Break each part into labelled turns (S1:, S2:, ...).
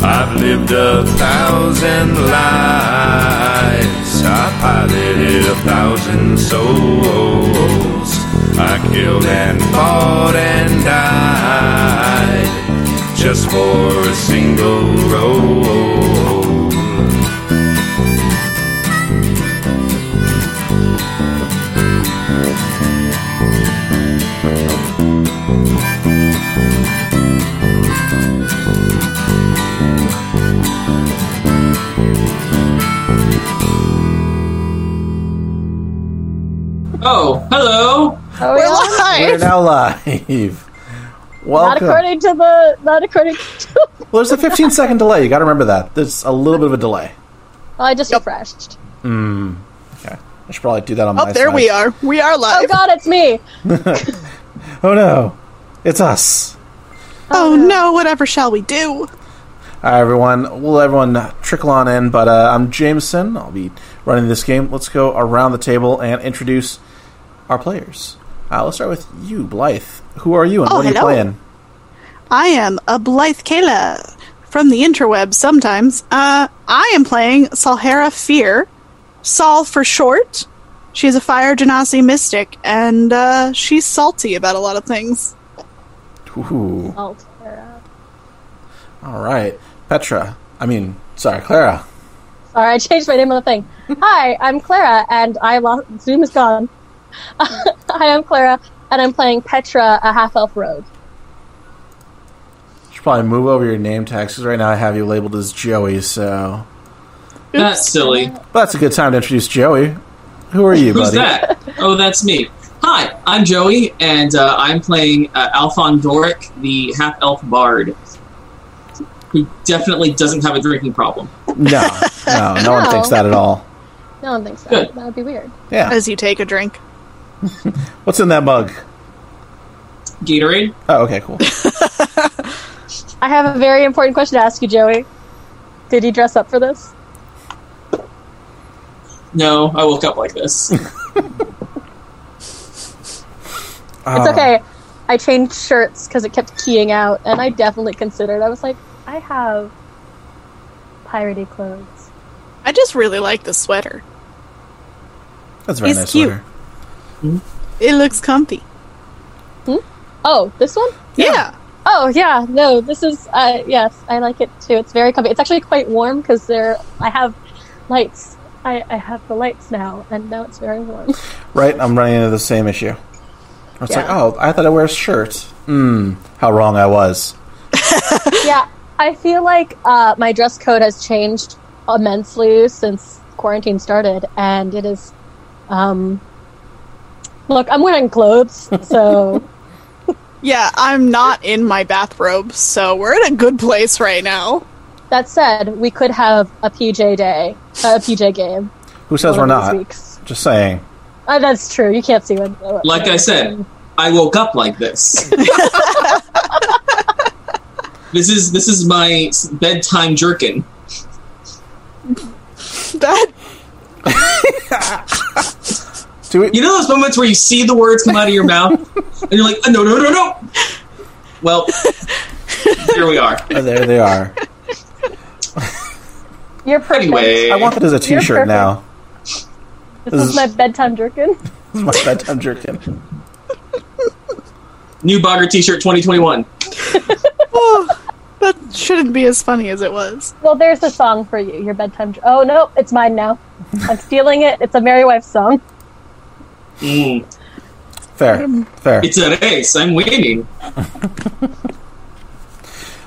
S1: I've lived a thousand lives. I piloted a thousand souls. I killed and fought and died just for a single role.
S2: Oh, hello.
S3: Oh,
S4: We're
S3: yeah.
S4: live.
S5: We're now live.
S3: Not
S5: Welcome.
S3: according to the. Not according to. oh,
S5: Well, there's a 15 second delay. You got to remember that. There's a little bit of a delay.
S3: Oh, I just refreshed.
S5: Okay. I should probably do that on my
S4: Oh, there
S5: side.
S4: we are. We are
S3: Oh
S4: live.
S3: God, it's me.
S5: Oh, no. It's us.
S4: Oh, no, whatever shall we do?
S5: Hi, everyone. We'll let everyone trickle on in, but uh, I'm Jameson. I'll be running this game. Let's go around the table and introduce our players. Uh, let's start with you, Blythe. Who are you and
S4: Oh,
S5: what are
S4: hello.
S5: you playing?
S4: I am a Blythe Kayla from the interweb sometimes. Uh, I am playing Salhara Fear, Sol for short. She's a fire genasi mystic, and uh, she's salty about a lot of things.
S5: Ooh.
S3: Oh, Altera.
S5: All right. Petra. I mean, sorry, Clara.
S3: Sorry, I changed my name on the thing. Hi, I'm Clara, and I lost. Zoom is gone. Hi, I'm Clara, and I'm playing Petra, a half elf rogue.
S5: You should probably move over your name tags because right now I have you labeled as Joey, so.
S2: That's silly.
S5: Well, that's a good time to introduce Joey. Who are you,
S2: Who's
S5: buddy?
S2: that? Oh, that's me. Hi, I'm Joey, and uh, I'm playing uh, Alphon Doric, the half elf bard, who definitely doesn't have a drinking problem.
S5: No, no, no one
S3: No.
S5: thinks that at all.
S3: No one thinks that.
S2: Good.
S3: That would be weird.
S5: Yeah.
S4: As you take a drink.
S5: What's in that mug?
S2: Gatorade?
S5: Oh, okay, cool.
S3: I have a very important question to ask you, Joey. Did he dress up for this?
S2: No, I woke up like this.
S5: Oh, Uh.
S3: It's okay. I changed shirts because it kept keying out, and I definitely considered. I was like, I have piratey clothes.
S4: I just really like the sweater.
S5: That's very
S4: He's
S5: nice.
S4: cute.
S5: Cute.
S4: It looks comfy.
S3: Oh, this one?
S4: Yeah.
S3: Oh yeah, no, this is uh, yes, I like it too. It's very comfy. It's actually quite warm because there I have lights. I, I have the lights now, and now it's very warm.
S5: Right, I'm running into the same issue. It's like,
S3: Yeah.
S5: oh, I thought I wear a shirt. Mmm, how wrong I was.
S3: yeah, I feel like uh, my dress code has changed immensely since quarantine started, and it is. Um, look, I'm wearing clothes, so
S4: Yeah, I'm not in my bathrobe, so we're in a good place right now.
S3: That said, we could have a PJ day, a PJ game.
S5: Who says
S3: one
S5: we're
S3: of these
S5: not?
S3: Weeks.
S5: Just saying.
S3: Uh, that's true. You can't see uh, one.
S2: Like I said, I woke up like this. this is this is my s- bedtime jerkin.
S4: That
S5: Do we?
S2: You know those moments where you see the words come out of your mouth, and you're like, "Uh, no, no, no, no. Well, here we are.
S5: Oh, there they are.
S3: You're perfect.
S2: Anyway,
S5: I want that as a
S3: You're
S5: T-shirt now.
S3: This is my bedtime jerkin.
S5: This is my bedtime jerkin.
S2: new Bogger T-shirt 2021.
S4: oh, that shouldn't be as funny as it was.
S3: Well, there's a song for you. Your bedtime. Jer- oh no, it's mine now. I'm stealing it. It's a Merry Wife song.
S2: Mm.
S5: Fair, fair.
S2: It's a race. I'm winning.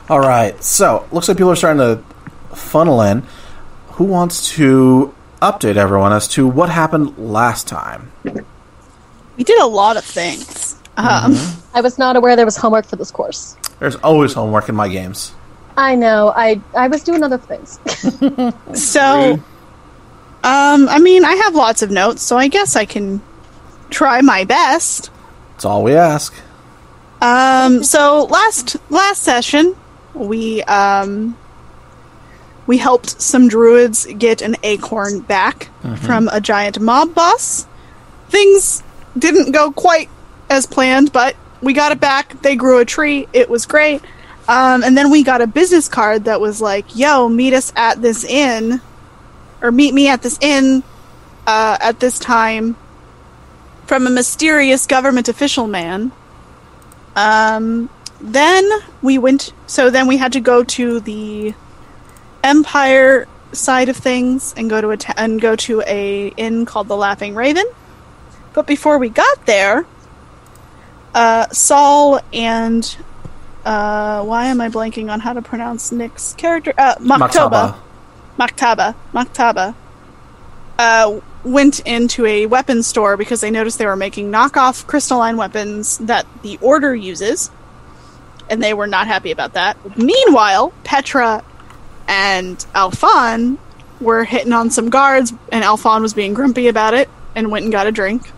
S5: All right. So looks like people are starting to funnel in. Who wants to update everyone as to what happened last time?
S4: We did a lot of things. Um,
S3: I was not aware there was homework for this course.
S5: There's always homework in my games.
S3: I know. I I was doing other things.
S4: So, um, I mean, I have lots of notes, so I guess I can try my best.
S5: That's all we ask.
S4: Um, so last last session, we um, we helped some druids get an acorn back from a giant mob boss. Things didn't go quite as planned, but we got it back. They grew a tree. It was great. Um, and then we got a business card that was like, "Yo, meet us at this inn, or meet me at this inn uh, at this time." From a mysterious government official man. Um, then we went. So then we had to go to the Empire side of things and go to a ta- and go to a inn called the Laughing Raven. But before we got there, uh, Saul and uh, why am I blanking on how to pronounce Nick's character? Uh, Maktoba. Maktaba. Maktaba. Uh, went into a weapons store because they noticed they were making knockoff crystalline weapons that the Order uses, and they were not happy about that. Meanwhile, Petra and Alphon were hitting on some guards, and Alphon was being grumpy about it and went and got a drink.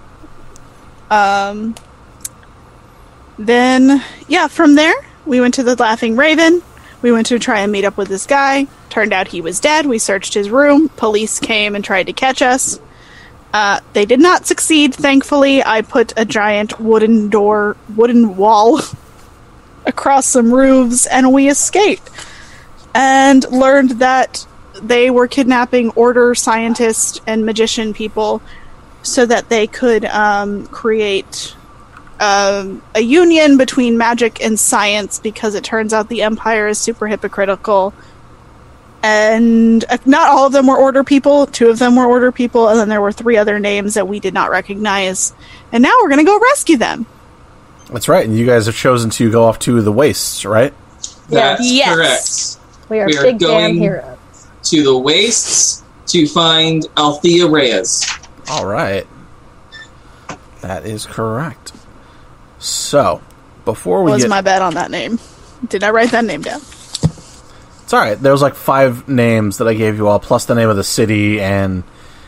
S4: Um, then, yeah, from there, we went to the Laughing Raven. We went to try and meet up with this guy. Turned out he was dead. We searched his room. Police came and tried to catch us. Uh, they did not succeed, thankfully. I put a giant wooden door, wooden wall across some roofs, and we escaped and learned that they were kidnapping order scientists and magician people so that they could um, create um, a union between magic and science because it turns out the empire is super hypocritical and uh, not all of them were order people two of them were order people and then there were three other names that we did not recognize and now we're going to go rescue them
S5: That's right, and you guys have chosen to go off to the wastes, right?
S2: That's
S6: Yes.
S2: correct.
S3: We are
S2: We are
S3: big
S2: going-
S3: damn heroes.
S2: to the wastes to find Althea Reyes.
S5: All right. That is correct. So, before we
S4: was
S5: get
S4: my bet on that name did i write that name down
S5: It's all right. There was like five names that I gave you all, plus the name of the city, and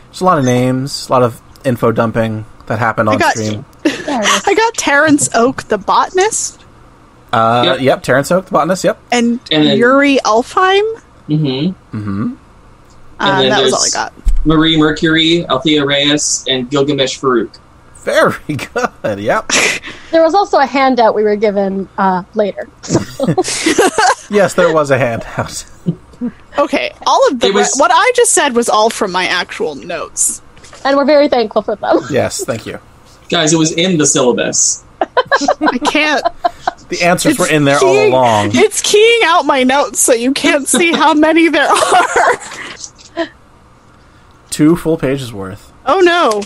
S5: there's a lot of names, a lot of info dumping that happened on
S4: got-
S5: stream.
S3: There it is.
S4: i got terrence oak the botanist
S5: Uh,
S2: Yep.
S5: yep. Terrence Oak, the botanist. Yep.
S4: and,
S2: And then-
S4: Yuri Elfheim.
S2: Mm-hmm.
S4: Um,
S2: then
S4: that was all I
S2: there's-
S4: got.
S2: Marie Mercury, Althea Reyes, and Gilgamesh Farouk.
S5: Very good. Yep.
S3: There was also a handout we were given uh, later.
S5: yes, there was a handout.
S4: Okay, all of the
S2: It was-
S4: re- what I just said was all from my actual notes.
S3: and we're very thankful for them.
S5: yes, thank you.
S2: Guys, it was in the syllabus.
S4: I can't.
S5: The answers were
S4: It's
S5: in there all
S4: keying-
S5: along.
S4: It's keying out my notes so you can't see how many there are.
S5: Two full pages worth.
S4: Oh no,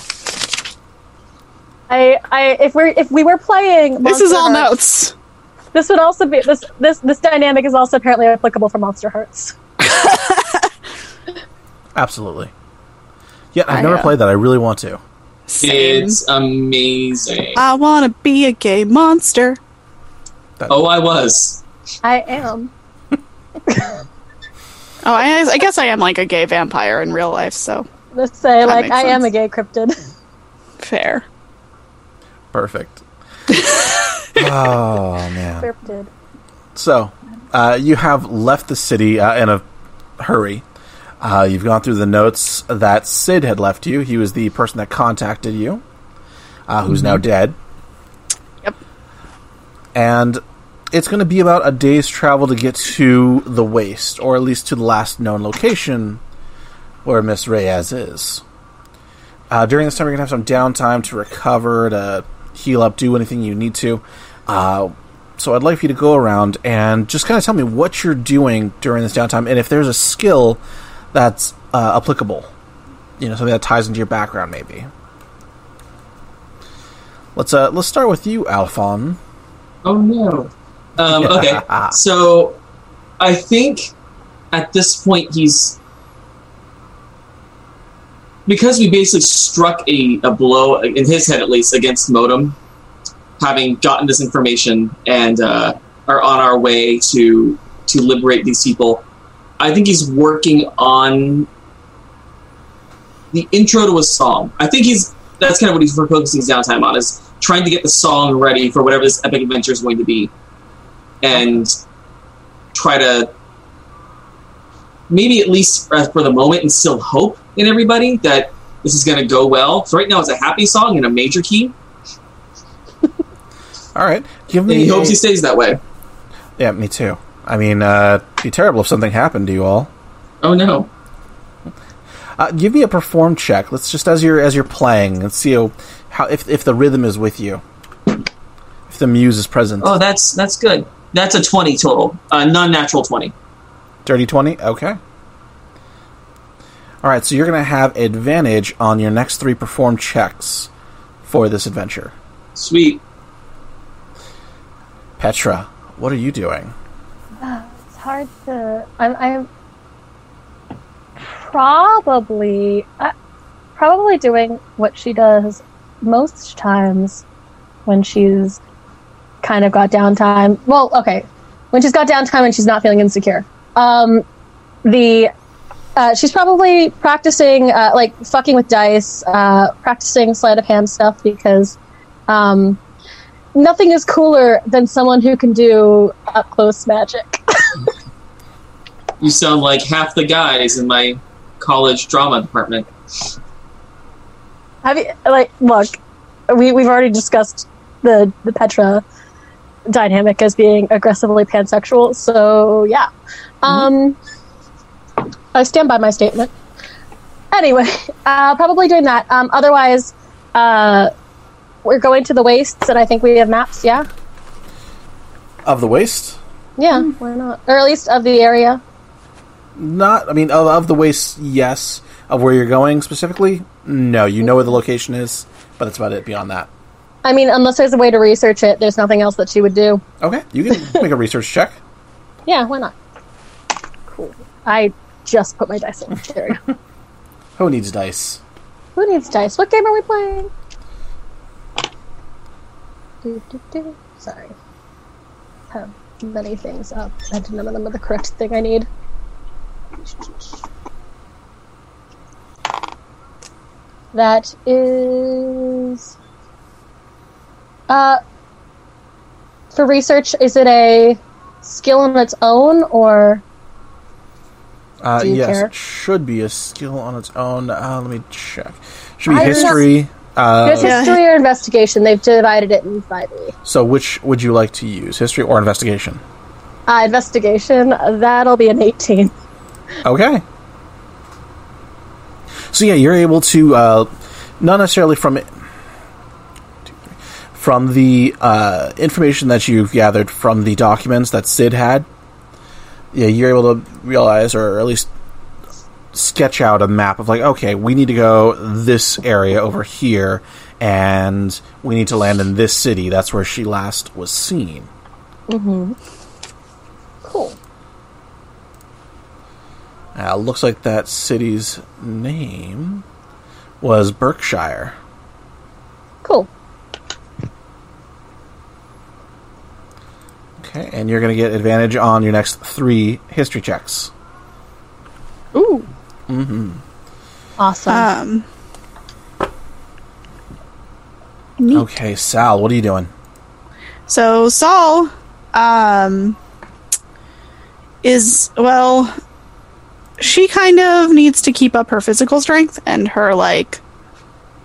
S3: I, I, if we're if we were playing,
S4: this is
S3: Monster
S4: all
S3: Hearts,
S4: notes.
S3: This would also be this this this dynamic is also apparently applicable for Monster Hearts.
S5: Absolutely. Yeah, I've
S4: I,
S5: never
S4: uh,
S5: played that. I really want to.
S4: Same. Uh,
S2: It's amazing.
S4: I want to be a gay monster.
S5: That-
S2: Oh, I was.
S3: I am.
S4: Oh, I, I guess I am like a gay vampire in real life, so
S3: Let's say like
S4: makes
S3: I am
S4: sense.
S3: a gay cryptid.
S4: fair.
S5: Perfect. oh man.
S3: cryptid.
S5: So, uh, you have left the city uh, in a hurry. Uh, you've gone through the notes that Sid had left you. He was the person that contacted you, uh, who's now dead.
S4: Yep.
S5: And it's going to be about a day's travel to get to the waste, or at least to the last known location where Miss Reyes is. Uh, during this time, you're going to have some downtime to recover, to heal up, do anything you need to. Uh, so I'd like for you to go around and just kind of tell me what you're doing during this downtime, and if there's a skill that's uh, applicable, you know, something that ties into your background, maybe. Let's uh, let's start with you, Alphon.
S2: Oh no. Um, okay, so I think at this point he's because we basically struck a, a blow in his head at least against modem having gotten this information and uh, are on our way to to liberate these people i think he's working on the intro to a song i think he's that's kind of what he's focusing his downtime on is trying to get the song ready for whatever this epic adventure is going to be and try to maybe at least uh, for for the moment instill hope in everybody that this is going to go well so right now it's a happy song in a major key
S5: All right, give
S2: and
S5: me.
S2: he
S5: a-
S2: hopes he stays that way
S5: yeah, me too. I mean, uh, it'd be terrible if something happened to you all.
S2: Oh no.
S5: Uh, give me a perform check. Let's just as you're as you're playing, let's see how, how if if the rhythm is with you, if the muse is present.
S2: Oh, that's that's good. That's a twenty total, a non-natural twenty.
S5: Dirty twenty. Okay. All right, so you're going to have advantage on your next three perform checks for this adventure.
S2: Sweet.
S5: Petra, what are you doing?
S3: It's hard to. I'm. I'm probably uh, probably doing what she does most times when she's kind of got downtime. Well, okay, when she's got downtime and she's not feeling insecure. Um, the uh, she's probably practicing uh, like fucking with dice, uh, practicing sleight of hand stuff because um, nothing is cooler than someone who can do up close magic.
S2: You sound like half the guys in my college drama department.
S3: Have you like look? We we've already discussed the the Petra dynamic as being aggressively pansexual. So yeah, um, I stand by my statement. Anyway, uh, probably doing that. Um, otherwise, uh, we're going to the wastes, and I think we have maps. Yeah,
S5: Of the waste?
S3: yeah, why not? Or at least of the area.
S5: Not, I mean, of, of the waste, yes. Of where you're going specifically? No, you know where the location is, but that's about it beyond that.
S3: I mean, unless there's a way to research it, there's nothing else that she would do.
S5: Okay, you can make a research check.
S3: Yeah, why not? Cool. I just put my dice in. There we go.
S5: Who needs dice?
S3: Who needs dice? What game are we playing? Do, do, do. Sorry. Have many things up, and none of them are the correct thing I need. That is. Uh, for research, is it a skill on its own or.
S5: Uh,
S3: Do you
S5: yes,
S3: care?
S5: it should be a skill on its own. Uh, let me check. Should be
S3: I-
S5: history.
S3: There's
S5: Uh,
S4: yeah.
S3: history or investigation. They've divided it in 5e.
S5: so, which would you like to use, history or investigation?
S3: Uh, investigation, that'll be an 18.
S5: Okay. So yeah, you're able to uh, not necessarily from it- from the uh, information that you've gathered from the documents that Sid had. Yeah, you're able to realize, or at least sketch out a map of like, okay, we need to go this area over here, and we need to land in this city. That's where she last was seen.
S3: Cool.
S5: Uh, looks like that city's name was Berkshire.
S3: Cool.
S5: Okay, and you're going to get advantage on your next three history checks.
S3: Ooh. Mm-hmm. Awesome.
S4: Um,
S5: Okay, Sal, what are you doing?
S4: So Saul um, is well. She kind of needs to keep up her physical strength and her like,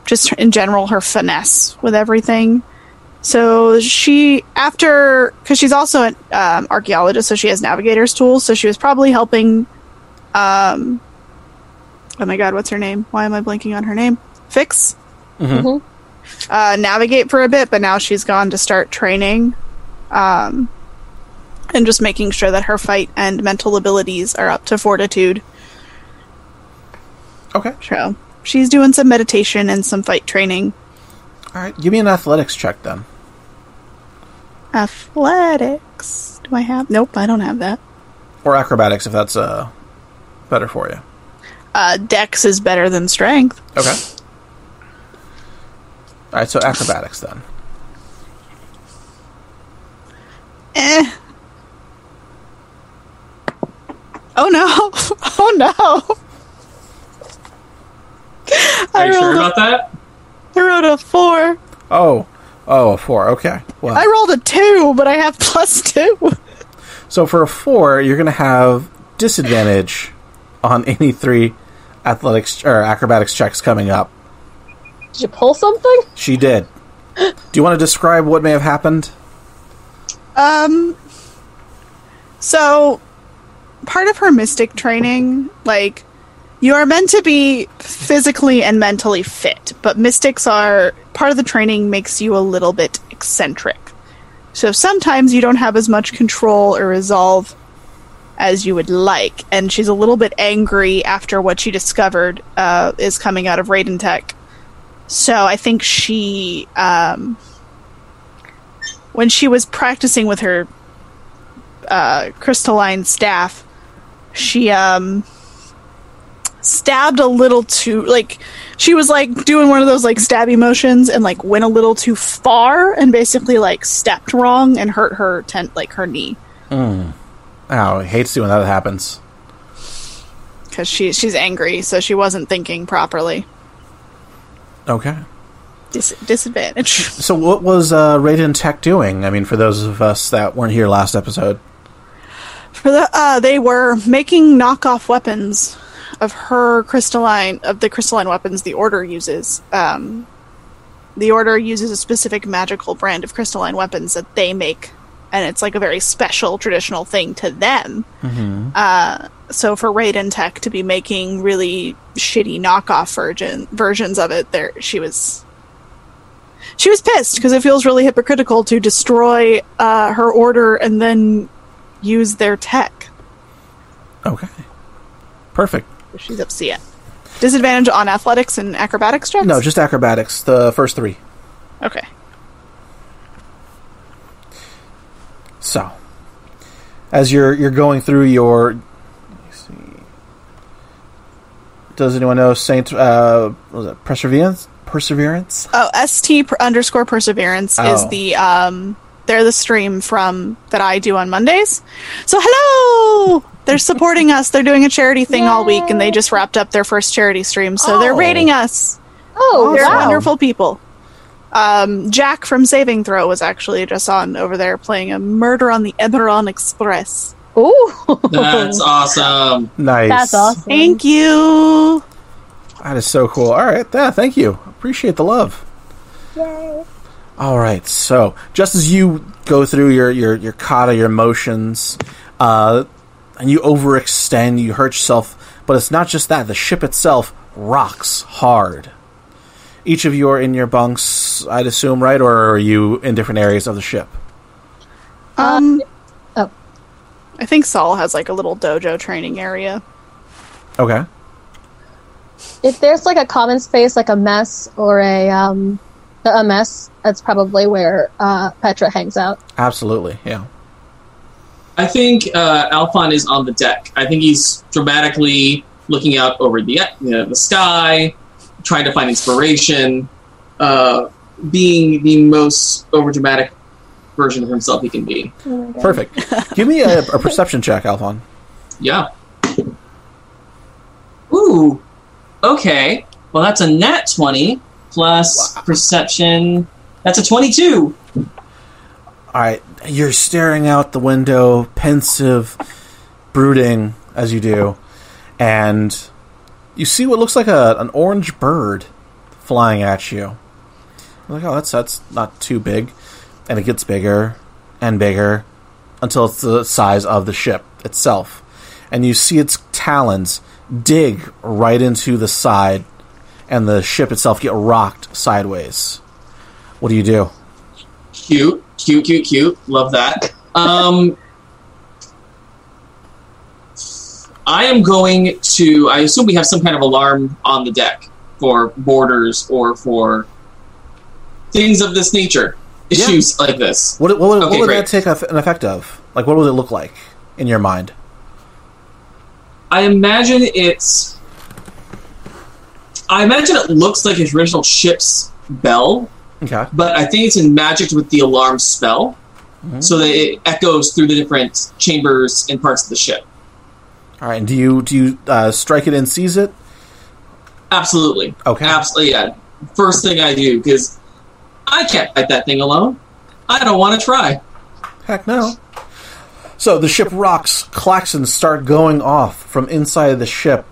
S4: just in general, her finesse with everything. So she after because she's also an um, archaeologist, so she has navigator's tools. So she was probably helping. Um, oh my god, what's her name? Why am I blanking on her name? Fix uh, navigate for a bit, but now she's gone to start training um, and just making sure that her fight and mental abilities are up to fortitude.
S5: Okay,
S4: So she's doing some meditation and some fight training.
S5: all right, give me an athletics check then.
S4: Athletics. Do I have? Nope, I don't have that.
S5: Or acrobatics if that's uh, better for you.
S4: Uh, Dex is better than strength.
S5: Okay. All right, so acrobatics then.
S4: Eh. Oh no! Oh no!
S2: Are
S4: I
S2: you sure
S4: rolled,
S2: about that?
S4: a, I rolled a four.
S5: Oh, oh, a four. Okay. Well,
S4: I rolled a two, but I have plus two.
S5: so for a four, you're going to have disadvantage on any three athletics or acrobatics checks coming up.
S3: Did you pull something?
S5: She did. Do you want to describe what may have happened?
S4: Um, So, part of her mystic training, like, you are meant to be physically and mentally fit, but mystics are part of the training makes you a little bit eccentric. So sometimes you don't have as much control or resolve as you would like, and she's a little bit angry after what she discovered uh, is coming out of Raiden Tech. So I think she, um, when she was practicing with her uh, crystalline staff, she um, stabbed a little too, like she was like doing one of those like stabby motions and like went a little too far and basically like stepped wrong and hurt her tent like her knee.
S5: Oh, I hate to see when that happens.
S4: because she she's angry, so she wasn't thinking properly.
S5: Okay.
S4: Dis- disadvantage.
S5: So, what was uh, Raiden Tech doing? I mean, for those of us that weren't here last episode.
S4: For the uh, they were making knockoff weapons of her crystalline of the crystalline weapons the order uses. Um, the order uses a specific magical brand of crystalline weapons that they make, and it's like a very special traditional thing to them. Uh, so for Raiden Tech to be making really shitty knockoff version versions of it, there she was. She was pissed because it feels really hypocritical to destroy uh, her order and then use their tech.
S5: Okay. Perfect.
S4: She's upset. Disadvantage on athletics and acrobatics checks?
S5: No, just acrobatics, the first three.
S4: Okay.
S5: So, as you're you're going through your, let me see. does anyone know Saint uh, what was it perseverance? Perseverance.
S4: Oh, ST per- underscore perseverance
S5: Oh.
S4: is the um they're the stream from that I do on Mondays. So hello! They're supporting us. They're doing a charity thing all week and they just wrapped up their first charity stream, so they're
S5: Oh.
S4: rating us.
S3: Oh,
S4: They're
S5: Awesome.
S3: wow.
S4: wonderful people. Um, Jack from Saving Throw was actually just on over there playing a murder on the Eberron Express.
S3: Ooh.
S2: That's awesome.
S5: Nice.
S3: That's awesome.
S4: Thank you.
S5: That is so cool. All right, yeah, thank you. Appreciate the love. All right, so just as you go through your your your kata, your motions, uh, and you overextend, you hurt yourself. But it's not just that; the ship itself rocks hard. Each of you are in your bunks, I'd assume, right? Or are you in different areas of the ship?
S4: Um.
S3: oh.
S4: I think Saul has like a little dojo training area.
S5: Okay.
S3: If there's like a common space, like a mess or a um, a mess, that's probably where uh, Petra hangs out.
S5: Absolutely. Yeah.
S2: I think uh, Alphon is on the deck. I think he's dramatically looking out over the you know, the sky, trying to find inspiration, uh, being the most overdramatic version of himself he can be.
S5: Perfect. Give me a, a perception check, Alphon.
S2: Yeah. Ooh. Okay. Well, that's a nat twenty plus perception. That's a twenty-two.
S5: All right, you're staring out the window, pensive, brooding as you do, and you see what looks like a, an orange bird flying at you. You're like, oh, that's that's not too big, and it gets bigger and bigger until it's the size of the ship itself, and you see its talons dig right into the side, and the ship itself get rocked sideways. What do you do?
S2: Cute, cute, cute, cute. Love that. Um, I am going to. I assume we have some kind of alarm on the deck for borders or for things of this nature,
S5: Yeah.
S2: issues like this.
S5: What, what, would- what
S2: Okay,
S5: would
S2: great.
S5: that take eff- an effect of? Like, what would it look like in your mind?
S2: I imagine it's. I imagine it looks like a traditional ship's bell,
S5: Okay.
S2: but I think it's enmagicked with the alarm spell, so that it echoes through the different chambers and parts of the ship.
S5: All right. And do you do you uh, strike it and seize it?
S2: Absolutely.
S5: Okay.
S2: Absolutely. Yeah. First thing I do because I can't fight that thing alone. I don't want to try.
S5: Heck no. So the ship rocks. Klaxons start going off from inside the ship.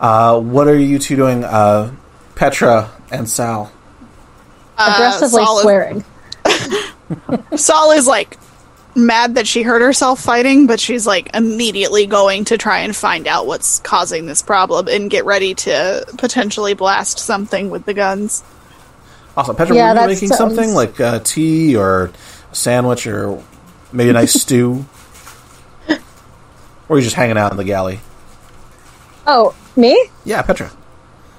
S5: Uh, what are you two doing, uh, Petra and Sal?
S4: Uh,
S3: Aggressively
S4: Saul
S3: swearing.
S4: Is, Saul is like mad that she hurt herself fighting, but she's like immediately going to try and find out what's causing this problem and get ready to potentially blast something with the guns.
S5: Awesome, Petra.
S3: Yeah,
S5: were you
S3: that
S5: making
S3: sounds-
S5: something like uh, tea or a sandwich or maybe a nice stew, or you just hanging out in the galley?
S3: Oh, me?
S5: Yeah, Petra.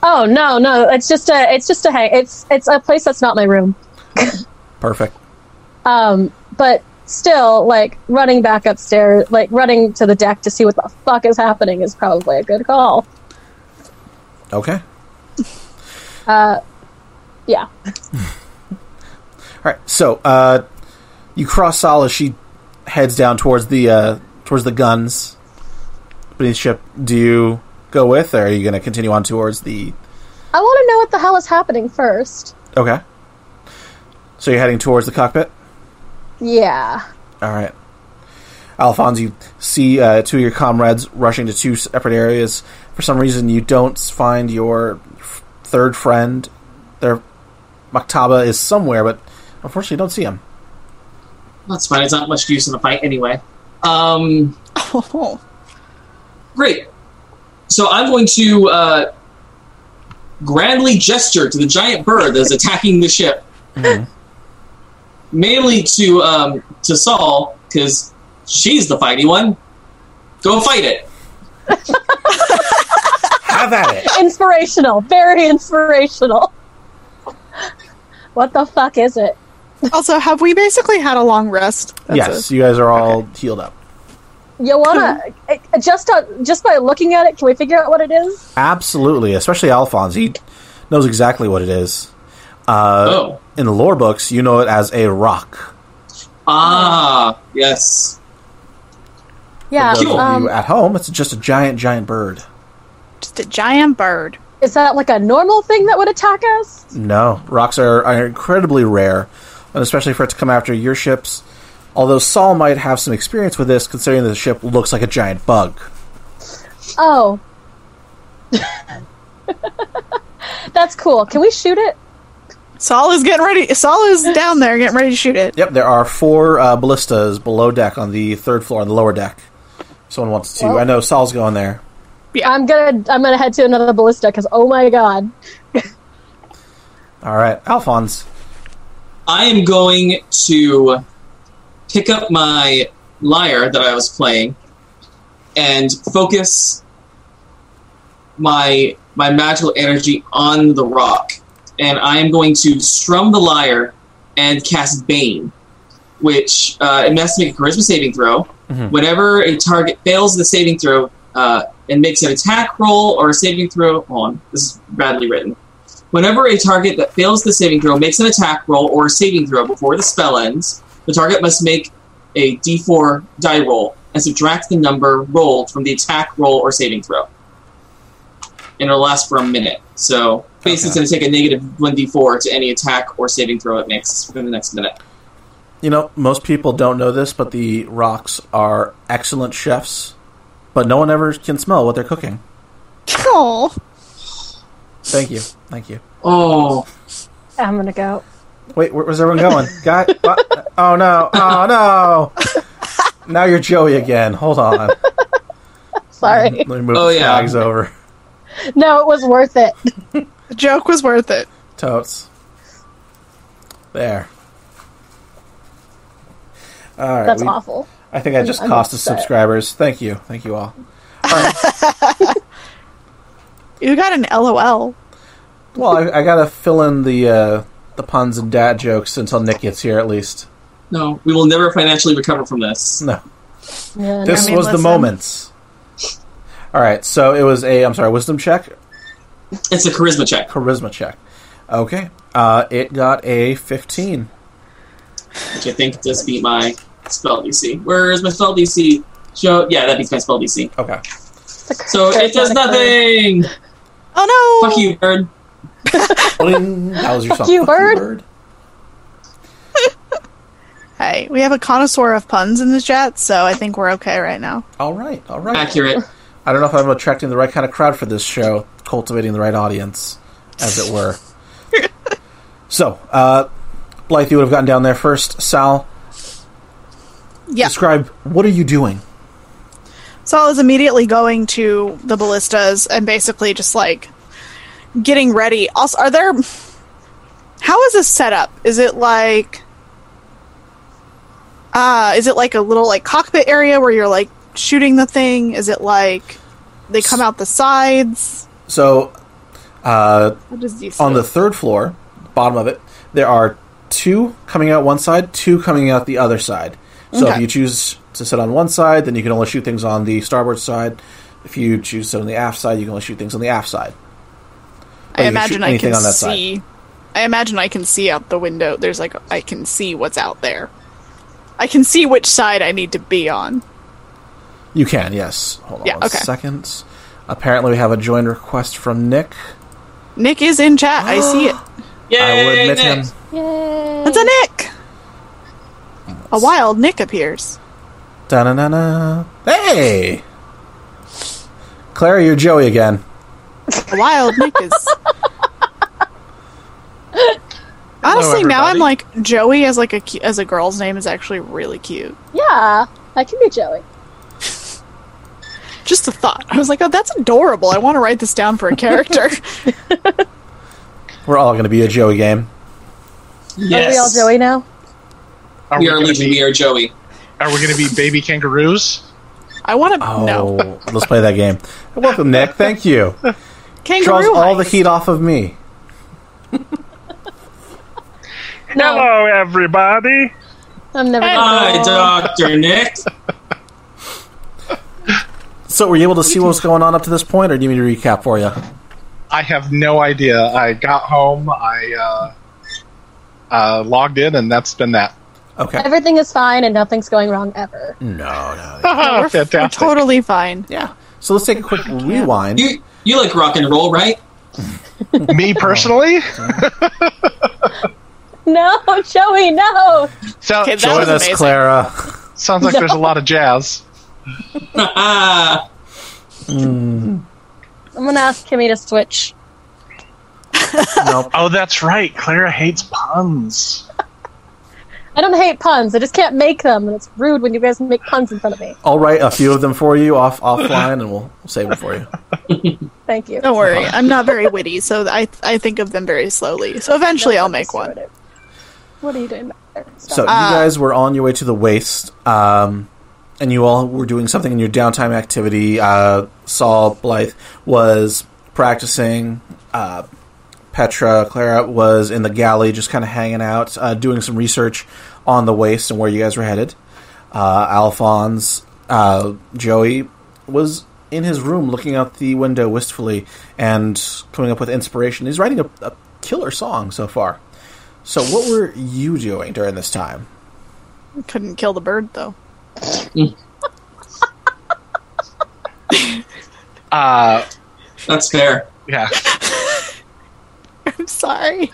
S3: Oh no, no. It's just a it's just a hang. It's it's a place that's not my room.
S5: Perfect.
S3: Um, but still, like running back upstairs, like running to the deck to see what the fuck is happening is probably a good call.
S5: Okay.
S3: Yeah.
S5: All right. So uh, you cross Sol as she heads down towards the uh, towards the guns beneath the ship. Do you go with, or are you going to continue on towards the?
S3: I want to know what the hell is happening first.
S5: Okay. So you're heading towards the cockpit.
S3: Yeah.
S5: All right. Alphonse, you see uh, two of your comrades rushing to two separate areas. For some reason, you don't find your f- third friend. Their Maktaba is somewhere, but unfortunately, you don't see him.
S2: That's fine. It's not much use in the fight anyway. Um,
S4: Oh,
S2: Great. So I'm going to uh, grandly gesture to the giant bird that is attacking the ship, mainly to um, to Saul because she's the fighty one. Go fight it.
S5: Have at it!
S3: Inspirational. Very inspirational. what the fuck is it?
S4: also, have we basically had a long rest? That's
S5: yes,
S4: a-
S5: you guys are all healed up.
S3: You wanna eh, just on, just by looking at it, can we figure out what it is?
S5: Absolutely, especially Alphonse. He knows exactly what it is.
S2: oh,
S5: In the lore books, you know it as a rock.
S2: ah, yes.
S3: Yeah.
S5: For those of you
S3: Um,
S5: at home, it's just a giant, giant bird.
S4: just a giant bird.
S3: is that like a normal thing that would attack us?
S5: No, rocks are, are incredibly rare, and especially for it to come after your ships. Although Saul might have some experience with this, considering that the ship looks like a giant bug.
S3: Oh. That's cool. Can we shoot it?
S4: Saul is getting ready. Saul is down there getting ready to shoot it.
S5: Yep, there are four uh, ballistas below deck on the third floor, on the lower deck. If someone wants to.
S3: Well-
S5: I know Saul's going there.
S3: I'm gonna I'm gonna head to another ballista because oh my god.
S5: All right, Alphonse.
S2: I am going to pick up my lyre that I was playing and focus my my magical energy on the rock. And I am going to strum the lyre and cast Bane, which uh, it has to make a charisma saving throw.
S5: Mhm.
S2: Whenever a target fails the saving throw uh, and makes an attack roll or a saving throw, hold on, this is badly written. Whenever a target that fails the saving throw makes an attack roll or a saving throw before the spell ends, the target must make a d4 die roll and subtract the number rolled from the attack roll or saving throw. And it'll last for a minute. So basically, it's going to take a negative 1d4 to any attack or saving throw it makes for the next minute.
S5: You know, most people don't know this, but the rocks are excellent chefs, but no one ever can smell what they're cooking.
S4: Oh,
S5: Thank you. Thank you.
S2: Oh,
S3: I'm gonna go.
S5: Wait, where, where's everyone going? Guy? what? Oh no! Oh no! Now you're Joey again. Hold on.
S3: Sorry.
S5: Let me move
S2: Oh,
S5: the
S2: yeah.
S5: flags over.
S3: No, it was worth it.
S4: the joke was worth it.
S5: Totes. There. All right.
S3: That's
S5: we-
S3: awful.
S5: I think I just
S3: I'm
S5: cost us
S3: upset.
S5: subscribers. Thank you. Thank you all. all right.
S4: You got an LOL.
S5: Well, I, I gotta fill in the uh, the puns and dad jokes until Nick gets here, at least.
S2: no. We will never financially recover from this.
S5: No.
S3: Yeah,
S5: This
S4: I mean,
S5: was the
S4: listen.
S5: moments. All right, so it was a I'm sorry, wisdom check,
S2: It's a charisma check.
S5: charisma check. Okay, uh, it got a 15.
S2: which I think does beat my spell DC. Where is my spell DC? Show yeah, that beats my spell DC.
S5: Okay,
S2: So it does nothing.
S4: Oh no!
S2: Fuck you, bird.
S5: Bling. that was your
S3: Fuck
S5: song.
S3: you, bird.
S4: Hey, we have a connoisseur of puns in the chat, so I think we're okay right now.
S5: All right, all right.
S2: Accurate.
S5: I don't know if I'm attracting the right kind of crowd for this show, cultivating the right audience, as it were. so, uh, Blythe, you would have gotten down there first. Sal,
S4: Yeah.
S5: Describe what are you doing?
S4: Saul is immediately going to the ballistas and basically just like getting ready. Also, are there? How is this set up? Is it like? Uh, is it like a little like cockpit area where you're like shooting the thing? Is it like they come out the sides?
S5: So, uh,
S4: What is these
S5: on the third floor, bottom of it, there are two coming out one side, two coming out the other side. So if
S4: Okay.
S5: you choose to sit on one side, then you can only shoot things on the starboard side. If you choose to sit on the aft side, you can only shoot things on the aft
S4: I
S5: side. Oh, you can
S4: imagine
S5: shoot
S4: I
S5: anything
S4: can
S5: on that side.
S4: see. I imagine I can see out the window. There's like I can see what's out there. I can see which side I need to be on.
S5: You can, yes. Hold on
S4: Yeah,
S5: one
S4: okay.
S5: second. Apparently, we have a join request from Nick.
S4: Nick is in chat. I see it.
S2: Yay,
S5: I will admit him.
S2: Nick.
S3: Yay.
S4: What's a Nick? A wild Nick appears.
S5: Da-na-na-na. Hey! Clara, you're Joey again.
S4: A wild Nick is. Honestly, now I'm
S2: everybody.
S4: like Joey as like a cu- as a girl's name is actually really cute.
S3: Yeah, I can be Joey.
S4: Just a thought. I was like, oh, that's adorable. I want to write this down for a character.
S5: We're all going to be a Joey game.
S3: Are we all
S2: Yes.
S3: Joey now?
S6: Are
S2: We are
S6: gonna
S2: Legion.
S6: be,
S2: We are Joey.
S6: are we gonna be baby kangaroos?
S4: I want to
S5: Oh,
S4: no
S5: let's play that game. Welcome, Nick. Thank you.
S4: kangaroo.
S5: Draws all the
S4: heist.
S5: heat off of me.
S3: No,
S6: Hello, everybody.
S3: I'm never.
S2: Hi, Doctor Nick.
S5: So, were you able to see what was going on up to this point, or do you need me to recap for you?
S6: I have no idea. I got home. I uh, uh, logged in, and that's been that.
S5: Okay.
S3: Everything is fine and nothing's going wrong ever.
S5: No,
S2: Mm.
S5: no.
S6: Oh,
S5: no.
S4: We're, we're
S6: Fantastic.
S4: totally fine.
S5: Yeah. So, let's take a quick rewind.
S2: You you like rock and roll, right?
S6: Me personally.
S3: No, Joey, no.
S6: So
S4: Okay, that
S5: Join
S4: was
S5: us,
S4: amazing.
S5: Clara.
S6: sounds like there's a lot of jazz.
S2: Ah,
S3: I'm gonna ask Kimmy to switch.
S5: nope.
S6: Oh, that's right. Clara hates puns.
S3: I don't hate puns. I just can't make them, and it's rude when you guys make puns in front of me.
S5: I'll write a few of them for you off offline, and we'll save them for you.
S3: Thank you.
S4: Don't worry, I'm not very witty, so I I think of them very slowly. So eventually, I'll make one.
S3: What are you doing back there? Stop.
S5: So you guys were on your way to the waste, um, and you all were doing something in your downtime activity. Uh, Saul Blythe was practicing. Uh, Petra Clara was in the galley, just kind of hanging out, uh, doing some research on the waste and where you guys were headed. Uh, Alphonse, uh, Joey was in his room looking out the window wistfully and coming up with inspiration. He's writing a, a killer song so far. So, what were you doing during this time?
S4: Couldn't kill the bird though.
S6: Uh,
S2: that's fair.
S6: yeah,
S4: I'm sorry.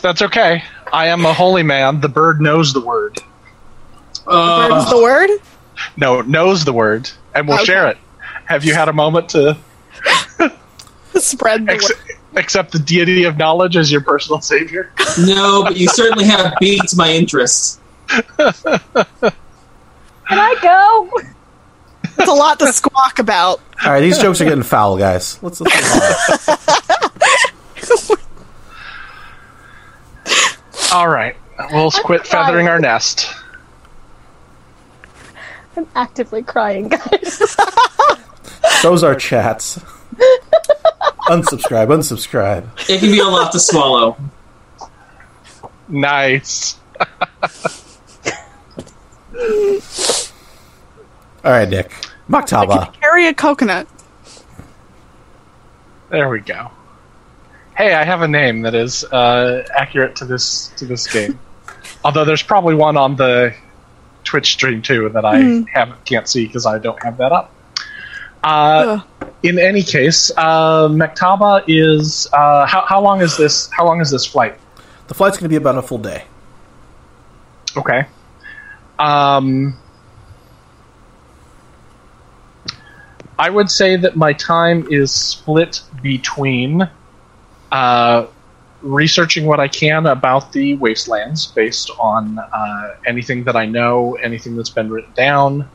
S6: that's okay. I am a holy man. The bird knows the word.
S4: Bird's
S2: Uh,
S4: the word.
S6: No, knows the word, and will
S4: Okay.
S6: share it. Have you had a moment to
S4: Spread the
S6: ex-
S4: word.
S6: accept the deity of knowledge as your personal savior?
S2: no, but you certainly have piqued my interest.
S3: Can I go?
S4: It's a lot to squawk about.
S5: All right, these jokes are getting foul, guys. Let's let's move on.
S6: All right, we'll quit
S3: sorry.
S6: feathering our nest.
S3: I'm actively crying, guys.
S5: Those are chats. Unsubscribe, unsubscribe.
S2: It can be a lot to swallow.
S6: Nice.
S5: All right, Nick. Maktaba.
S4: Carry a coconut.
S6: There we go. Hey, I have a name that is uh, accurate to this to this game. Although there's probably one on the Twitch stream too that I haven't can't see because I don't have that up. Uh, in any case, uh, Mektaba is uh, how, how long is this? How long is this flight?
S5: The flight's going to be about a full day.
S6: Okay. Um, I would say that my time is split between uh, researching what I can about the wastelands based on uh, anything that I know, anything that's been written down,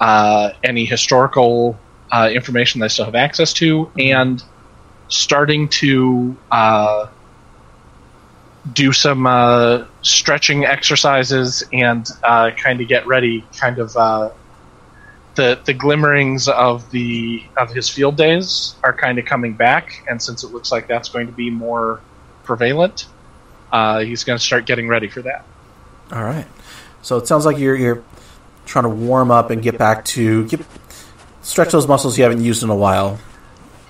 S6: uh, any historical uh, information that I still have access to, and starting to uh, do some uh, stretching exercises and uh, kind of get ready, kind of. Uh, the, the glimmerings of the of his field days are kind of coming back, and since it looks like that's going to be more prevalent, uh, he's going to start getting ready for that.
S5: All right. So it sounds like you're you're trying to warm up and get back to get stretch those muscles you haven't used in a while.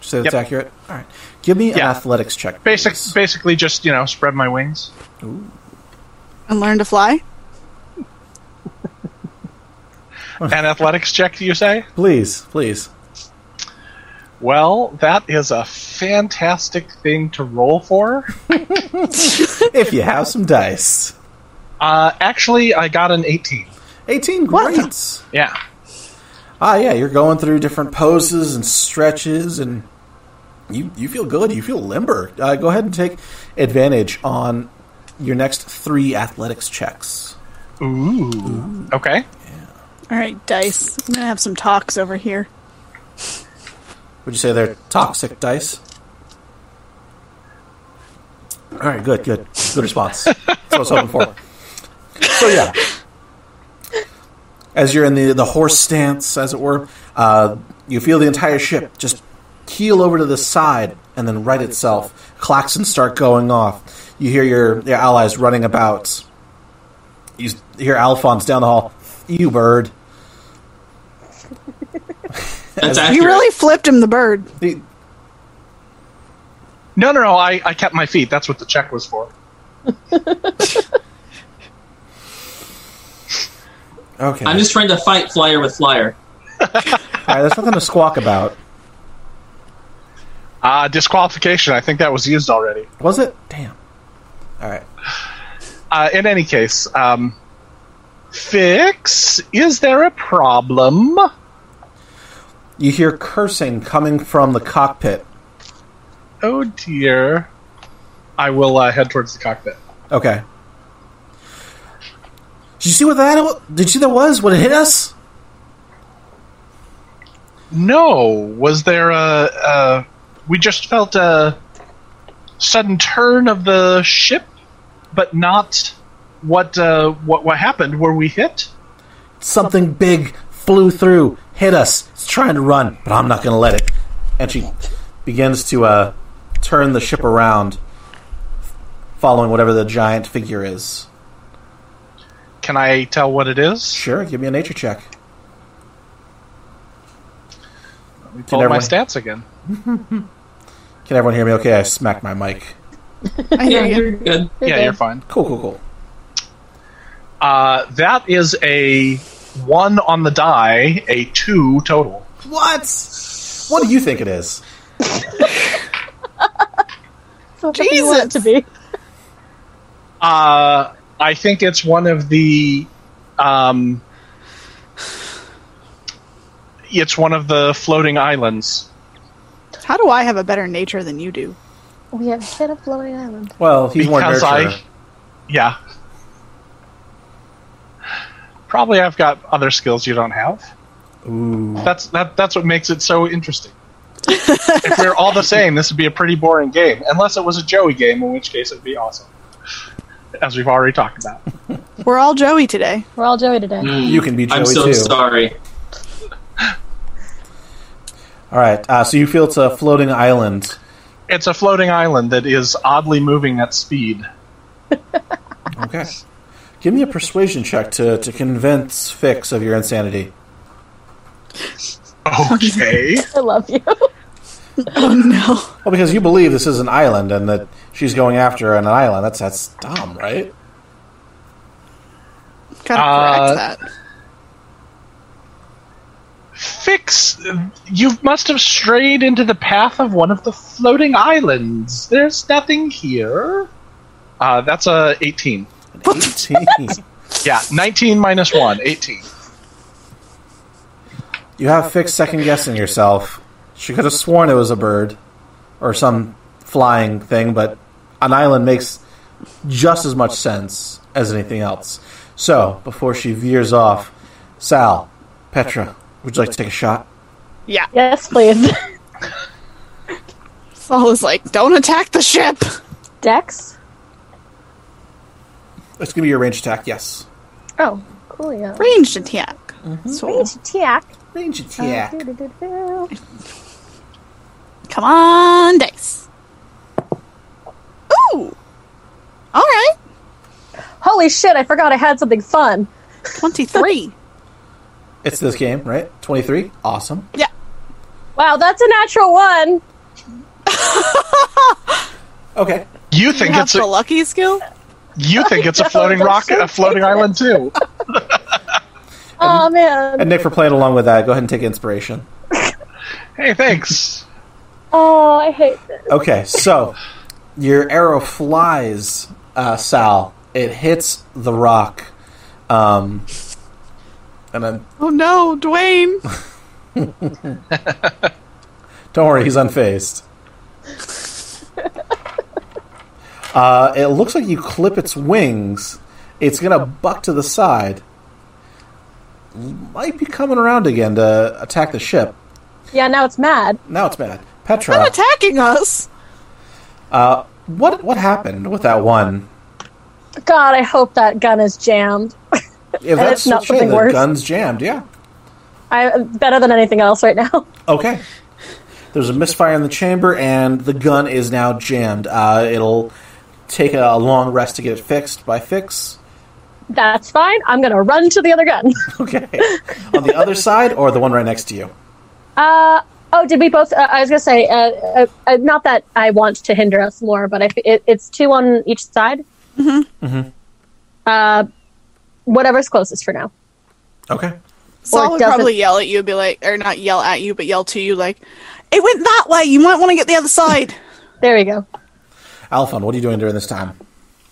S5: So that's
S6: Yep.
S5: accurate. All right. Give me an
S6: Yeah.
S5: athletics check.
S6: Basic,
S5: please.
S6: basically, just you know, spread my wings.
S4: and learn to fly.
S6: An athletics check, you say?
S5: please, please.
S6: Well, that is a fantastic thing to roll for.
S5: If you have some dice.
S6: Uh, actually, I got an 18.
S5: 18
S4: What?
S5: greats.
S6: Yeah.
S5: Ah, yeah, you're going through different poses and stretches, and you you feel good. You feel limber. Uh, go ahead and take advantage on your next three athletics checks.
S6: Ooh. Okay.
S4: All right, dice. I'm gonna have some talks over here.
S5: Would you say they're toxic dice? All right, good, good, good response. That's what I was hoping for. So yeah, as you're in the the horse stance, as it were, uh, you feel the entire ship just keel over to the side and then right itself. Klaxons start going off. You hear your your allies running about. You s- hear Alphonse down the hall. You bird.
S2: That's
S4: You
S2: accurate.
S4: really flipped him the bird.
S5: The-
S6: No, no, no. I, I kept my feet. That's what the check was for.
S5: Okay.
S2: I'm just trying to fight flyer with flyer.
S5: All right, there's nothing to squawk about.
S6: Uh, disqualification. I think that was used already.
S5: Was it? Damn. All right.
S6: Uh, in any case, um, fix. Is there a problem?
S5: You hear cursing coming from the cockpit.
S6: Oh dear. I will uh, head towards the cockpit.
S5: Okay. Did you see what that? wa- Did you see that was when it hit us?
S6: No, was there a? a we just felt a sudden turn of the ship, but not what uh, what what happened. Were we hit?
S5: Something big flew through, hit us. It's trying to run, but I'm not going to let it. And she begins to uh, turn the ship around, following whatever the giant figure is.
S6: Can I tell what it is?
S5: Sure, give me a nature check.
S6: All my
S5: everyone-
S6: stats again.
S5: Can everyone hear me? Okay, I smacked my mic.
S4: I hear
S2: Yeah,
S4: you.
S2: you're good.
S6: yeah,
S3: good.
S6: you're fine.
S5: Cool, cool, cool.
S6: Uh, that is a one on the die, a two total.
S5: What? What do you think it is?
S3: So what do you want it to be.
S6: Uh, I think it's one of the. Um, it's one of the floating islands.
S4: How do I have a better nature than you do?
S3: We have hit a floating island.
S5: Well, he's more
S6: Because
S5: nurturer.
S6: I. Yeah. Probably I've got other skills you don't have.
S5: Ooh.
S6: That's that. That's what makes it so interesting. if we're all the same, this would be a pretty boring game, unless it was a Joey game, in which case it'd be awesome, as we've already talked about.
S4: We're all Joey today.
S3: We're all Joey today.
S2: Mm.
S5: You can be Joey
S2: I'm so
S5: too.
S2: sorry.
S5: All right. Uh, so you feel it's a floating island.
S6: It's a floating island that is oddly moving at speed.
S5: Okay. Give me a persuasion check to, to convince Fix of your insanity.
S6: Okay.
S3: I love you.
S4: Oh no.
S5: Well, because you believe this is an island and that she's going after an island. That's that's dumb, right?
S4: Gotta
S6: Uh,
S4: correct that.
S6: Fix, you must have strayed into the path of one of the floating islands. There's nothing here. Uh, that's a 18.
S5: Jeez.
S6: Yeah, 19 minus 1, 18.
S5: you have Fix second guessing yourself. She could have sworn it was a bird or some flying thing, but an island makes just as much sense as anything else. So, before she veers off, Sal, Petra, would you like to take a shot?
S4: Yeah.
S3: Yes, please.
S4: Saul is like, don't attack the ship.
S3: Dex?
S5: It's going to be your range attack, yes.
S3: Oh, cool, yeah.
S4: Ranged attack. So,
S3: Tiak.
S5: Range attack.
S4: come on, dice. Ooh. All right.
S3: Holy shit, I forgot I had something fun.
S4: 23.
S5: It's this game, right? 23? Awesome.
S4: yeah.
S3: Wow, that's a natural one.
S5: Okay.
S6: You think it's
S4: Natural
S6: a,
S4: lucky skill?
S6: you think it's a
S3: know,
S6: floating
S3: that's
S6: rocket,
S3: so
S6: a floating island too.
S3: Oh man.
S5: And Nick, for playing along with that, go ahead and take inspiration.
S6: Hey, thanks.
S3: Oh, I hate this.
S5: Okay, so your arrow flies, uh, Sal. It hits the rock. Um, and then,
S4: Oh no, Dwayne.
S5: don't worry, he's unfazed. Uh, it looks like you clip its wings. It's going to buck to the side. Might be coming around again to attack the ship.
S3: Yeah, now it's mad.
S5: Now it's bad.
S4: Not
S5: Petra,
S4: attacking us.
S5: what what happened with that one?
S3: God, I hope that gun is jammed.
S5: If
S3: it's not
S5: true,
S3: something
S5: the
S3: worse.
S5: gun's jammed, yeah.
S3: I better than anything else right now.
S5: Okay. There's a misfire in the chamber, and the gun is now jammed. Uh, it'll take a long rest to get it fixed by fix.
S3: That's fine. I'm gonna run to the other gun.
S5: Okay. On the other side, or the one right next to you?
S3: Uh oh, did we both? Uh, I was gonna say, uh, uh, uh, not that I want to hinder us more, but I, it, it's two on each side. Mm-hmm. Uh, whatever's closest for now.
S5: Okay.
S4: Saul would
S3: does it-
S4: probably yell at you, be like, or not yell at you, but yell to you, like, it went that way. You might want to get the other side.
S3: There we go.
S5: Alphon, what are you doing during this time?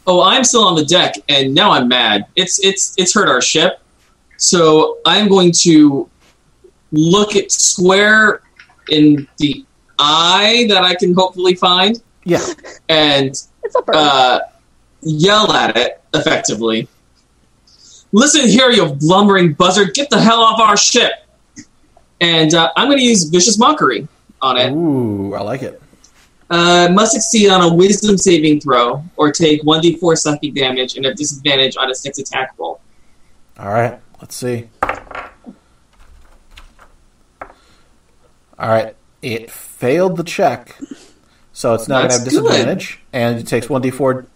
S2: Oh, I'm still on the deck, and now I'm mad. It's it's it's hurt our ship, so I'm going to look at square in the eye that I can hopefully find,
S5: Yeah.
S2: and
S3: It's a bird.
S2: uh, yell at it effectively. Listen here, you lumbering buzzard! Get the hell off our ship! And uh, I'm going to use vicious mockery on it.
S5: Ooh, I like it.
S2: Uh, must succeed on a wisdom saving throw or take 1d4 psychic damage and a disadvantage on its next attack roll.
S5: All right. Let's see. All right. It failed the check, so it's now going to have
S2: That's good.
S5: disadvantage, and it takes 1d4,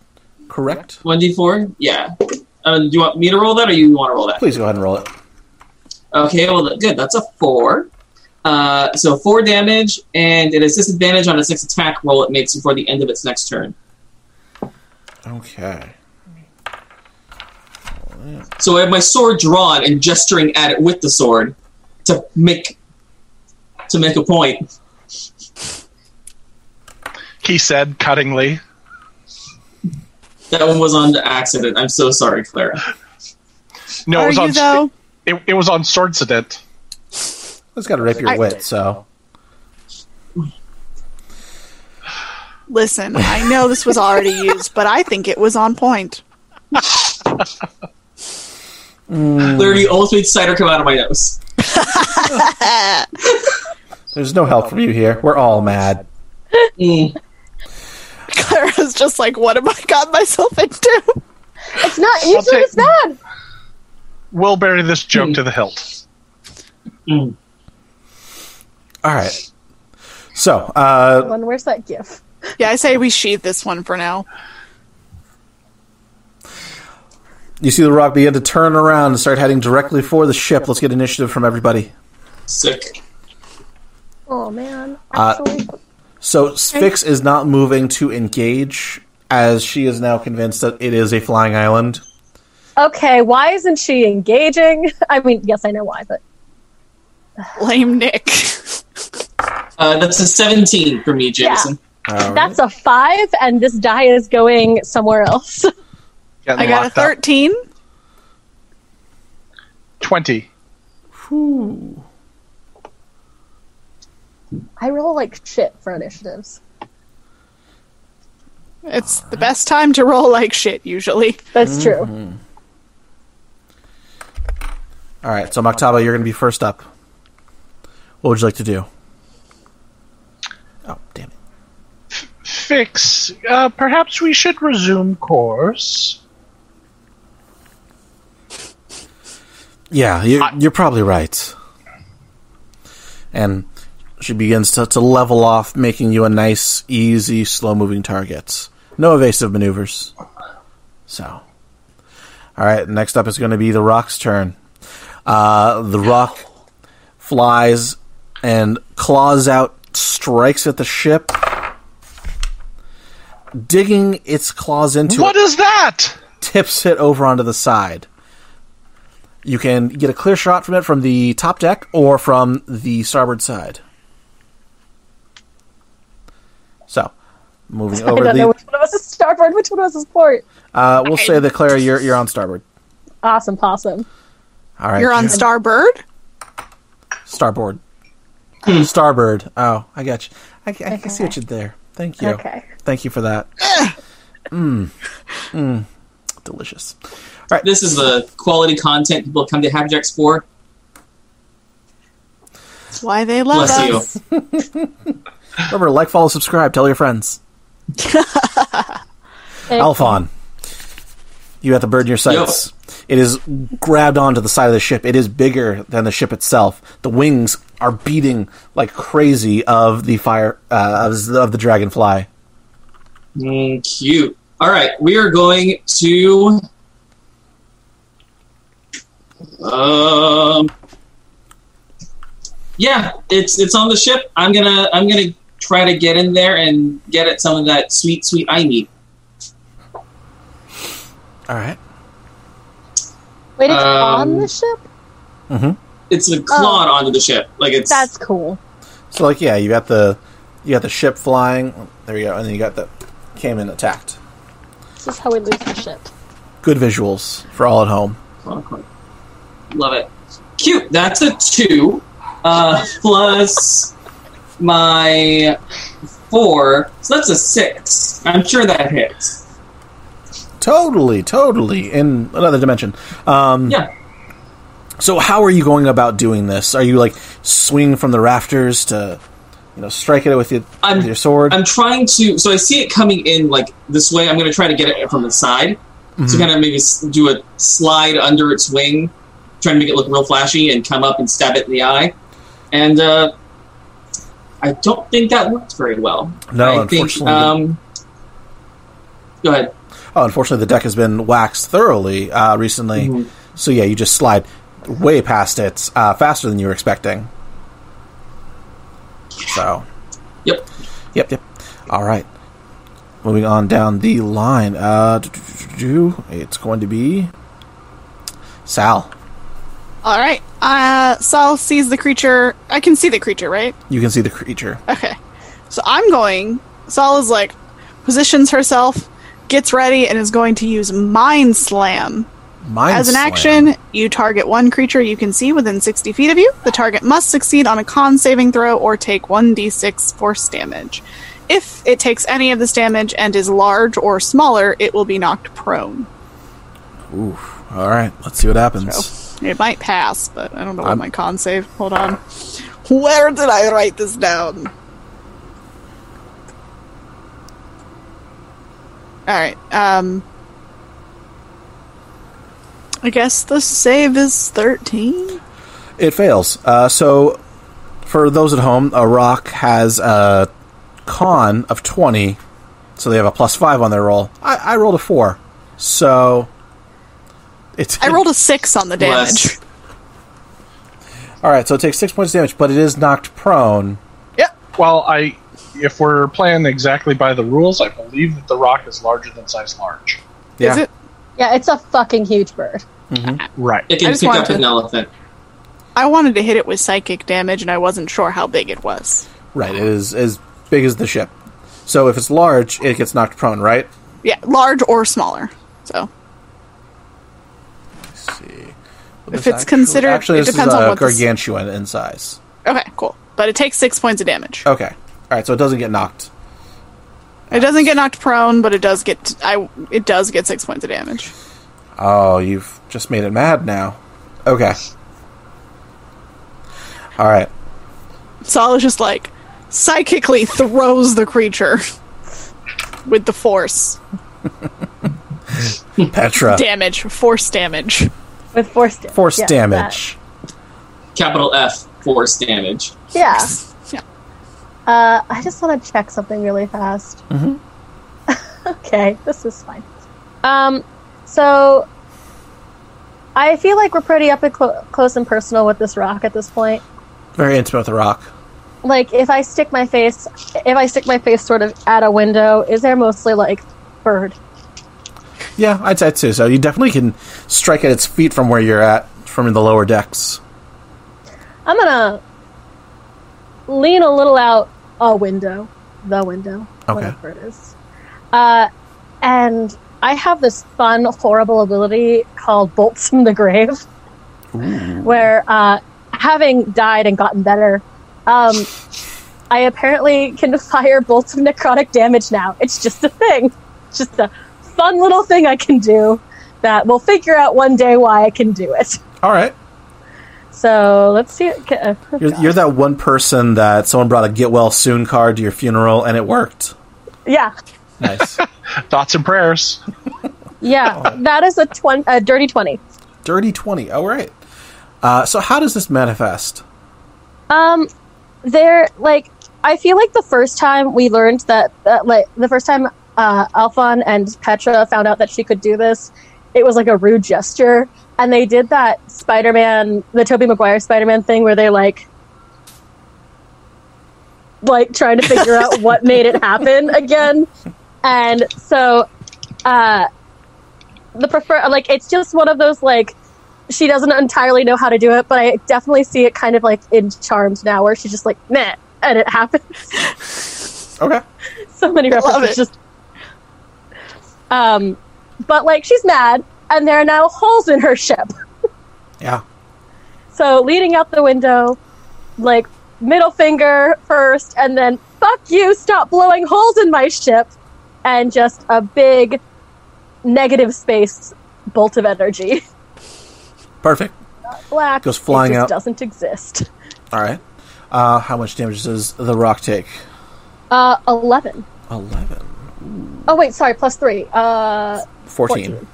S5: correct?
S2: 1d4? Yeah. Um, do you want me to roll that or you want to roll that?
S5: Please go ahead and roll it.
S2: Okay, well, th- good. That's a 4. Uh, so 4 damage, and it has disadvantage on its next attack roll it makes before the end of its next turn.
S5: Okay.
S2: So I have my sword drawn and gesturing at it with the sword to make to make a point.
S6: He said cuttingly.
S2: That one was on accident. I'm so sorry, Clara.
S6: No, it
S4: Are
S6: was
S4: you
S6: on
S4: though?
S6: it, it was on swordsident.
S5: It's got to rape your
S4: I-
S5: wit, so.
S4: Listen, I know this was already used, but I think it was on point.
S2: Literally, ultimate cider come out of my nose.
S5: There's no help from you here. We're all mad.
S2: Mm.
S4: Clara's just like, what have I got myself into?
S3: it's not usually
S6: take-
S3: this bad.
S6: We'll bury this
S4: Hmm.
S6: joke to the hilt.
S2: Mm.
S5: All right. So, uh,
S3: One, where's that gif?
S4: Yeah, I say we sheathe this one for now.
S5: you see the rock begin to turn around and start heading directly for the ship. Let's get initiative from everybody.
S2: Sick.
S3: Oh man,
S5: Uh,
S3: actually,
S5: So, Sphinx is not moving to engage, as she is now convinced that it is a flying island.
S3: okay. Why isn't she engaging? I mean, yes, I know why, but
S4: Lame Nick.
S2: Uh, that's a 17 for me, Jameson.
S5: All right.
S3: that's a five, and this die is going somewhere else.
S6: Getting
S4: I got a
S6: locked up.
S4: 13.
S6: Twenty.
S3: I roll like shit for initiatives.
S4: It's the best time to roll like shit, usually.
S5: Mm-hmm.
S3: That's true.
S5: All right, so Maktaba, you're going to be first up. What would you like to do? Oh, damn it.
S6: Fix, uh, perhaps we should resume course.
S5: Yeah, you're, you're probably right. And she begins to, to level off, making you a nice, easy, slow moving target. No evasive maneuvers. So. All right, next up is going to be the rock's turn. Uh, the rock flies and claws out, strikes at the ship, digging its claws into it
S6: What is that?
S5: tips it over onto the side. You can get a clear shot from it from the top deck or from the starboard side. So, moving
S3: I
S5: over
S3: don't know
S5: the,
S3: which one of us is starboard, which one of us is port.
S5: uh, we'll say that Clara, you're you're on starboard.
S3: Awesome, possum.
S5: All right,
S4: You're on starboard?
S5: starboard,
S3: Hmm.
S5: starboard. Oh, I got you. I, I can see what you did there. Thank you.
S3: Okay.
S5: Thank you for that. Mmm, mm. delicious.
S2: This is the quality content people come to Hackjacks for.
S4: That's why they love
S2: Bless you.
S4: us.
S5: Remember, like, follow, subscribe, tell your friends.
S3: Thank-
S5: Alphon, you have the bird in your sights. It is grabbed onto the side of the ship. It is bigger than the ship itself. The wings are beating like crazy of the fire uh, of, of the dragonfly.
S2: Mm, cute. All right, we are going to. Um. Yeah, it's it's on the ship. I'm gonna I'm gonna try to get in there and get at some of that sweet sweet eye meat.
S5: All right.
S3: Wait, it's
S2: Um,
S3: on the ship?
S2: It's
S4: Oh.
S2: a clawed onto the ship, like it's
S3: That's cool.
S5: So like yeah, you got the you got the ship flying. There you go, and then you got the came and attacked.
S3: This is how we lose the ship.
S5: Good visuals for all at home.
S2: love it. Cute. That's a two uh, plus my four, so that's a six. I'm sure that hits.
S5: Totally, totally in another dimension. Um,
S2: Yeah.
S5: So how are you going about doing this? Are you like swinging from the rafters to, you know, strike at it with your,
S2: I'm-
S5: with your sword?
S2: I'm trying to. So I see it coming in like this way. I'm going to try to get it from the side.
S5: Mm-hmm.
S2: So kind of maybe s- do a slide under its wing, trying to make it look real flashy, and come up and stab it in the eye. And uh, I don't think that worked very well.
S5: No,
S2: I
S5: unfortunately.
S2: Think, um, go ahead.
S5: oh, unfortunately, the deck has been waxed thoroughly uh, recently.
S2: Mm-hmm.
S5: So yeah, you just slide way past it uh, faster than you were expecting. So,
S2: Yep.
S5: yep, yep. All right. Moving on down the line. Uh, do- do- do- do. it's going to be Sal.
S4: All right. Uh, Saul sees the creature. I can see the creature, right?
S5: You can see the creature.
S4: Okay. So I'm going. Saul is like, positions herself, gets ready, and is going to use Mind Slam.
S5: Mind
S4: As an
S5: slam.
S4: action, you target one creature you can see within 60 feet of you. The target must succeed on a con saving throw or take 1d6 force damage. If it takes any of this damage and is large or smaller, it will be knocked prone.
S5: Oof. All right, let's see what happens.
S4: So it might pass, but I don't know what
S5: I'm-
S4: my con save. Hold on. Where did I write this down? All right. Um, I guess the save is thirteen.
S5: It fails. Uh, so, for those at home, a rock has a con of 20, so they have a plus 5 on their roll. I, I rolled a 4. So, it's.
S4: I rolled a six on the damage.
S2: Bless.
S5: Alright, so it takes 6 points of damage, but it is knocked prone.
S4: Yep.
S6: Well, I, if we're playing exactly by the rules, I believe that the rock is larger than size large.
S5: Yeah.
S4: Is it?
S3: Yeah, it's a fucking huge bird.
S6: Right.
S2: It can
S4: just
S2: pick
S4: wanted
S2: up
S4: to-
S2: an elephant.
S4: I wanted to hit it with psychic damage, and I wasn't sure how big it was.
S5: Right, it is as big as the ship. So, if it's large, it gets knocked prone, right?
S4: Yeah, large or smaller. So
S5: Let's see.
S4: If it's considered-
S5: Actually,
S4: it
S5: this
S4: depends
S5: is
S4: on
S5: uh,
S4: what this-
S5: gargantuan in size. Oh.
S4: okay, cool. But it takes six points of damage.
S5: Okay. Alright, so it doesn't get knocked.
S4: It doesn't get knocked prone, but it does get I it does get six points of damage.
S5: Oh, you've just made it mad now. Okay. All right.
S4: Saul is just like psychically throws the creature with the force
S5: Petra.
S4: damage, force damage.
S3: with force damage.
S5: Force damage.
S2: Capital F force damage.
S3: Yeah.
S4: Yeah.
S3: Uh, I just want to check something really fast. okay, this is fine. Um, so I feel like we're pretty up and clo- close and personal with this rock at this point.
S5: Very intimate with the rock.
S3: Like, if I stick my face, if I stick my face sort of at a window, is there mostly like bird?
S5: Yeah, I'd say too. So you definitely can strike at its feet from where you're at, from the lower decks.
S3: I'm gonna lean a little out a window, the window,
S5: Okay.
S3: whatever it is. Uh, and I have this fun, horrible ability called Bolts from the Grave, where uh, having died and gotten better, um, I apparently can fire bolts of necrotic damage now. It's just a thing. It's just a fun little thing I can do that we'll figure out one day why I can do it.
S5: All right.
S3: So let's see. it- uh, oh
S5: You're,
S3: God.
S5: you're that one person that someone brought a get well soon card to your funeral and it worked.
S3: Yeah,
S5: Nice.
S6: Thoughts and prayers.
S3: yeah. That is a twen- a dirty twenty.
S5: Dirty 20. All right. Uh, so how does this manifest?
S3: Um, they're like I feel like the first time we learned that, that like the first time uh, Alphon and Petra found out that she could do this, it was like a rude gesture, and they did that Spider-Man, the Tobey Maguire Spider-Man thing, where they like. Like trying to figure out what made it happen again, and so uh, the prefer like it's just one of those like she doesn't entirely know how to do it, but I definitely see it kind of like in Charmed now, where she's just like meh, and it happens.
S5: Okay.
S3: so many references.
S4: love it.
S3: Just, um, but like she's mad, and there are now holes in her ship.
S5: Yeah.
S3: So leading out the window, like middle finger first, and then fuck you, stop blowing holes in my ship, and just a big negative space bolt of energy.
S5: Perfect.
S3: Black
S5: Goes flying
S3: it just
S5: out.
S3: Doesn't exist.
S5: All right. Uh, how much damage does the rock take?
S3: Uh, eleven.
S5: 11.
S3: Oh wait, sorry, plus three. Uh,
S5: 14.
S3: 14.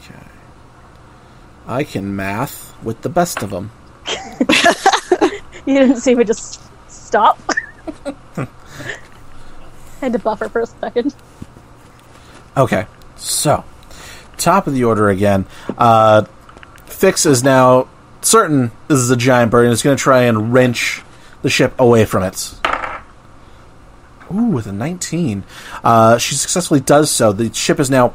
S5: Okay. I can math with the best of them.
S3: you didn't see me just stop. had to buffer for a second.
S5: Okay, so top of the order again. Uh, Fix is now certain this is a giant bird and is going to try and wrench the ship away from it. Ooh, with a 19. Uh, she successfully does so. The ship is now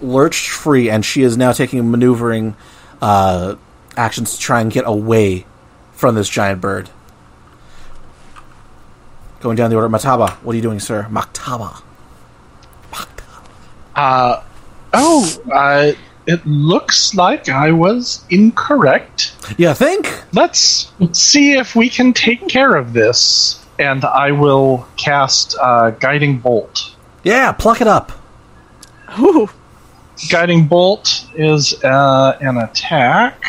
S5: lurched free, and she is now taking maneuvering uh, actions to try and get away from this giant bird. Going down the order, Mataba. What are you doing, sir? Maktaba.
S6: Uh, oh, uh, it looks like I was incorrect.
S5: Yeah, think.
S6: Let's see if we can take care of this. And I will cast uh, Guiding Bolt.
S5: Yeah, pluck it up.
S4: Ooh.
S6: Guiding Bolt is uh, an attack.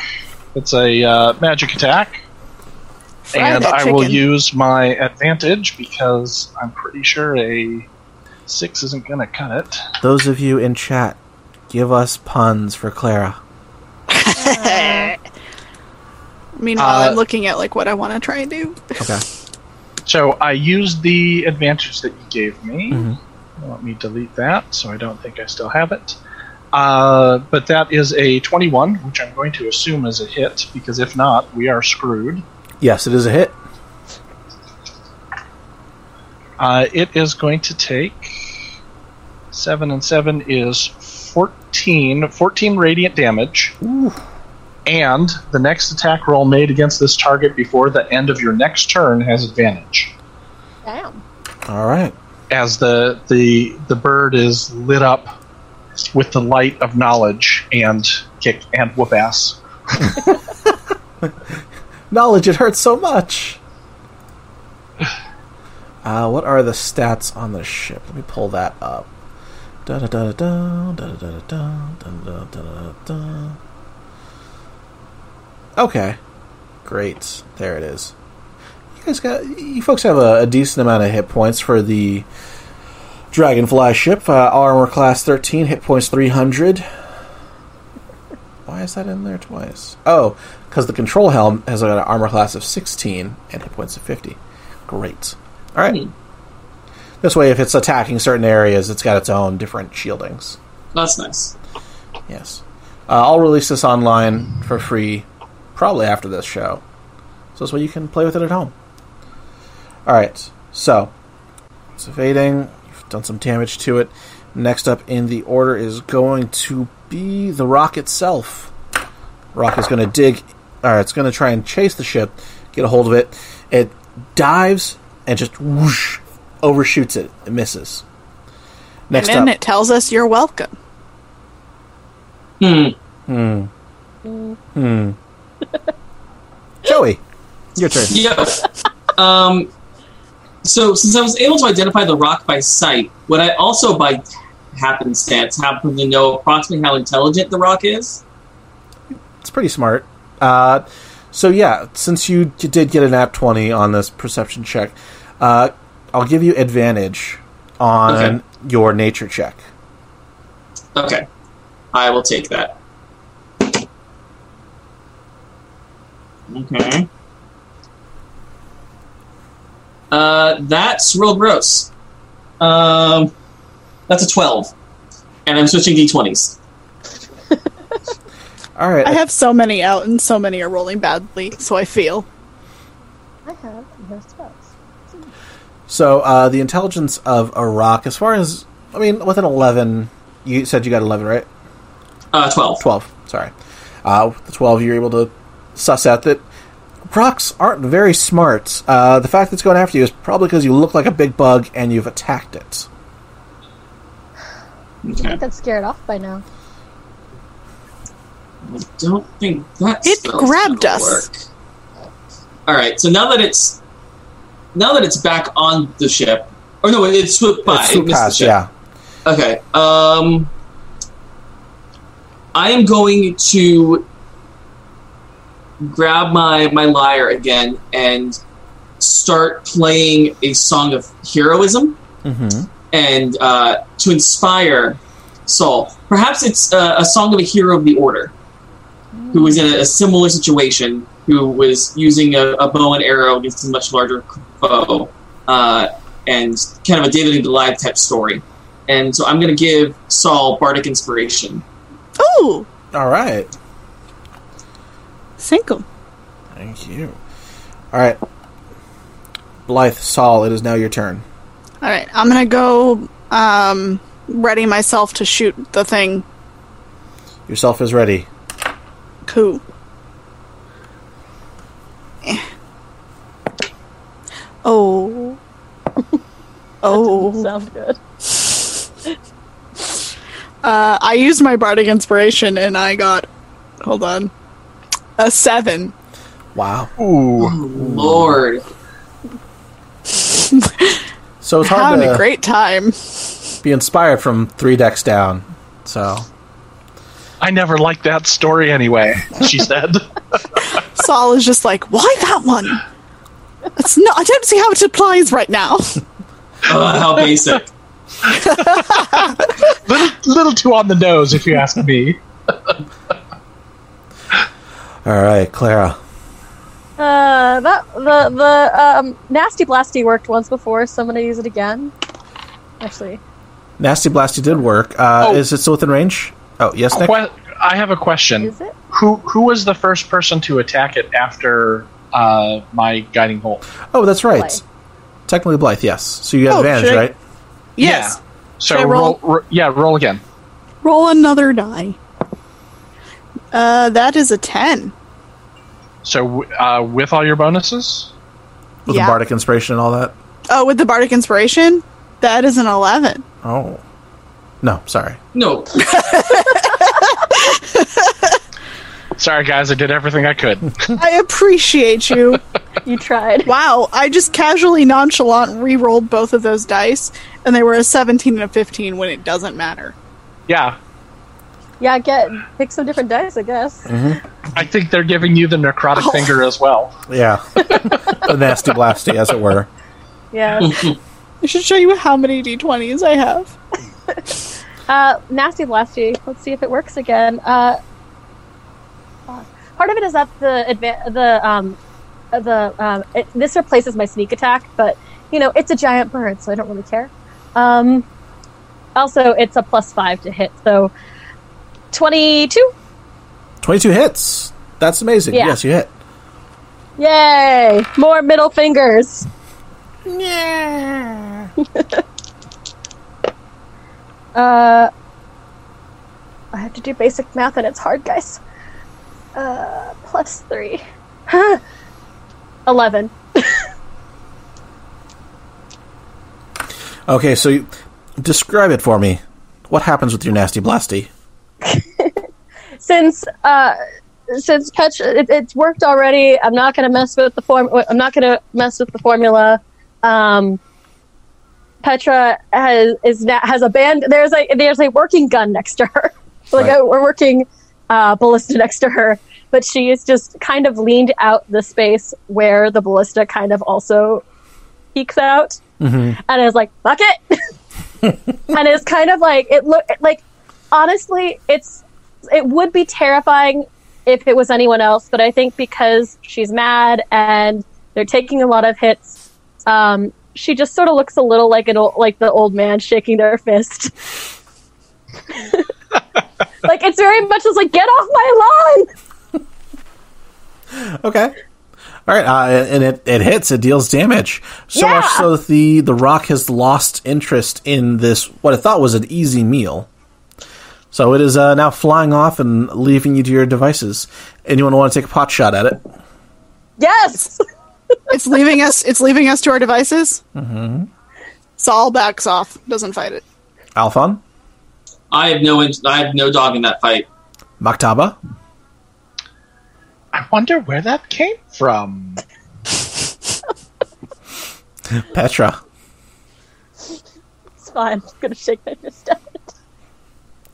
S6: It's a uh, magic attack.
S4: Fry
S6: and
S4: that
S6: I will
S4: chicken.
S6: use my advantage because I'm pretty sure a six isn't going to cut it.
S5: Those of you in chat, give us puns for Clara.
S4: Meanwhile,
S6: Uh,
S4: I'm looking at like what I want to try and do.
S5: Okay.
S6: So I used the advantage that you gave me. Let me delete that, so I don't think I still have it. Uh, but that is a 21, which I'm going to assume is a hit, because if not, we are screwed.
S5: Yes, it is a hit.
S6: Uh, it is going to take 7 and 7 is 14, 14 radiant damage. And the next attack roll made against this target before the end of your next turn has advantage.
S3: Damn.
S5: All right.
S6: as the the the bird is lit up with the light of knowledge and kick and whoop ass.
S5: Knowledge, it hurts so much. Uh, what are the stats on the ship? Let me pull that up. Da da da da da da da da da da da da. Okay, great. There it is. You guys got you folks have a, a decent amount of hit points for the Dragonfly ship. Uh, armor class thirteen, hit points three hundred. Why is that in there twice? Oh, because the control helm has an armor class of 16 and hit points of 50. Great. All right. This way, if it's attacking certain areas, it's got its own different shieldings.
S2: That's nice.
S5: Yes. Uh, I'll release this online for free probably after this show. So this way you can play with it at home. Alright, so. It's evading. You've done some damage to it. Next up in the order is going to be the rock itself. Rock is going to dig. Alright, it's going to try and chase the ship, get a hold of it. It dives and just whoosh, overshoots it. It misses. Next
S4: and then
S5: up.
S4: it tells us you're welcome.
S5: Joey, your turn.
S2: Yep. um, so since I was able to identify the rock by sight, would I also by happenstance happen to know approximately how intelligent the rock is?
S5: It's pretty smart. Uh, so yeah, since you d- did get an app twenty on this perception check, uh, I'll give you advantage on
S2: Okay.
S5: your nature check.
S2: Okay. I will take that. Okay. Uh, that's real gross. Um, that's a 12. And I'm switching d20s.
S5: All right,
S4: I have so many out and so many are rolling badly, so I feel.
S3: I have no spells.
S5: So uh, the intelligence of a rock, as far as I mean, with an eleven, you said you got eleven, right?
S2: Uh, 12.
S5: Twelve. Sorry, uh, with the twelve, you're able to suss out that rocks aren't very smart. Uh, the fact that it's going after you is probably because you look like a big bug and you've attacked it.
S3: I
S2: Okay.
S3: think that's scared off by now.
S2: I don't think that's
S4: It grabbed us.
S2: All right. So now that it's now that it's back on the ship, or no, it, it swooped by.
S5: It's
S2: It missed the
S5: past,
S2: ship.
S5: yeah.
S2: Okay. Um, I am going to grab my my lyre again and start playing a song of heroism
S5: Mm-hmm.
S2: and uh, to inspire Saul. Perhaps it's uh, a song of a hero of the order who was in a, a similar situation, who was using a, a bow and arrow against a much larger foe, uh, and kind of a David and Goliath type story. And so I'm going to give Saul bardic inspiration.
S4: Ooh,
S5: All right.
S4: sink 'em.
S5: Thank you. All right. Blythe, Saul, it is now your turn.
S4: All right, I'm gonna go um, ready myself to shoot the thing.
S5: Yourself is ready.
S4: Cool. Eh. Oh. Oh.
S3: Sound good.
S4: Uh, I used my bardic inspiration and I got, hold on, a seven.
S5: Wow.
S6: Ooh.
S2: Lord.
S5: So it's hard
S4: Having
S5: to
S4: a great time.
S5: be inspired from three decks down. So
S6: I never liked that story anyway, she said.
S4: Saul is just like, why that one? It's not. I don't see how it applies right now.
S2: Ugh, how basic.
S6: little, little too on the nose, if you ask me.
S5: all right, Clara.
S3: Uh, that the the um, nasty blasty worked once before, so I'm gonna use it again. Actually,
S5: Nasty Blasty did work. Uh,
S6: Oh.
S5: Is it still within range? Oh yes, Nick.
S6: Que- I have a question.
S3: is it?
S6: Who who was the first person to attack it after uh, my guiding bolt?
S5: Oh, that's right.
S3: Blythe.
S5: Technically Blythe, yes. So you have
S4: Oh,
S5: advantage,
S4: should I-
S5: right?
S4: Yes.
S6: Yeah. So
S4: Should I roll?
S6: roll? ro- yeah, roll again.
S4: Roll another die. Uh, that is a ten.
S6: So w- uh, with all your bonuses,
S5: With
S4: yeah.
S5: the bardic inspiration and all that.
S4: Oh, with the bardic inspiration, that is an eleven.
S5: Oh. No, sorry.
S2: No.
S6: Sorry, guys, I did everything I could.
S5: Hmm.
S4: I appreciate you.
S3: You tried.
S4: Wow, I just casually nonchalant re-rolled both of those dice, and they were a 17 and a 15 when it doesn't matter.
S6: yeah,
S3: Yeah, get pick some different dice, I guess.
S6: I think they're giving you the
S4: Oh.
S6: necrotic finger as well.
S5: Yeah. the nasty blasty, as it were.
S3: Yeah.
S4: I should show you how many d20s I have.
S3: Uh, nasty blasty. Let's see if it works again. Uh, fuck. part of it is that the adva- the um, the um, it, this replaces my sneak attack, but you know it's a giant bird, so I don't really care. Um, also, it's a plus five to hit, so twenty two.
S5: 22 hits. That's amazing.
S3: Yeah.
S5: Yes, you hit.
S3: Yay! More middle fingers. Yeah. uh, I have to do basic math and it's hard, guys. Uh, plus three. Eleven.
S5: Okay, so you, describe it for me. What happens with your nasty blasty?
S3: Since uh, since catch it, it's worked already, I'm not gonna mess with the form. I'm not gonna mess with the formula. Um, Petra has is na- has a band. There's a there's a working gun next to her. like
S5: Right.
S3: a, we're working uh, ballista next to her, but she is just kind of leaned out the space where the ballista kind of also peeks out, and is like fuck it, and it's kind of like it look like honestly it's it would be terrifying if it was anyone else, but I think because she's mad and they're taking a lot of hits, um, she just sort of looks a little like an old, like the old man shaking their fist. like it's very much as like get off my lawn.
S5: Okay. All right, uh, and it, it hits. It deals damage so
S3: Yeah.
S5: much so that the the rock has lost interest in this what it thought was an easy meal. So it is uh, now flying off and leaving you to your devices. Anyone want to take a pot shot at it?
S3: Yes,
S4: It's leaving us. It's leaving us to our devices. Mm-hmm. Saul backs off. Doesn't fight it.
S5: Alphon,
S2: I have no int- I have no dog in that fight.
S5: Maktaba,
S6: I wonder where that came from.
S5: Petra.
S3: it's fine. I'm just gonna shake my fist at it.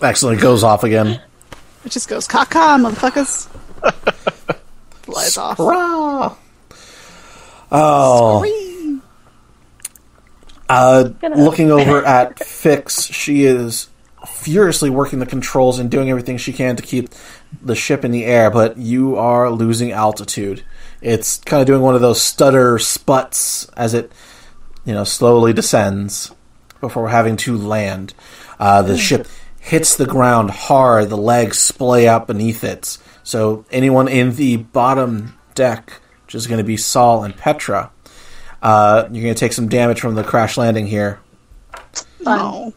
S5: Actually, it goes off again.
S4: It just goes caca, motherfuckers. Flies off.
S5: Rah! Oh. Uh,
S3: Gonna-
S5: looking over at Fix, she is furiously working the controls and doing everything she can to keep the ship in the air, but you are losing altitude. It's kind of doing one of those stutter sputs as it, you know, slowly descends before having to land. Uh, the ship hits the ground hard, the legs splay out beneath it. So anyone in the bottom deck, which is going to be Saul and Petra, uh, you're going to take some damage from the crash landing here.
S4: No.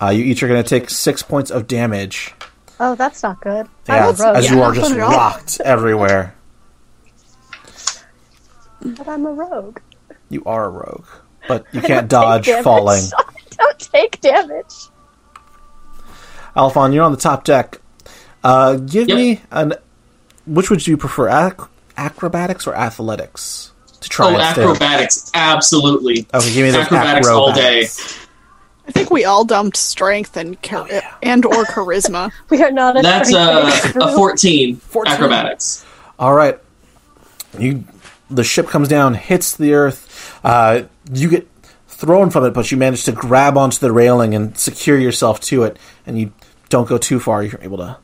S5: Uh, you each are going to take six points of damage.
S3: Oh, that's not good.
S5: Yeah,
S3: I'm a rogue,
S5: as you
S4: yeah,
S5: are
S4: not
S5: just
S4: fun at all.
S5: rocked everywhere.
S3: but I'm a rogue.
S5: You are a rogue, but you can't
S3: Take
S5: dodge
S3: damage.
S5: falling.
S3: I don't take damage.
S5: Alphon, you're on the top deck. Uh, give
S2: Yep.
S5: me an. Which would you prefer, ac- acrobatics or athletics? To try
S2: Oh,
S5: and stay-
S2: acrobatics, absolutely.
S5: Okay, give me those
S2: acrobatics all day.
S4: I think we all dumped strength and char- and or charisma.
S3: We are not a
S2: That's uh,
S3: strength-based
S2: a, a
S3: group.
S2: 14,
S5: 14.
S2: acrobatics.
S5: All right, you. The ship comes down, hits the earth. Uh, you get thrown from it, but you manage to grab onto the railing and secure yourself to it, and you don't go too far. You're able to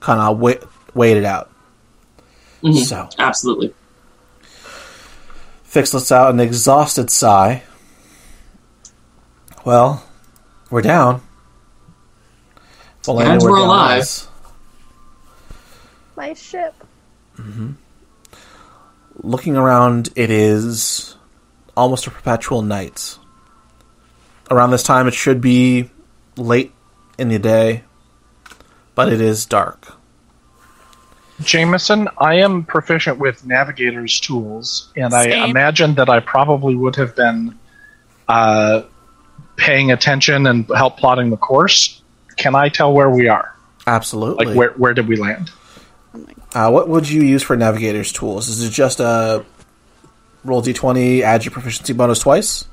S5: kind of wait, wait it out.
S2: Mm-hmm.
S5: So
S2: Absolutely.
S5: Fix lets out an exhausted sigh. Well, we're down. If only I knew
S2: Glad we're
S5: down
S2: alive.
S5: was.
S3: my ship.
S5: Looking around, it is almost a perpetual night. Around this time, it should be late in the day, but it is dark.
S6: Jameson, I am proficient with navigator's tools, and I
S4: Same.
S6: imagine that I probably would have been uh, paying attention and help plotting the course. Can I tell where we are?
S5: Absolutely.
S6: Like, where, where did we land?
S5: Uh, what would you use for navigator's tools? Is it just a roll d20, add your proficiency bonus twice?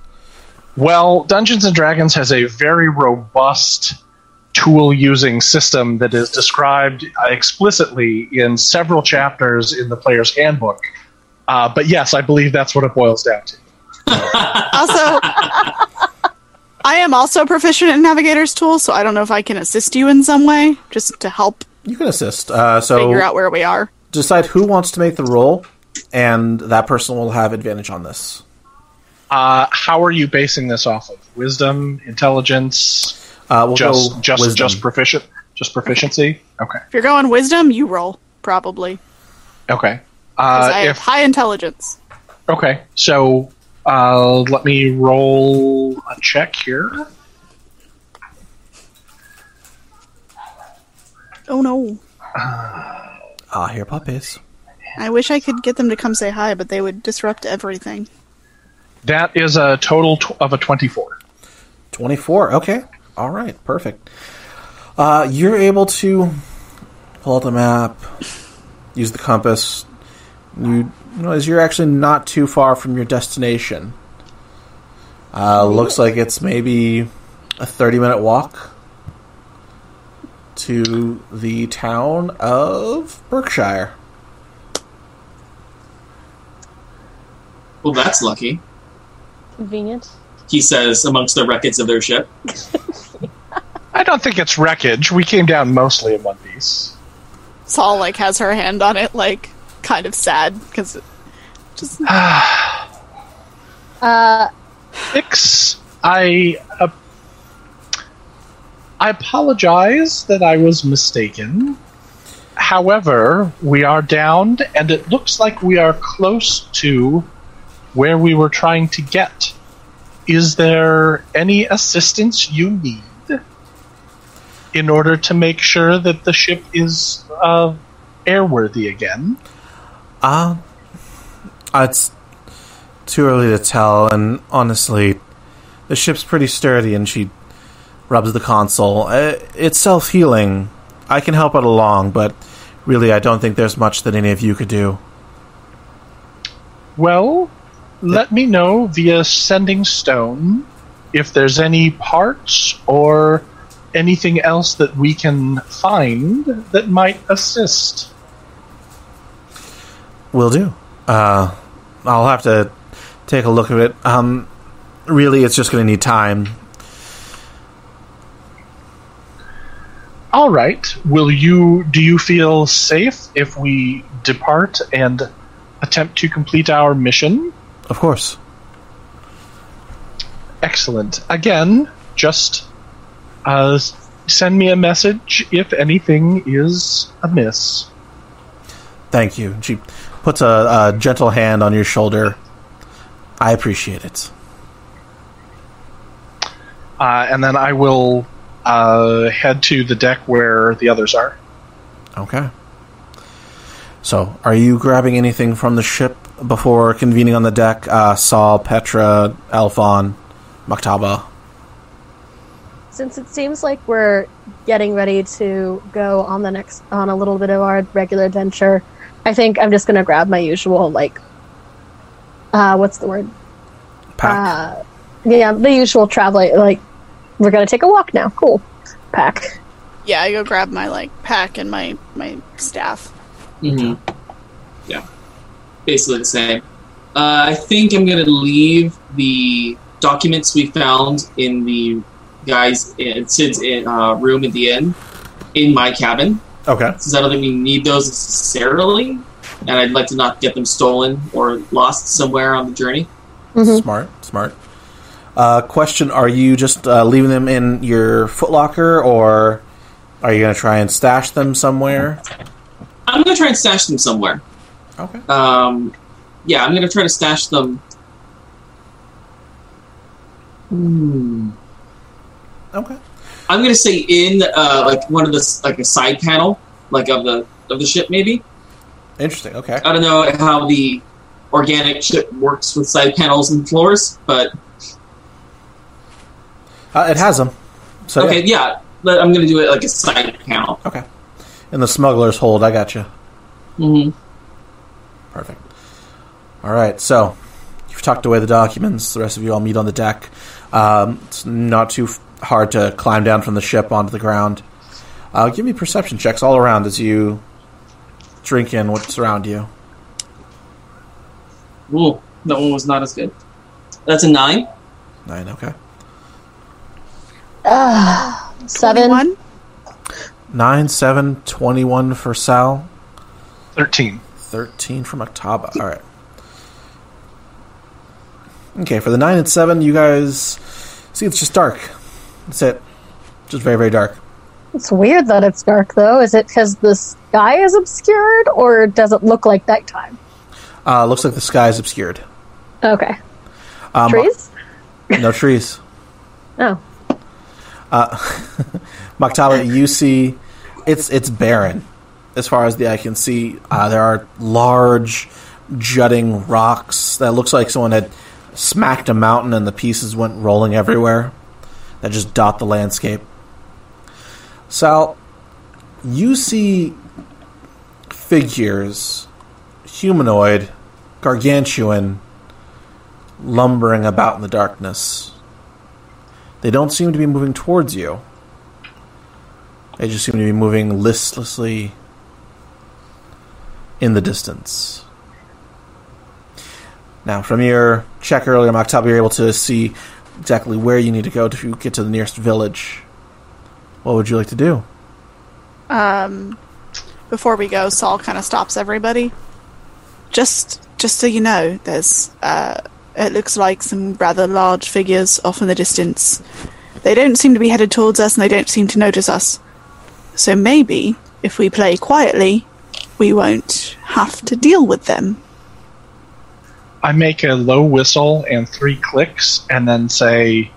S6: Well, Dungeons and Dragons has a very robust tool using system that is described uh, explicitly in several chapters in the player's handbook. Uh, but yes, I believe that's what it boils down to.
S4: Also, I am also proficient in navigator's tools, so I don't know if I can assist you in some way, just to help
S5: You can assist. Uh, so
S4: figure out where we are.
S5: decide who wants to make the roll, and that person will have advantage on this.
S6: Uh, how are you basing this off of? Wisdom, intelligence,
S5: Uh, we'll
S6: just
S5: go
S6: just
S5: wisdom.
S6: just proficient, just proficiency. Okay,
S4: If you're going wisdom, you roll probably.
S6: okay.
S4: 'cause
S6: Uh,
S4: I have
S6: if
S4: high intelligence.
S6: okay, so uh, let me roll a check here.
S4: Oh no!
S5: Ah, here puppies.
S4: I wish I could get them to come say hi, but they would disrupt everything.
S6: That is a total tw- of a twenty-four.
S5: 24. Okay. All right. Perfect. Uh, you're able to pull out the map, use the compass. You realize you're actually not too far from your destination. Uh, looks like it's maybe a 30 minute walk to the town of Berkshire.
S2: Well, that's lucky.
S3: Convenient.
S2: He says amongst the wreckage of their ship.
S6: I don't think it's wreckage. We came down mostly in one piece.
S4: Saul like has her hand on it, like kind of sad because just
S3: Uh,
S6: Six. I uh, I apologize that I was mistaken. However, we are downed, and it looks like we are close to where we were trying to get. Is there any assistance you need in order to make sure that the ship is uh, airworthy again?
S5: Uh, it's too early to tell, and honestly, the ship's pretty sturdy, and she rubs the console. Uh, It's self healing. I can help it along, but really, I don't think there's much that any of you could do.
S6: Well, let me know via sending stone if there's any parts or anything else that we can find that might assist.
S5: Will do. Uh, I'll have to take a look at it. Um, really, it's just going to need time.
S6: All right. Will you do you feel safe if we depart and attempt to complete our mission?
S5: Of course.
S6: Excellent. Again, just uh, s- send me a message if anything is amiss.
S5: Thank you. She puts a, a gentle hand on your shoulder. I appreciate it.
S6: Uh, and then I will uh, head to the deck where the others are.
S5: Okay. So, are you grabbing anything from the ship before convening on the deck? Uh, Saul, Petra, Alphon, Maktaba.
S3: since it seems like we're getting ready to go on the next on a little bit of our regular adventure, I think I'm just gonna grab my usual like, uh, what's the word? Uh,
S5: Pack.
S3: Yeah, the usual travel like we're gonna take a walk now. Cool. Pack.
S4: yeah, I go grab my like pack and my my staff.
S2: hmm Yeah, basically the same. Uh, I think I'm gonna leave the documents we found in the guys in Sid's uh, room at the end in my cabin,
S5: okay.
S2: since I don't think we need those necessarily, and I'd like to not get them stolen or lost somewhere on the journey.
S5: Mm-hmm.
S3: Mhm.
S5: Smart. Smart. Uh, question Are you just uh, leaving them in your footlocker, or are you going to try and stash them somewhere?
S2: I'm gonna try and stash them somewhere.
S5: Okay.
S2: Um, yeah, I'm gonna try to stash them. Hmm.
S5: Okay.
S2: I'm gonna say in uh, like one of the s- like a side panel, like of the of the ship maybe.
S5: Interesting. Okay.
S2: I don't know how the organic ship works with side panels and floors, but
S5: Uh, it has them. So,
S2: okay,
S5: yeah.
S2: yeah, but I'm gonna do it like a side panel.
S5: Okay. In the smuggler's hold, I got you. Perfect. All right, so you've tucked away the documents. The rest of you all meet on the deck. Um, it's not too f- hard to climb down from the ship onto the ground. Uh, give me perception checks all around as you drink in what's around you.
S2: Ooh, that one was not as good. That's a nine.
S5: Nine, okay.
S3: Seven.
S4: 21?
S5: Nine, seven, 21 for Sal,
S6: Thirteen.
S5: 13 from Octava. All right. Okay, for the 9 and 7, you guys see it's just dark. That's it. Just very, very dark.
S3: It's weird that it's dark, though. Is it because the sky is obscured, or does it look like nighttime?
S5: Uh, looks like the sky is obscured.
S3: Okay.
S5: Um,
S3: Trees?
S5: No trees.
S3: Oh.
S5: Maktala, you see, it's it's barren as far as the eye can see. Uh, there are large jutting rocks that looks like someone had smacked a mountain and the pieces went rolling everywhere. That just dot the landscape. Sal, you see figures, humanoid, gargantuan, lumbering about in the darkness. They don't seem to be moving towards you. They just seem to be moving listlessly in the distance. Now, from your check earlier, Maktab, you're able to see exactly where you need to go to get to the nearest village. What would you like to do?
S4: Before we go, Saul kind of stops everybody. Just, just so you know, there's. Uh, it looks like some rather large figures off in the distance. They don't seem to be headed towards us, and they don't seem to notice us. So maybe if we play quietly, we won't have to deal with them.
S6: I make a low whistle and three clicks, and then say,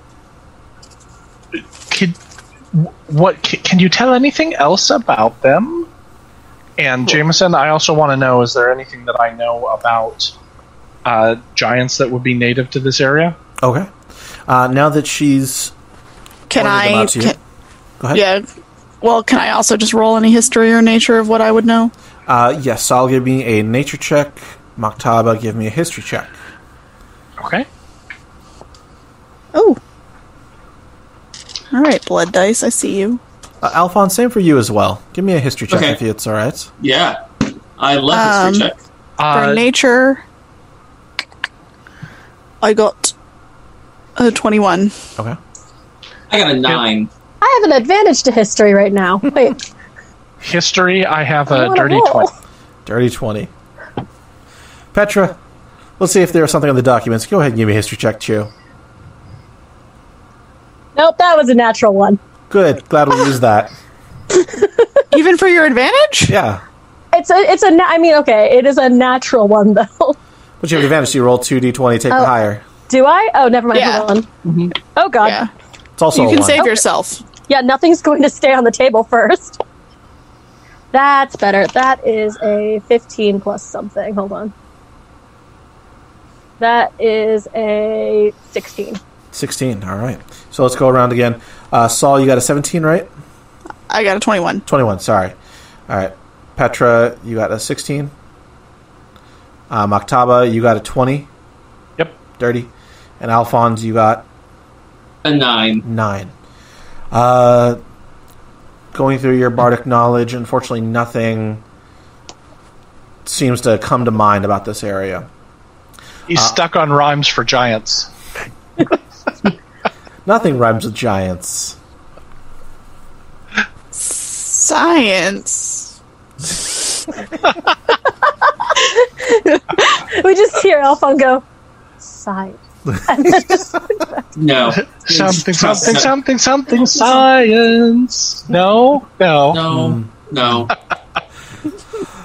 S6: "Could what? c- Can you tell anything else about them?" And Jameson, I also want to know: Is there anything that I know about uh, giants that would be native to this area?
S5: Okay. Uh, now that she's
S4: Can
S5: pointed them
S4: I?
S5: out to you,
S4: Can,
S5: go ahead.
S4: yeah. Well, can I also just roll any history or nature of what I would know?
S5: Uh, yes, Sal, give me a nature check. Maktaba, give me a history check.
S6: Okay.
S4: Oh. All right, blood dice. I see you.
S5: Uh, Alphonse, same for you as well. Give me a history check
S2: Okay.
S5: if it's all right.
S2: Yeah, I love history
S4: Um,
S2: check.
S4: For
S6: Uh,
S4: nature, I got a 21.
S5: Okay.
S2: I got a nine.
S3: I have an advantage to history right now. Wait.
S6: history, I have
S3: I
S6: a
S3: wanna
S6: dirty
S3: roll.
S6: twenty.
S5: Dirty 20. Petra, let's see if there's something on the documents. Go ahead and give me a history check, too.
S3: Nope, that was a natural one.
S5: Good. Glad we used that.
S4: Even for your advantage?
S5: Yeah.
S3: It's a, it's a, na- I mean, okay, it is a natural one though.
S5: But you have advantage. You roll 2d20, take
S3: Oh.
S5: the higher.
S3: Do I? Oh, never mind.
S4: Yeah.
S3: Hold on. Oh god.
S4: Yeah.
S3: Yeah.
S5: It's also
S4: You
S5: a
S4: can
S5: one.
S4: save yourself.
S3: nothing's going to stay on the table first. That's better. That is a 15 plus something. Hold on. That is a 16.
S5: 16. All right. So let's go around again. Uh, Saul, you got a 17, right?
S4: I got a 21.
S5: 21, sorry. All right. Petra, you got a 16. Uh, Maktaba, you got a 20.
S6: Yep.
S5: Dirty. And Alphonse, you got
S2: A nine.
S5: nine. Uh, going through your bardic knowledge, unfortunately, nothing seems to come to mind about this area.
S6: He's stuck on rhymes for giants.
S5: Nothing rhymes with giants.
S4: Science.
S3: We just hear Alphon go, sigh.
S2: No.
S6: Something,
S2: Trust
S6: something,
S2: it.
S6: something, something, science. No, no.
S2: No. No.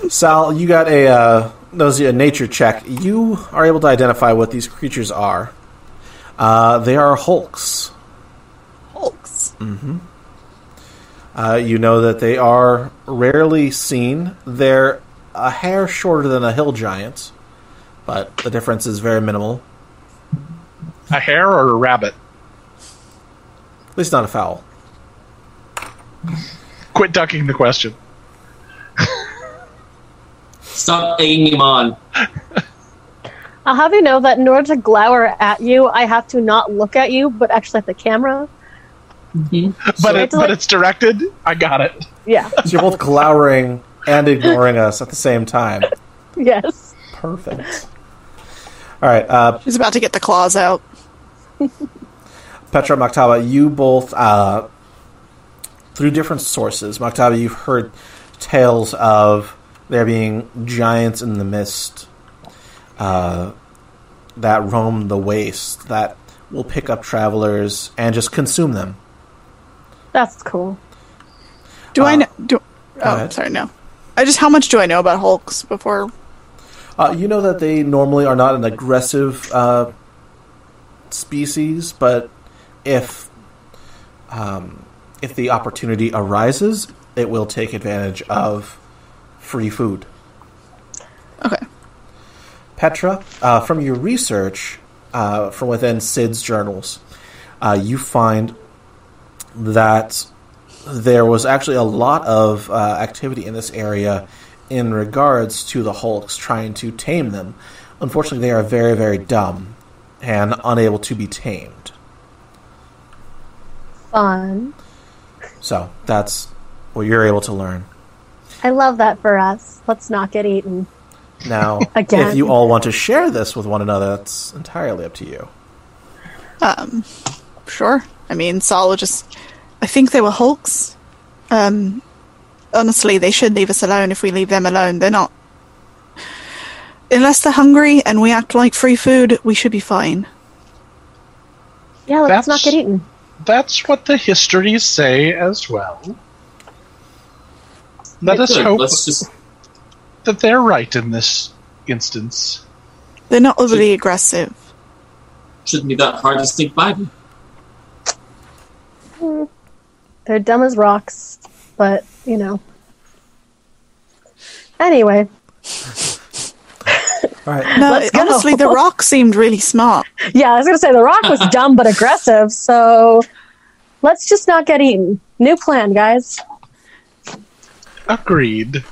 S5: Sal, you got a uh, those a nature check. You are able to identify what these creatures are. Uh, they are hulks.
S4: Hulks.
S5: Uh, you know that they are rarely seen. They're a hair shorter than a hill giant, but the difference is very minimal.
S6: A hare or a rabbit?
S5: At least not a fowl.
S6: Quit ducking the question.
S2: Stop egging him on.
S3: I'll have you know that in order to glower at you, I have to not look at you, but actually at the camera.
S6: But,
S3: I
S6: it,
S3: have to,
S6: but
S3: like-
S6: it's directed. I got it.
S3: Yeah.
S5: So you're both glowering and ignoring us at the same time.
S3: yes.
S5: Perfect. All right, uh,
S4: She's about to get the claws out.
S5: Petra Maktaba, you both, uh, through different sources, Maktaba, you've heard tales of there being giants in the mist uh, that roam the waste, that will pick up travelers and just consume them.
S3: That's cool.
S4: Do I know? Do, oh,
S5: ahead.
S4: sorry, no. I just how much do I know about Hulks before?
S5: Uh, you know that they normally are not an aggressive uh, species, but if um, if the opportunity arises, it will take advantage of free food.
S4: Okay.
S5: Petra, uh, from your research uh, from within Sid's journals, uh, you find that there was actually a lot of uh, activity in this area in regards to the Hulks trying to tame them. Unfortunately, they are very, very dumb and unable to be tamed.
S3: Fun.
S5: So that's what you're able to learn.
S3: I love that for us. Let's not get eaten.
S5: Now,
S3: Again.
S5: if you all want to share this with one another, that's entirely up to you.
S4: Sure. I mean, Saul would just. I think they were Hulks. Um, honestly, they should leave us alone if we leave them alone. They're not. Unless they're hungry and we act like free food, we should be fine.
S3: Yeah, let's
S6: That's-
S3: not get eaten.
S6: That's what the histories say as well. Let us
S2: Good.
S6: hope
S2: Let's just
S6: that they're right in this instance.
S4: They're not overly aggressive.
S2: shouldn't be that hard to sneak by. them.
S3: They're dumb as rocks, but you know. Anyway,
S5: All right.
S4: No,
S3: Let's
S4: it- honestly, the
S3: go.
S4: rock seemed really smart.
S3: yeah, I was gonna say the rock was dumb but aggressive, so let's just not get eaten. New plan, guys.
S6: Agreed.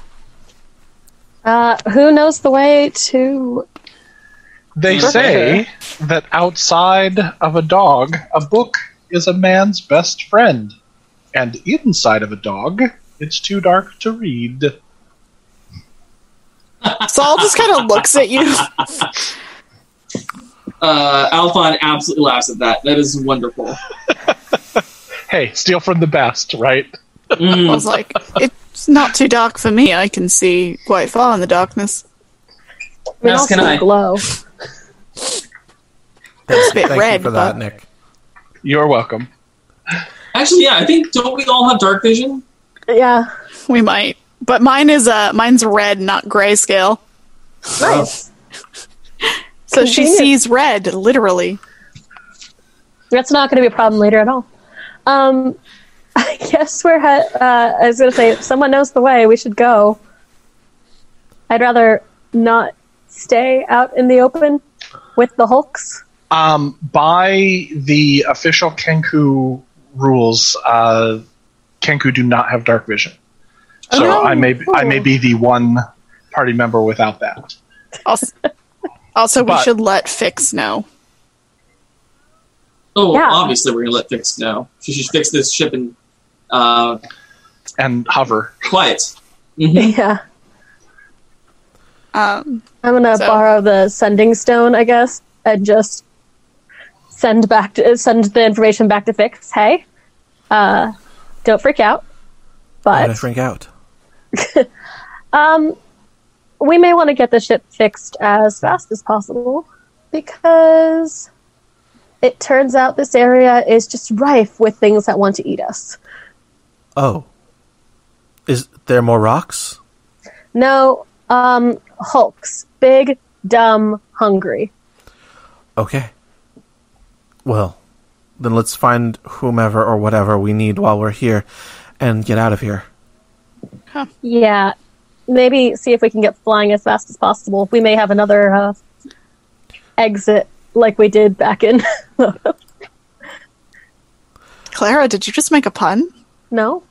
S3: Uh, who knows the way to?
S6: They
S3: Sure.
S6: say that outside of a dog, a book is a man's best friend, and inside of a dog, it's too dark to read.
S4: Saul just kind of looks at you.
S2: Uh, Alphon absolutely laughs at that. That is wonderful.
S6: Hey, steal from the best, right?
S4: I
S2: Mm.
S4: was like, it's not too dark for me. I can see quite far in the darkness.
S3: I mean,
S2: Yes,
S3: also
S2: can I?
S3: glow.
S4: It's a bit
S5: Thank
S4: red,
S5: you for
S4: but
S5: that, Nick.
S6: You're welcome.
S2: Actually, yeah, I think don't we all have dark vision?
S3: Yeah,
S4: we might. But mine is uh, mine's red, not grayscale.
S3: nice.
S4: So she
S3: Convenient.
S4: sees red, literally.
S3: That's not going to be a problem later at all. Um, I guess we're. Ha- uh, I was going to say, if someone knows the way, we should go. I'd rather not stay out in the open with the Hulks.
S6: Um, by the official Kenku rules, uh, Kenku do not have dark vision,
S4: Oh,
S6: so
S4: no.
S6: I may I may be the one party member without that.
S4: Also, also we
S6: But-
S4: should let Fix know.
S2: Oh,
S3: Yeah.
S2: obviously we're gonna let Fix know. She should fix this ship and uh,
S6: And hover.
S2: quiet.
S3: Yeah,
S4: Um,
S3: I'm going to
S4: So-
S3: borrow the sending stone, I guess, and just send back to, send the information back to Fix. Hey, uh, don't freak out.
S5: I'm
S3: But
S5: going to drink out.
S3: Um, we may want to get the ship fixed as fast as possible because it turns out this area is just rife with things that want to eat us.
S5: Oh. Is there more rocks?
S3: No, um, hulks, big, dumb, hungry.
S5: Okay. Well, then let's find whomever or whatever we need while we're here and get out of here.
S3: Yeah, maybe see if we can get flying as fast as possible. We may have another uh, exit like we did back in.
S4: Clara, did you just make a pun?
S3: no,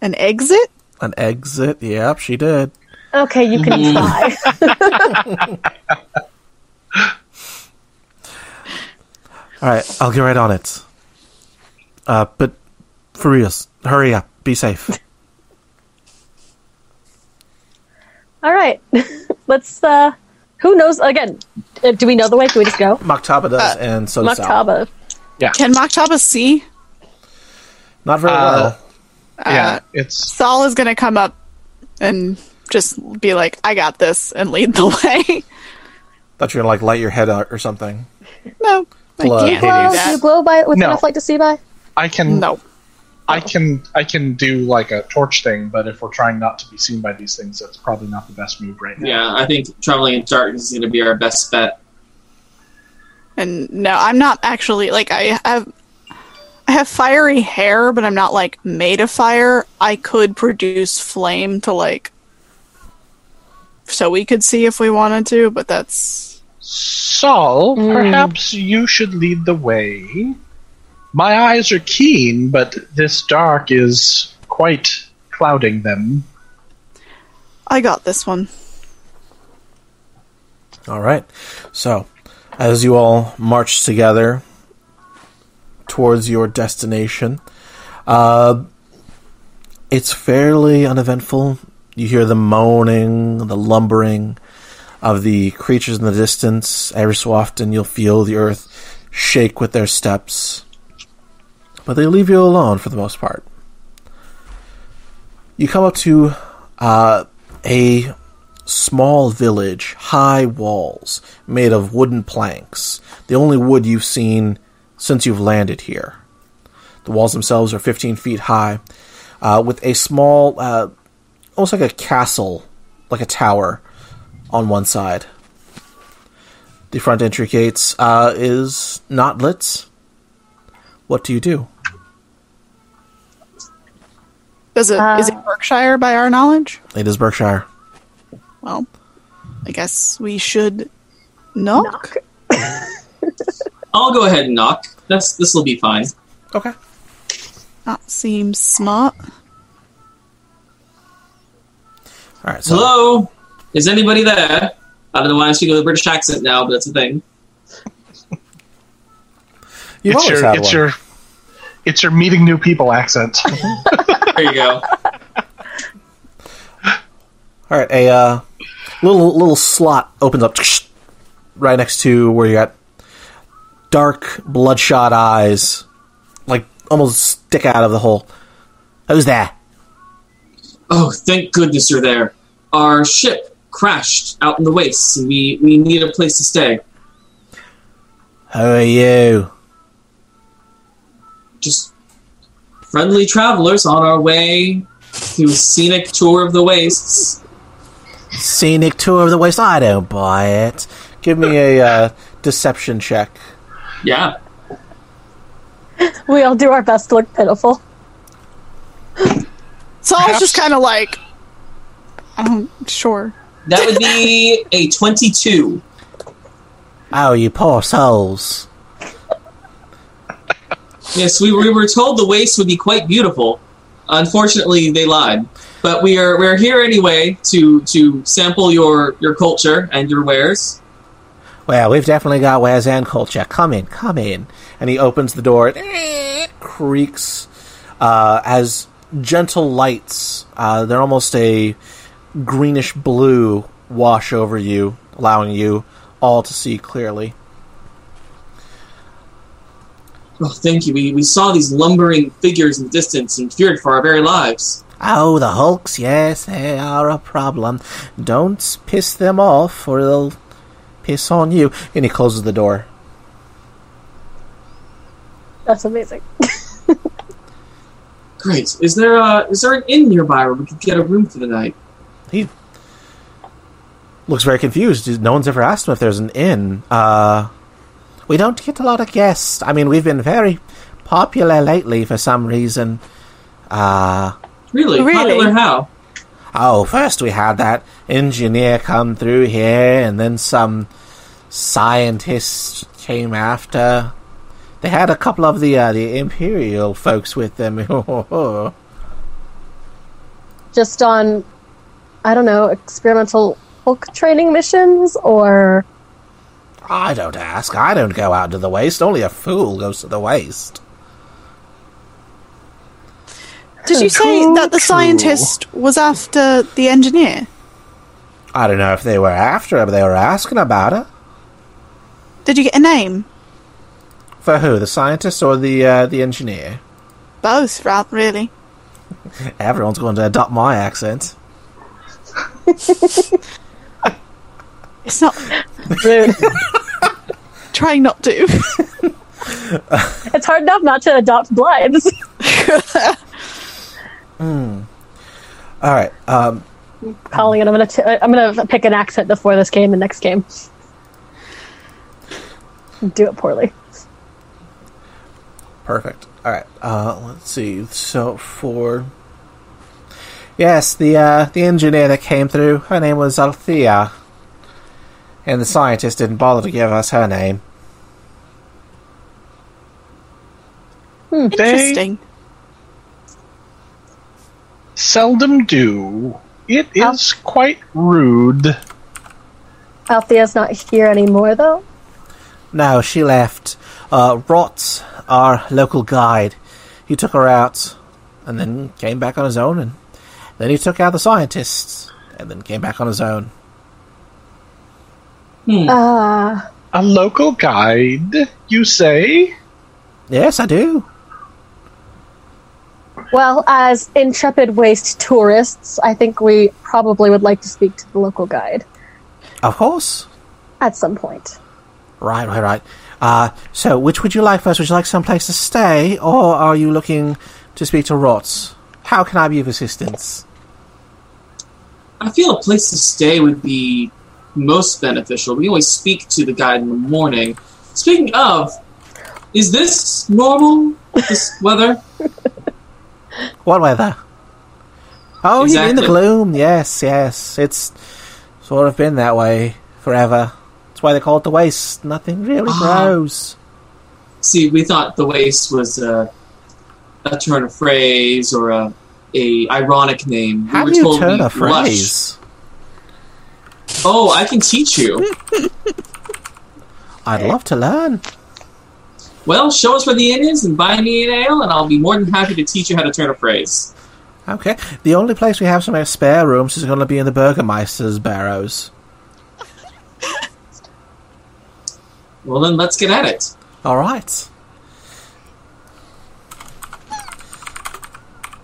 S4: An exit?
S5: An exit? Yep, she did.
S3: Okay, you can try.
S5: All right, I'll get right on it. Uh, but for reals, hurry up. Be safe.
S3: All right, let's. uh Who knows? Again, uh, do we know the way? Can we just go?
S5: Maktaba does, and so does Al.
S3: Maktaba.
S4: Can Maktaba see?
S5: Not very
S6: Uh,
S5: well.
S6: yeah, it's
S4: Saul is going to come up and just be like, I got this, and lead the way.
S5: Thought you were gonna like light your head out or something.
S4: no.
S5: Blood.
S4: I can't do
S5: Blood.
S3: Glow,
S4: that.
S3: Uh, do you glow by with
S6: No.
S3: enough light to see by?
S6: I can
S4: No.
S6: I can I can do like a torch thing, but if we're trying not to be seen by these things, that's probably not the best move right now.
S2: Yeah, I think traveling in darkness is going to be our best bet.
S4: And no, I'm not actually like I have I have fiery hair, but I'm not like made of fire. I could produce flame to like so we could see if we wanted to, but that's
S6: Saul, perhaps you should lead the way. My eyes are keen, but this dark is quite clouding them.
S4: I got this one.
S5: All right. So, as you all march together towards your destination, uh, it's fairly uneventful. You hear the moaning, the lumbering of the creatures in the distance. Every so often, you'll feel the earth shake with their steps. But they leave you alone for the most part. You come up to uh, a small village, high walls made of wooden planks, the only wood you've seen since you've landed here. The walls themselves are 15 feet high, uh, with a small, uh, almost like a castle, like a tower, on one side. The front entry gates uh, is not lit. What do you do?
S4: Does it is it Berkshire by our knowledge?
S5: It is Berkshire.
S4: Well, I guess we should knock.
S2: I'll go ahead and knock. That's this will be fine.
S5: Okay.
S4: That seems smart.
S5: All right. So
S2: Hello, is anybody there? I don't know why I'm speaking with a British accent now, but that's a thing.
S5: you've
S6: it's
S5: always
S6: your
S5: had
S6: it's
S5: one.
S6: your it's your meeting new people accent.
S2: There you go.
S5: All right, a uh, little little slot opens up right next to where you got dark, bloodshot eyes, like almost stick out of the hole. Who's there?
S2: Oh, thank goodness you're there. Our ship crashed out in the wastes, and we, we need a place to stay.
S5: Who are you?
S2: Just friendly travelers on our way to a scenic tour of the wastes.
S5: Scenic tour of the waste. I don't buy it. Give me a uh, deception check.
S2: Yeah.
S3: We all do our best to look pitiful.
S4: Saul's just kind of like, um, sure.
S2: That would be a 22.
S5: Oh, you poor souls.
S2: Yes, we, we were told the waste would be quite beautiful. Unfortunately, they lied. But we are we're here anyway to to sample your your culture and your wares.
S5: Well, we've definitely got wares and culture. Come in, come in. And he opens the door. It creaks uh, as gentle lights. Uh, they're almost a greenish blue wash over you, allowing you all to see clearly.
S2: Oh, thank you. We, we saw these lumbering figures in the distance and feared for our very lives.
S5: Oh, the hulks, yes, they are a problem. Don't piss them off, or they'll piss on you. And he closes the door.
S3: That's amazing.
S2: Great. Is there a is there an inn nearby where we could get a room for the night?
S5: He looks very confused. No one's ever asked him if there's an inn. Uh, we don't get a lot of guests. I mean, we've been very popular lately for some reason. Uh,
S2: Really?
S4: Really?
S2: Popular how?
S5: oh, first we had that engineer come through here, and then some scientists came after. They had a couple of the uh, the imperial folks with them.
S3: Just on I don't know, experimental Hulk training missions or
S5: I don't ask. I don't go out to the waste. Only a fool goes to the waste.
S4: Did you say that the scientist was after the engineer?
S5: I don't know if they were after her, but they were asking about her.
S4: Did you get a name?
S5: For who? The scientist or the uh, the engineer?
S4: Both, ra- really.
S5: Everyone's going to adopt my accent.
S4: It's not
S3: rude.
S4: trying not to.
S3: it's hard enough not to adopt blinds.
S5: All right. Um,
S3: Calling it, I'm gonna t- I'm gonna pick an accent before this game and next game. Do it poorly.
S5: perfect. All right. Uh, let's see. So for yes, the uh, the engineer that came through, her name was Althea, and the scientist didn't bother to give us her name.
S4: Interesting.
S6: Seldom do. It is quite rude.
S3: Althea's not here anymore, though.
S5: No, she left. Uh, Rot, our local guide, he took her out and then came back on his own, and then he took out the scientists and then came back on his own.
S3: Ah,
S6: A local guide, you say?
S5: Yes, I do.
S3: well, as intrepid waste tourists, I think we probably would like to speak to the local guide
S5: Of course.
S3: at some point.
S5: Right, right, right. Uh, so, which would you like first? Would you like someplace to stay, or are you looking to speak to Rot? How can I be of assistance?
S2: I feel a place to stay would be most beneficial. We always speak to the guide in the morning. Speaking of, is this normal? This weather?
S5: What weather? Oh, you mean the
S2: Exactly.
S5: gloom? Yes, yes. It's sort of been that way forever. That's why they call it the waste. Nothing really
S2: Ah.
S5: grows.
S2: See, we thought the waste was a, a turn of phrase or a, a ironic name.
S5: How
S2: we
S5: do
S2: were
S5: you
S2: told
S5: turn
S2: we
S5: a
S2: blush.
S5: phrase?
S2: Oh, I can teach you.
S5: I'd love to learn.
S2: Well, show us where the inn is and buy me an ale, and I'll be more than happy to teach you how to turn a phrase.
S5: Okay. The only place we have some spare rooms is going to be in the Burgermeister's barrows.
S2: Well, then let's get at it.
S5: All right.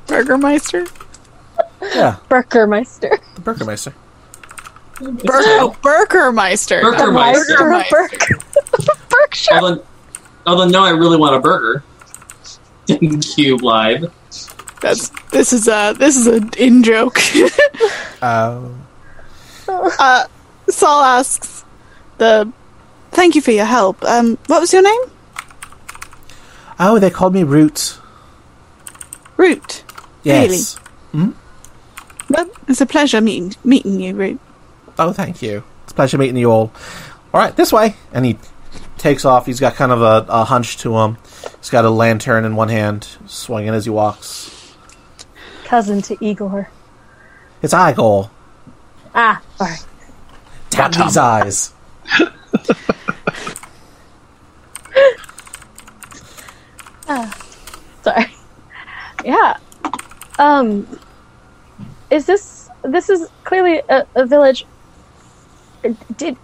S4: Burgermeister?
S5: Yeah,
S3: Burkermeister.
S5: the Burgermeister.
S4: Bur- oh, Burgermeister.
S2: Burger- Burgermeister.
S3: Burker- Burker- Berkshire.
S2: Although, although no, I really want a burger. Thank you, Blythe.
S4: That's this is a this is an in joke.
S5: Oh.
S4: uh, Saul asks the Thank you for your help. Um what was your name?
S5: Oh, they called me Root.
S4: Root.
S5: Yes.
S4: Well, it's a pleasure meeting meeting you, Root.
S5: Oh, thank you. It's a pleasure meeting you all. All right, this way. And he takes off. He's got kind of a, a hunch to him. He's got a lantern in one hand, swinging as he walks.
S3: Cousin to Igor.
S5: It's Igor.
S3: Ah, sorry.
S5: Tap these eyes.
S3: Sorry. Yeah. Um. Is this this is clearly a, a village? Did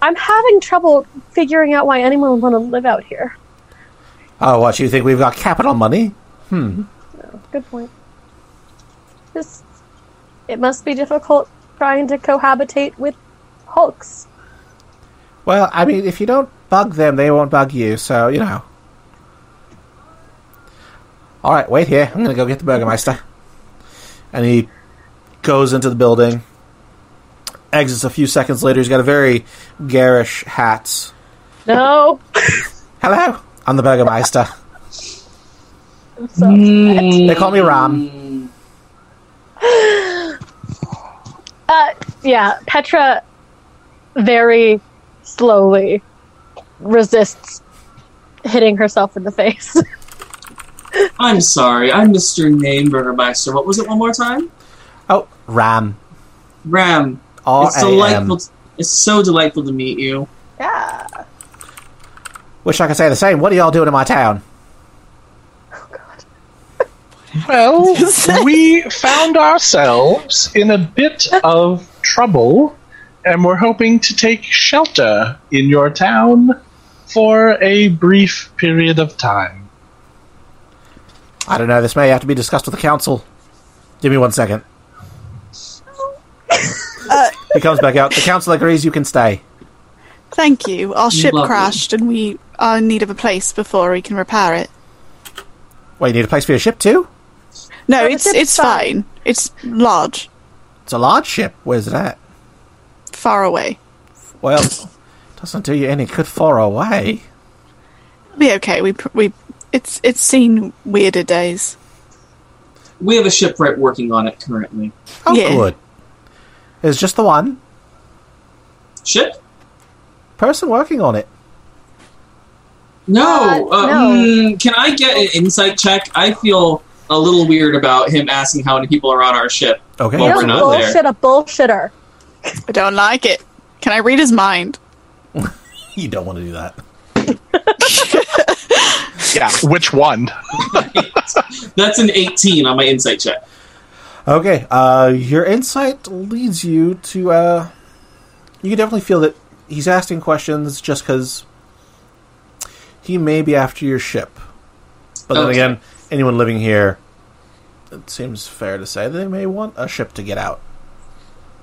S3: I'm having trouble figuring out why anyone would want to live out here.
S5: Oh, what, you think we've got capital money?
S3: Good point. This it must be difficult trying to cohabitate with hulks.
S5: Well, I mean, if you don't bug them, they won't bug you, so, you know. Alright, wait here. I'm gonna go get the Burgermeister. And he goes into the building, exits a few seconds later. He's got a very garish hat.
S3: No.
S5: Hello, I'm the Burgermeister.
S3: So,
S5: They call me Ram.
S3: Uh, yeah, Petra very slowly resists hitting herself in the face.
S2: I'm sorry, I'm Mr. Name Burgermeister. What was it one more time?
S5: Oh, Ram.
S2: Ram,
S5: R
S2: it's
S5: A M.
S2: delightful. t- it's so delightful to meet you.
S3: Yeah.
S5: Wish I could say the same. What are y'all doing in my town?
S6: Well, we found ourselves in a bit of trouble, and we're hoping to take shelter in your town for a brief period of time.
S5: I don't know. This may have to be discussed with the council. Give me one second. he comes back out. The council agrees you can stay.
S4: Thank you. Our ship
S2: Lovely.
S4: crashed and we are in need of a place before we can repair it.
S5: Wait, you need a place for your ship too?
S4: No,
S3: Oh, the
S4: it's
S3: ship's
S4: it's fine.
S3: fine.
S4: It's large,
S5: It's a large ship. Where's it at?
S4: far away.
S5: Well, doesn't do you any good far away.
S4: It'll be okay. We pr- we it's it's seen weirder days.
S2: We have a shipwright working on it currently.
S5: Oh,
S4: Yeah.
S5: good. There's just the one
S2: Ship?
S5: person working on it.
S2: No.
S3: Uh,
S2: uh,
S3: no.
S2: mm, can I get an insight check? I feel a little weird about him asking how many people are on our ship.
S5: Okay.
S2: Well,
S3: You
S2: Oh, we're
S3: don't
S2: not there.
S3: bullshit a bullshitter.
S4: I don't like it. Can I read his mind?
S5: You don't want to do that.
S6: Yeah, which one?
S2: That's an 18 on my insight check.
S5: Okay, uh, your insight leads you to. Uh, you can definitely feel that he's asking questions just because he may be after your ship. But then
S2: Okay.
S5: again, anyone living here, it seems fair to say they may want a ship to get out.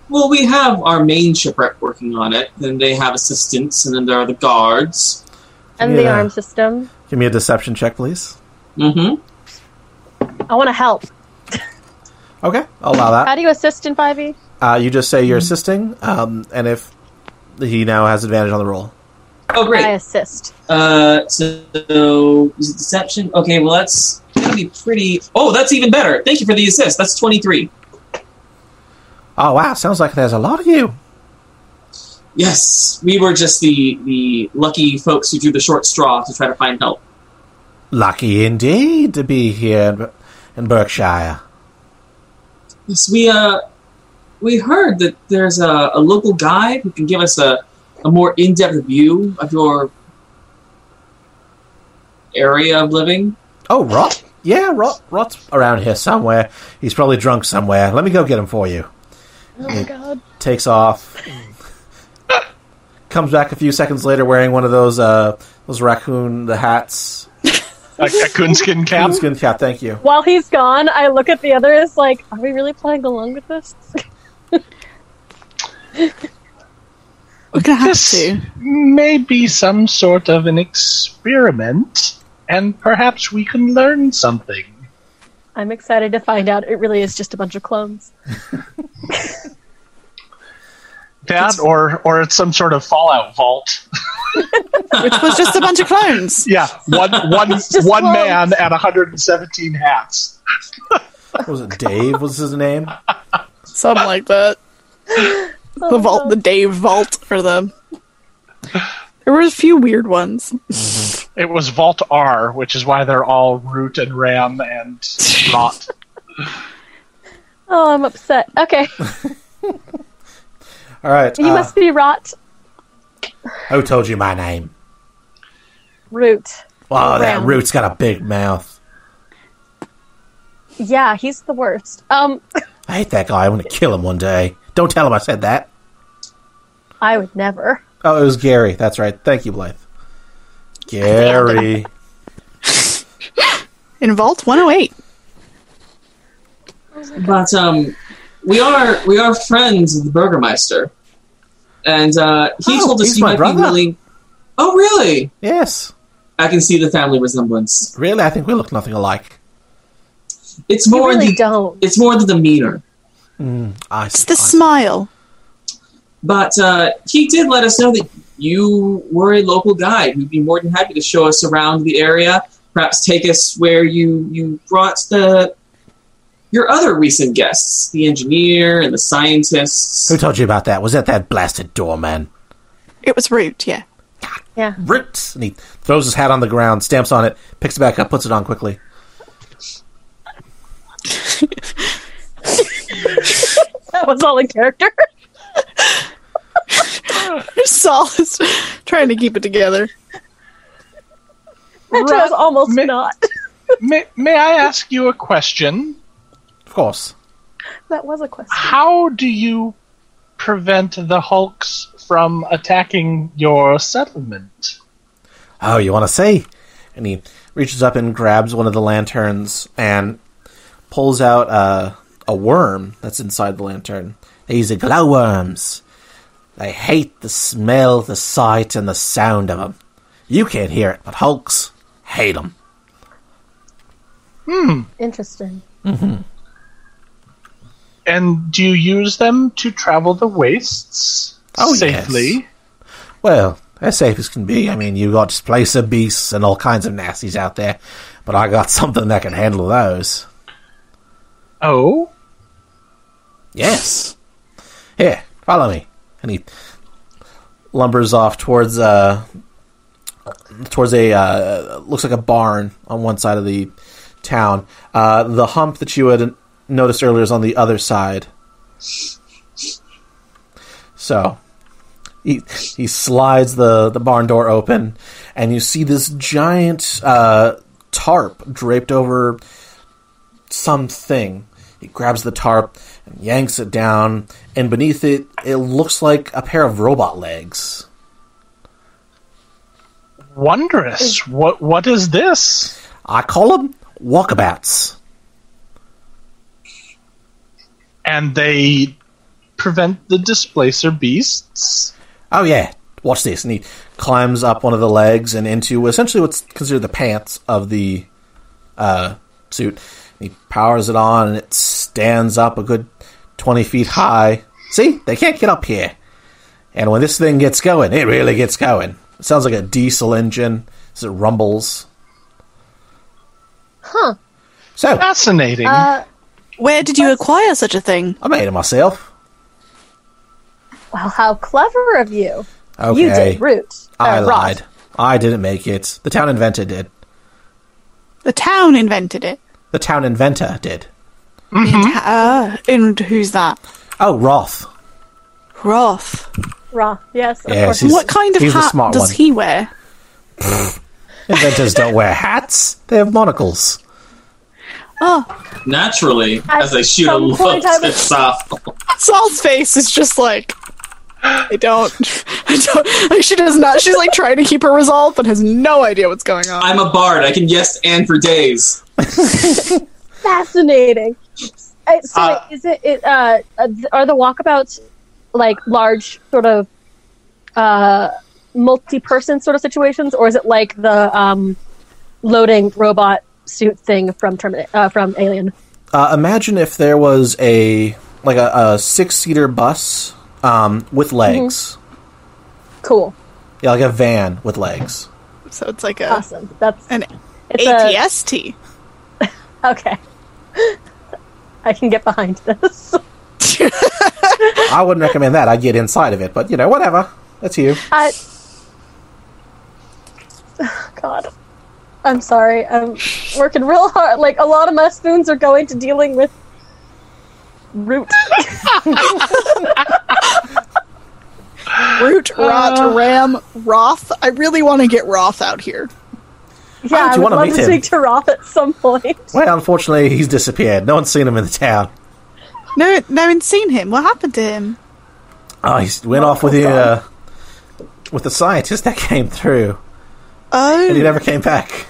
S2: Well, we have our main shipwright working on it. Then they have assistants, and then there are the guards.
S3: And the
S5: Yeah.
S3: arm system.
S5: Give me a deception check, please.
S2: Mm-hmm.
S3: I want to help.
S5: Okay, I'll allow that.
S3: How do you assist in E? 5e?
S5: Uh, you just say you're assisting, um, and if he now has advantage on the roll.
S2: Oh,
S3: I
S2: great.
S3: assist.
S2: Uh, so is it deception? Okay, well that's gonna be pretty. Oh, that's even better. Thank you for the assist. That's 23.
S5: Oh wow, sounds like there's a lot of you.
S2: Yes, we were just the the lucky folks who drew the short straw to try to find help.
S5: Lucky indeed to be here in, in Berkshire.
S2: Yes, we uh, we heard that there's a, a local guide who can give us a, a more in depth view of your area of living.
S5: Oh, Rot? Yeah, Rot. Rot's around here somewhere. He's probably drunk somewhere. Let me go get him for you.
S3: Oh my god.
S5: Takes off. Comes back a few seconds later wearing one of those uh, those raccoon the hats.
S6: Like a coonskin cap?
S5: Coonskin cap, thank you.
S3: While he's gone, I look at the others like, are we really playing along with this?
S4: We're gonna have
S6: This
S4: to.
S6: may be some sort of an experiment, and perhaps we can learn something.
S3: I'm excited to find out it really is just a bunch of clones.
S6: That, or or it's some sort of Fallout vault.
S4: Which was just a bunch of clones.
S6: Yeah, one one
S3: just
S6: one
S3: clones.
S6: man and 117 hats.
S5: What was it? Dave was his name?
S4: Something like that. The vault, the Dave vault, or the. There were a few weird ones.
S6: It was Vault R, which is why they're all Root and Ram and Rot.
S3: Oh, I'm upset. Okay.
S5: All right.
S3: You
S5: uh,
S3: must be rot
S5: Who told you my name?
S3: root.
S5: Oh, that
S3: Brown.
S5: root's got a big mouth.
S3: Yeah, he's the worst. Um,
S5: I hate that guy. I want to kill him one day. Don't tell him I said that.
S3: I would never.
S5: Oh, it was Gary. That's right. Thank you, Blythe. Gary.
S4: In Vault 108.
S2: But um, we are we are friends of the Burgermeister, and uh, he
S5: Oh,
S2: told us
S5: he's
S2: he
S5: my
S2: might
S5: brother.
S2: be willing. Oh, really?
S5: yes.
S2: I can see the family resemblance.
S5: Really, I think we look nothing alike.
S2: It's
S3: You
S2: more
S3: really
S2: the
S3: don't.
S2: it's more the demeanor.
S5: Mm. I,
S4: It's the
S5: I-
S4: smile.
S2: But uh, he did let us know that you were a local guide. We'd be more than happy to show us around the area, perhaps take us where you, you brought the your other recent guests, the engineer and the scientists.
S5: Who told you about that? Was that that blasted doorman?
S4: It was root, yeah.
S3: Yeah.
S5: Roots! And he throws his hat on the ground, stamps on it, picks it back up, puts it on quickly.
S3: that was all in character.
S4: Saul is trying to keep it together.
S3: Petra was almost
S6: Ma-
S3: not.
S6: may, may I ask you a question?
S5: Of course.
S3: That was a question.
S6: How do you prevent the Hulks from attacking your settlement?
S5: Oh, you want to see? And he reaches up and grabs one of the lanterns and pulls out a, a worm that's inside the lantern. These are glowworms. They hate the smell, the sight, and the sound of them. You can't hear it, but Hulks hate them.
S3: Interesting.
S6: And do you use them to travel the wastes
S5: Oh, yes.
S6: safely?
S5: Well, as safe as can be. I mean, you got displacer beasts and all kinds of nasties out there, but I got something that can handle those.
S6: Oh,
S5: Yes. Here, follow me. And he lumbers off towards uh towards a uh, looks like a barn on one side of the town. Uh, the hump that you had noticed earlier is on the other side. So he he slides the the barn door open, and you see this giant uh, tarp draped over something. He grabs the tarp and yanks it down, and beneath it, it looks like a pair of robot legs.
S6: wondrous! What what is this?
S5: I call them walkabouts.
S6: And they prevent the displacer beasts.
S5: Oh yeah, watch this. And he climbs up one of the legs and into essentially what's considered the pants of the uh, suit. And he powers it on, and it stands up a good twenty feet high. See, they can't get up here. And when this thing gets going, it really gets going. It sounds like a diesel engine as it rumbles. Huh. So
S6: Fascinating.
S5: Uh,
S4: Where did you acquire such a thing?
S5: I made it myself.
S3: Well, how clever of you.
S5: Okay.
S3: You did root. uh,
S5: I
S3: rot.
S5: lied. I didn't make it. The town inventor did.
S4: The town invented it.
S5: The town inventor did.
S4: Uh, and who's that?
S5: Oh, Roth.
S4: Roth.
S3: Ra. Yes, of
S5: Yes,
S3: course.
S5: he's-
S4: what kind of
S5: he's the
S4: hat
S5: smart
S4: does
S5: one.
S4: he wear?
S5: Inventors don't wear hats. They have monocles.
S2: Naturally,
S3: At
S2: as I shoot a
S3: some
S2: look
S3: point I
S2: at
S3: was-
S2: Saul.
S4: Saul's face is just like I don't, I don't. Like she does not. She's like trying to keep her resolve, but has no idea what's going on.
S2: I'm a bard. I can yes and for days.
S3: Fascinating. Uh, So,
S6: Uh,
S3: is it? it uh, uh, th- are the walkabouts like large, sort of uh, multi-person sort of situations, or is it like the um, loading robot suit thing from Termin- uh, from Alien?
S5: Uh, imagine if there was a like a, a six-seater bus um, with legs.
S3: Cool.
S5: Yeah, like a van with legs.
S4: so it's like a
S3: Awesome. That's
S4: an
S3: it's a-
S4: ATST.
S3: okay. I can get behind this.
S5: I wouldn't recommend that. I'd get inside of it, but you know, whatever. That's you.
S3: I... God. I'm sorry. I'm working real hard. Like, a lot of my spoons are going to dealing with root.
S4: Root, rot, ram, Roth. I really want to get Roth out here.
S3: Yeah,
S5: do you
S3: I would
S5: wanna
S3: love
S5: meet
S3: to
S5: him?
S3: speak to Roth at some point.
S5: Well, unfortunately, he's disappeared. No one's seen him in the town.
S4: No, no one's seen him. What happened to him?
S5: Oh, he went off with the uh, with the scientist that came through, and he
S4: Oh,
S5: never came back.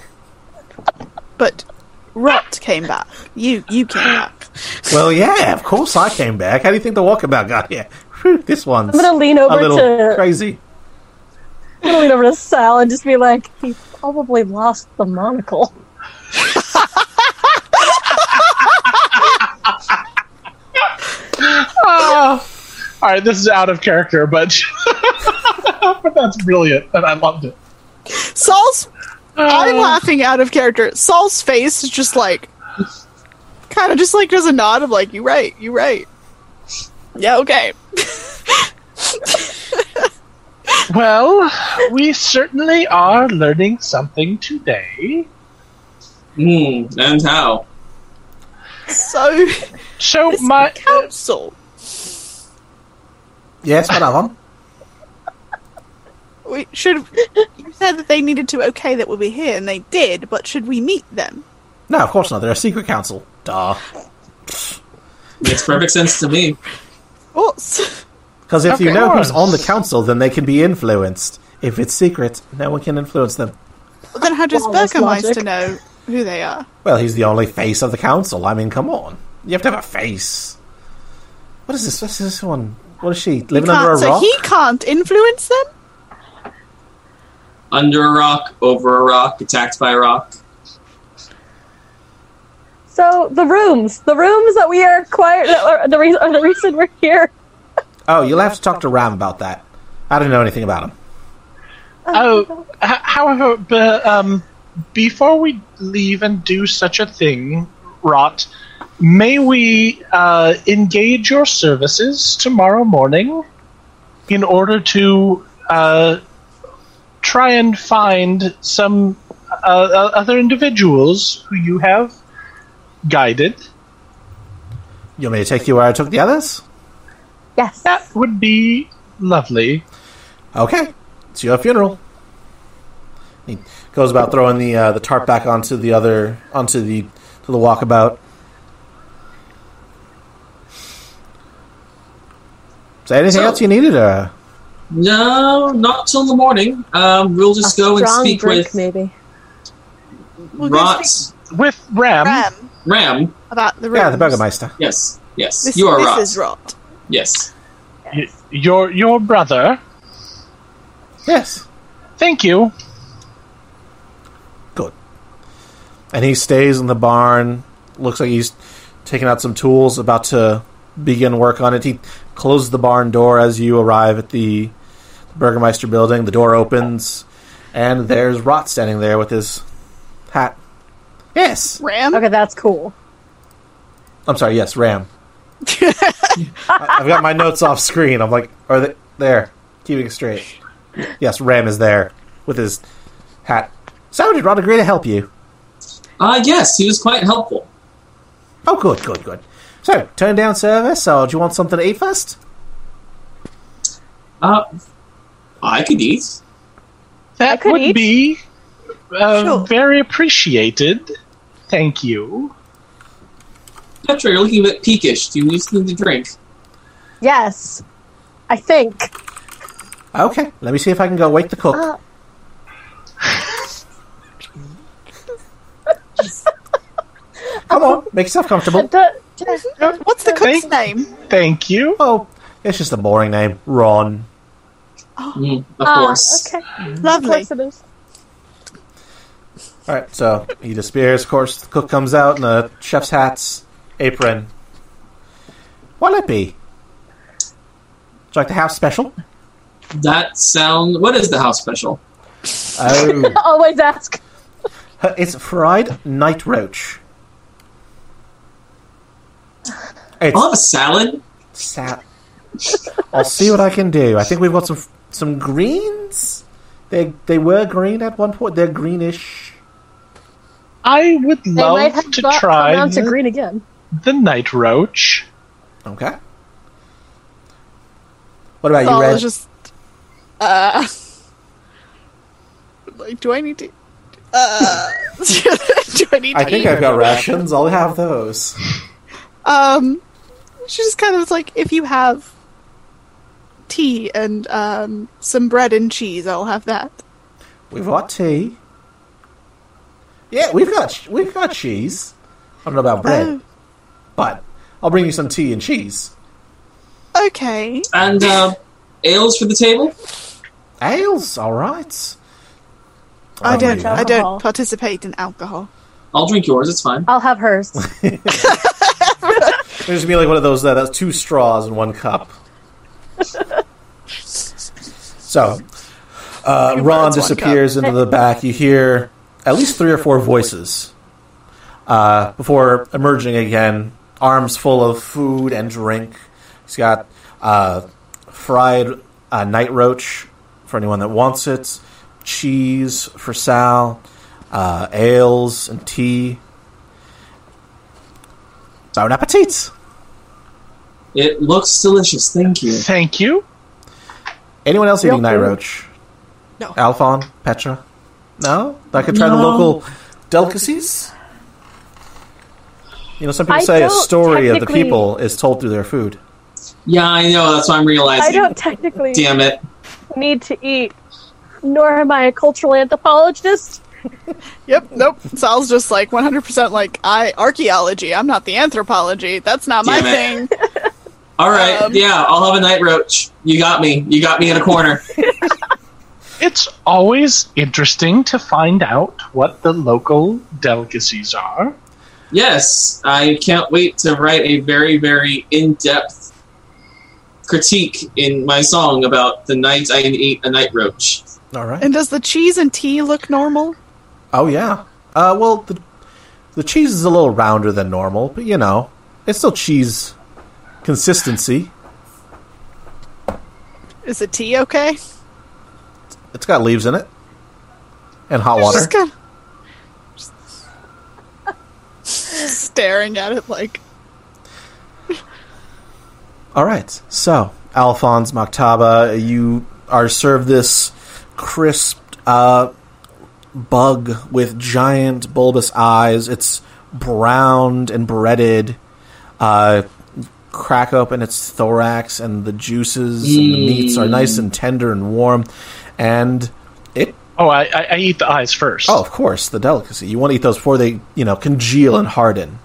S4: but rot came back. You, you came back.
S5: Well, yeah, of course I came back. How do you think the walkabout got here? Whew, this one's
S3: I'm gonna lean
S5: a
S3: over
S5: little
S3: to
S5: crazy.
S3: I'm gonna lean over to Sal and just be like, he probably lost the monocle.
S6: Ah. all right, this is out of character, but but that's brilliant, and I loved it.
S4: Saul's. I'm laughing out of character. Saul's face is just like, kind of just like does a nod of like, you right, you right. Yeah, okay.
S6: Well, we certainly are learning something today.
S2: Mm, Hmm, and how?
S4: So
S6: So my
S4: council.
S5: Yes, one of them.
S4: We should. You said that they needed to okay that we'll be here, and they did. But should we meet them?
S5: No, of course not. They're a secret council. Duh.
S2: Makes perfect sense to me.
S4: Of course.
S5: Because if you
S6: Okay.
S5: know who's on the council, then they can be influenced. If it's secret, no one can influence them.
S4: then how does
S3: Well, that's
S4: Burkameister
S3: logic.
S4: know who they are?
S5: Well, he's the only face of the council. I mean, come on. You have to have a face. What is this? What's this one? What is she? Living under a
S4: Can't- so
S5: rock?
S4: he can't influence them.
S2: Under a rock, over a rock, attacked by a rock.
S3: So the rooms, the rooms that we are acquired, that are the, re- are the reason we're here.
S5: Oh, you'll have to talk to Ram about that. I don't know anything about him.
S6: Oh, h- however, but, um, before we leave and do such a thing, Rot, may we uh, engage your services tomorrow morning in order to uh, try and find some uh, uh, other individuals who you have guided?
S5: You want me to take you where I took the others?
S3: Yes.
S6: That would be lovely.
S5: Okay, it's your funeral. He goes about throwing the uh, the tarp back onto the other onto the to the walkabout. Is there anything
S2: So-
S5: else you needed? Uh,
S2: No, not till the morning. Um, we'll just go and
S3: Strong
S2: speak
S3: drink,
S2: with
S3: maybe.
S4: We'll go
S2: Rot
S4: speak
S6: With Ram,
S4: to Ram
S2: Ram.
S4: about the rooms.
S5: yeah, the Burgermeister.
S2: Yes, yes,
S4: This,
S2: you are
S4: this
S2: Rot.
S4: is rot.
S2: Yes,
S6: y- your your brother.
S5: Yes,
S6: Thank you.
S5: good. And he stays in the barn. Looks like he's taking out some tools, about to begin work on it. He closes the barn door as you arrive at the Burgermeister building. The door opens, and there's Rot standing there with his hat. Yes,
S4: Ram.
S3: Okay, that's cool.
S5: I'm sorry. Yes, Ram. I- I've got my notes off screen. I'm like, are they there? Keeping it straight. Yes, Ram is there with his hat. So did Rod agree to help you?
S2: uh, yes, he was quite helpful.
S5: Oh, good, good, good. So, turn down service, or do you want something to eat first?
S2: Uh, I could eat.
S3: I
S6: That
S3: could
S6: would
S3: eat.
S6: be uh,
S4: Sure.
S6: very appreciated. Thank you.
S2: Petra, you're looking a bit peakish. Do you need something to drink?
S3: Yes, I think.
S5: Okay, let me see if I can go wake the cook.
S3: Uh,
S5: Come on, make yourself comfortable.
S3: The- the-
S4: What's the cook's
S6: Thank-
S4: name?
S6: Thank you.
S5: Oh, it's just a boring name, Ron.
S2: Mm, of
S3: ah,
S2: course.
S3: Okay. Of
S4: Lovely.
S3: course it is.
S5: All right, so he disappears. Of course, the cook comes out in a chef's hat's apron. What'll it be? Would you like the house special?
S2: That sound. What is the house special?
S5: Oh,
S3: Always ask.
S5: it's fried night roach. It's
S2: I'll have a salad.
S5: sap. I'll see what I can do. I think we've got some some greens. They they were green at one point. They're greenish.
S6: I would
S3: They might
S6: love
S3: have
S6: to
S3: got come
S6: try
S3: down to green again.
S6: the night roach.
S5: Okay. What about you,
S4: Saul
S5: Red?
S4: is just. Uh, like, do I need to? Uh, do I need
S5: I
S4: to?
S5: think
S4: eat?
S5: I've got rations. I'll have those.
S4: um, she just kind of was like, if you have tea and um some bread and cheese, I'll have that.
S5: We've got tea. Yeah, we've got we've got cheese. I don't know about bread,
S4: Oh.
S5: but I'll bring you some tea and cheese.
S4: Oh, Okay.
S2: And uh, ales for the table?
S5: Ales, all right.
S4: I don't.
S5: yeah.
S4: I
S3: Alcohol.
S4: don't participate in alcohol.
S2: I'll drink yours, it's fine.
S3: I'll have hers.
S5: It'll just be like one of those uh, that's two straws in one cup. so, uh, Ron
S4: words, one
S5: disappears into the back. You hear at least three or four voices uh, before emerging again, arms full of food and drink. He's got uh, fried uh, night roach for anyone that wants it, cheese for Sal, uh, ales and tea. Bon appetit!
S2: It looks delicious, thank you.
S6: Thank you.
S5: Anyone else eating
S4: Real
S5: Night
S4: food.
S5: Roach?
S4: No.
S5: Alphon? Petra? No? I could try the
S2: No.
S5: local delicacies? You know, some people
S3: I
S5: say a
S3: don't
S5: story of the
S3: technically-
S5: people is told through their food.
S2: Yeah, I know. That's what I'm realizing.
S3: I don't technically
S2: Damn it.
S3: need to eat, nor am I a cultural anthropologist.
S4: Yep, nope. Sal's just like 100% like, I archaeology, I'm not the anthropology. That's not my
S2: Damn
S4: thing.
S2: All right.
S4: Um,
S2: yeah, I'll have a night roach. You got me. You got me in a corner.
S6: It's always interesting to find out what the local delicacies are.
S2: yes, I can't wait to write a very, very in depth critique in my song about the night I ate a night roach.
S5: All right.
S4: And does the cheese and tea look normal?
S5: Oh yeah. Uh, well, the the cheese is a little rounder than normal, but you know, it's still cheese consistency.
S4: Is the tea okay?
S5: It's got leaves in it and hot water.
S4: Just kind staring at it like,
S5: All right. So, Alphonse Maktaba, you are served this crisp uh, bug with giant bulbous eyes. It's browned and breaded. Uh, crack open its thorax, and the juices and the meats are nice and tender and warm. And it
S6: Oh, I, I, I eat the eyes first.
S5: Oh, of course, the delicacy. You want to eat those before they, you know, congeal and harden.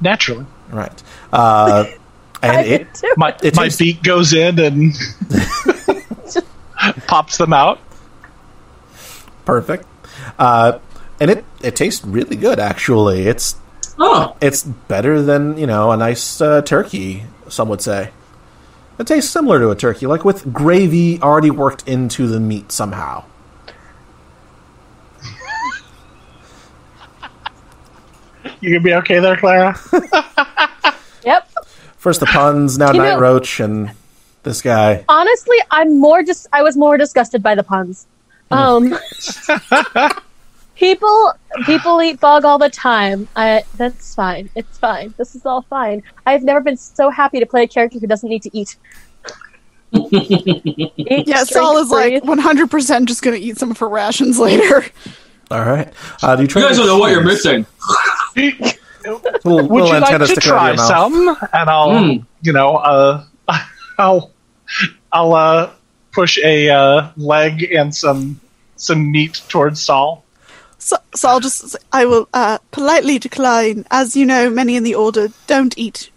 S6: naturally.
S5: Right. Uh, and it,
S6: My
S5: It
S6: my
S5: tastes-
S6: beak goes in and pops them out.
S5: perfect. Uh, and it, it tastes really good. Actually, it's
S2: Oh,
S5: it's better than you know a nice uh, turkey. Some would say it tastes similar to a turkey, like with gravy already worked into the meat somehow.
S6: You gonna be okay there, Clara?
S3: Yep.
S5: First the puns, now
S3: You
S5: night
S3: know-
S5: roach, and this guy.
S3: Honestly, I'm more just. I was more disgusted by the puns. Um, people, people eat bug all the time. I, that's fine. It's fine. This is all fine. I've never been so happy to play a character who doesn't need to eat. Eat,
S4: yeah,
S3: drink,
S4: Sal is like
S3: breathe.
S4: 100% just going to eat some of her rations later.
S5: All right, uh, do you, try
S2: you guys
S5: to-
S2: don't know what you're missing.
S5: Little,
S6: Would
S5: little
S6: you like
S5: antenna
S6: to
S5: sticking out of
S6: try
S5: your mouth. Hmm.
S6: some? And I'll,
S2: Mm.
S6: you know, uh, I'll, I'll uh, push a uh, leg and some some meat towards Saul.
S4: So, so I'll just, I will uh, politely decline. As you know, many in the order don't eat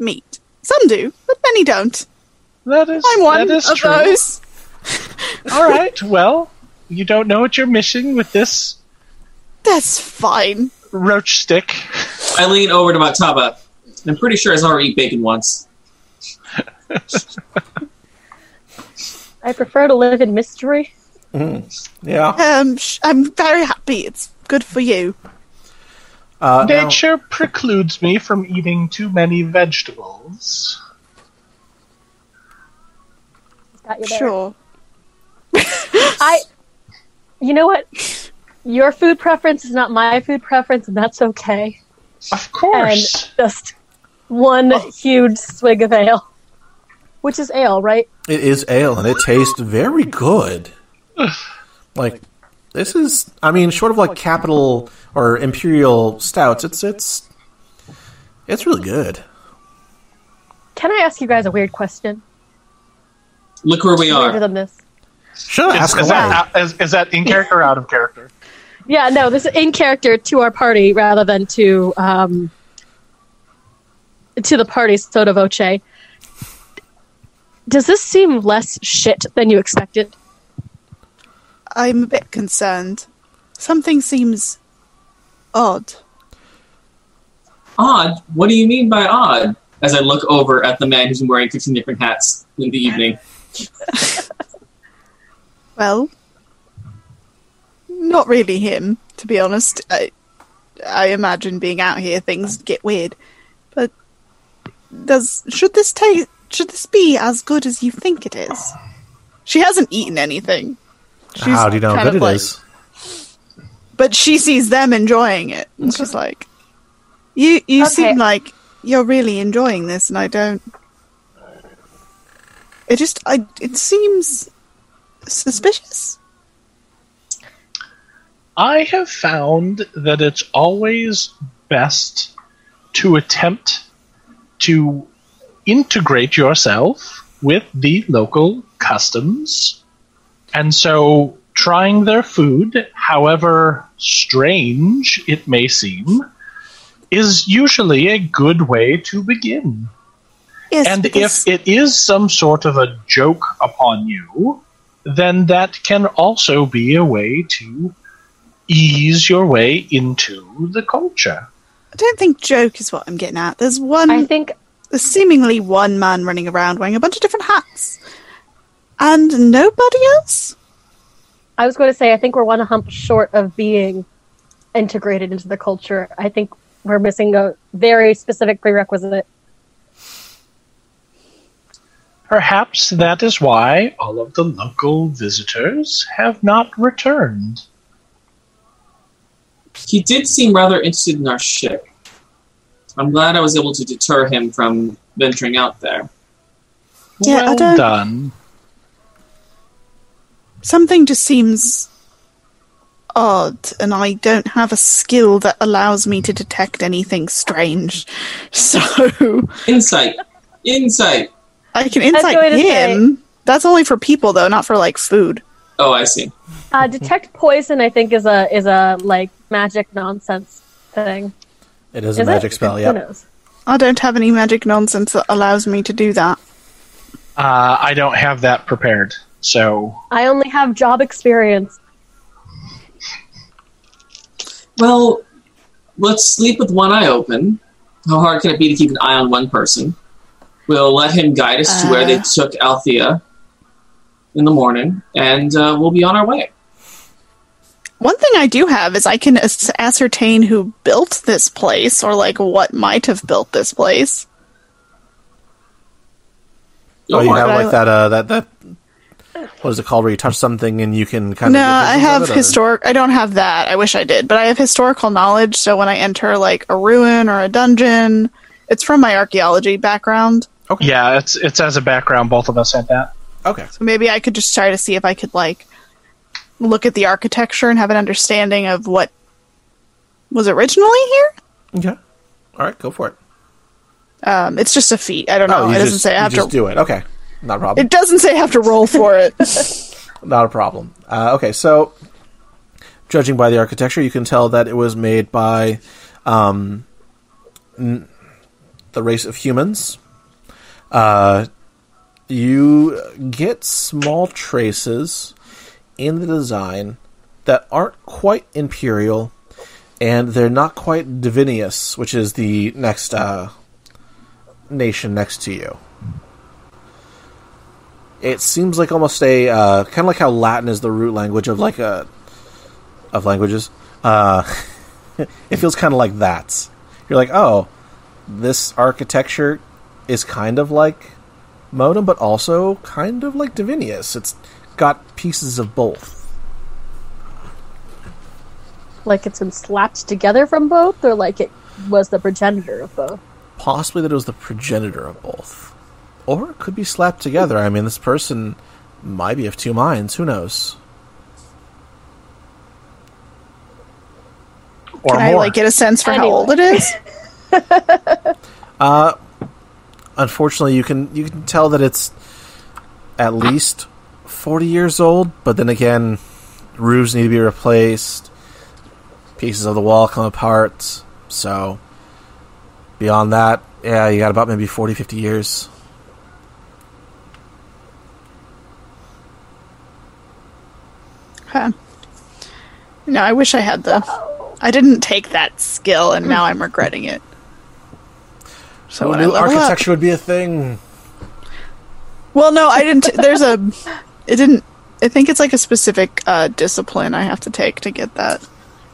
S4: meat. Some do, but many don't.
S6: That is-
S4: I'm one
S6: that is
S4: of
S6: true.
S4: those.
S6: All right. Well, you don't know what you're missing with this
S4: That's fine.
S6: roach stick.
S2: I lean over to Mataba. I'm pretty sure I saw her eat bacon once.
S3: I prefer to live in mystery.
S5: Yeah.
S4: Um, sh- I'm very happy. It's good for you.
S5: Uh, now-
S6: Nature precludes me from eating too many vegetables.
S3: Got you there.
S4: Sure.
S3: I, you know what? Your food preference is not my food preference, and that's okay.
S6: Of
S3: And
S6: course.
S3: just one huge swig of ale, which is ale, right?
S5: It is ale, and it tastes very good. Like this is, I mean, short of like capital or imperial stouts, it's it's it's really good.
S3: Can I ask you guys a weird question?
S2: Look where we
S3: Weirder
S2: are.
S3: than this.
S5: Sure,
S6: Is,
S5: ask
S6: is
S5: away.
S6: that, is, is that in character or out of character?
S3: Yeah, no, this is in character to our party rather than to um, to the party soda voce. Does this seem less shit than you expected?
S4: I'm a bit concerned. Something seems odd.
S2: Odd? What do you mean by odd? As I look over at the man who's been wearing 15 different hats in the evening.
S4: Well, not really him, to be honest. I, I imagine being out here, things get weird. But does should this taste? Should this be as good as you think it is? She hasn't eaten anything. She's
S5: How do you know how
S4: kind
S5: good
S4: of
S5: it
S4: like-
S5: is?
S4: But she sees them enjoying it, and she's like, "You, you
S3: Okay.
S4: seem like you're really enjoying this, and I don't." It just, I, it seems suspicious.
S6: I have found that it's always best to attempt to integrate yourself with the local customs. And so trying their food, however strange it may seem, is usually a good way to begin.
S4: Yes,
S6: And
S4: because-
S6: if it is some sort of a joke upon you, then that can also be a way to ease your way into the culture.
S4: I don't think joke is what I'm getting at. There's one,
S3: I think
S4: there's seemingly one man running around wearing a bunch of different hats, and nobody else.
S3: I was going to say I think we're one hump short of being integrated into the culture. I think we're missing a very specific prerequisite. Uh,
S6: Perhaps that is why all of the local visitors have not returned.
S2: He did seem rather interested in our ship. I'm glad I was able to deter him from venturing out there.
S4: Yeah, I
S6: well
S4: don't-
S6: done.
S4: something just seems odd and i don't have a skill that allows me to detect anything strange so
S2: Insight. Insight.
S4: i can
S3: was
S4: insight
S3: going to
S4: him that's only for people though not for like food
S2: Oh, I see.
S5: Mm-hmm.
S3: Uh, detect poison, I think, is a is a like magic nonsense thing.
S5: It is,
S3: Is
S5: a magic
S3: it?
S5: spell,
S3: Who
S5: yeah.
S3: knows?
S4: i don't have any magic nonsense that allows me to do that
S6: Uh, I don't have that prepared, so
S3: I only have job experience.
S2: Well, let's sleep with one eye open. How hard can it be to keep an eye on one person? We'll let him guide us to where they
S4: Uh.
S2: took Althea in the morning, and uh, we'll be on our way.
S4: one thing i do have is i can as- ascertain who built this place or like what might have built this place
S5: Oh, you
S2: Don't worry.
S5: have
S4: but I
S5: like that, uh, that, that, what is it called, where you touch something and you can kind
S4: no
S5: of. get
S4: i
S5: visions of
S4: have
S5: it, or-
S4: historic i don't have that i wish i did but i have historical knowledge so when i enter like a ruin or a dungeon it's from my archaeology background
S6: yeah, it's it's as a background. Both of us had that.
S5: Okay.
S4: so maybe i could just try to see if i could like look at the architecture and have an understanding of what was originally here
S5: Okay. All right, go for it. Oh,
S4: um, it's just a feat i don't know
S5: you
S4: it doesn't
S5: just,
S4: say i
S5: you
S4: have to
S5: just do it. Okay. Not a problem.
S4: it doesn't say i have to roll for it
S5: Not a problem. Uh, okay, so judging by the architecture, you can tell that it was made by um, n- the race of humans. Uh, you get small traces in the design that aren't quite imperial, and they're not quite divinius, which is the next uh, nation next to you it seems like almost a uh, kind of like how Latin is the root language of like a of languages. Uh, it feels kind of like that. You're like, oh, this architecture is kind of like Modem, but also kind of like Divinius. It's got pieces of both.
S3: Like it's been slapped together from both, or like it was the progenitor of both.
S5: Possibly that it was the progenitor of both, or it could be slapped together. I mean, this person might be of two minds. Who knows?
S6: Or
S4: can i
S6: more.
S4: like get a sense for
S3: Anyway.
S4: how old it is
S5: unfortunately you can you can tell that it's at least 40 years old but then again roofs need to be replaced pieces of the wall come apart so beyond that yeah you got about maybe 40 50 years
S4: Huh. No, I wish I had the. I didn't take that skill, and now I'm regretting it. So when I
S5: new
S4: level up-
S5: architecture would be a thing
S4: Well, no, I didn't. There's a. It didn't. I think it's like a specific uh, discipline I have to take to get that,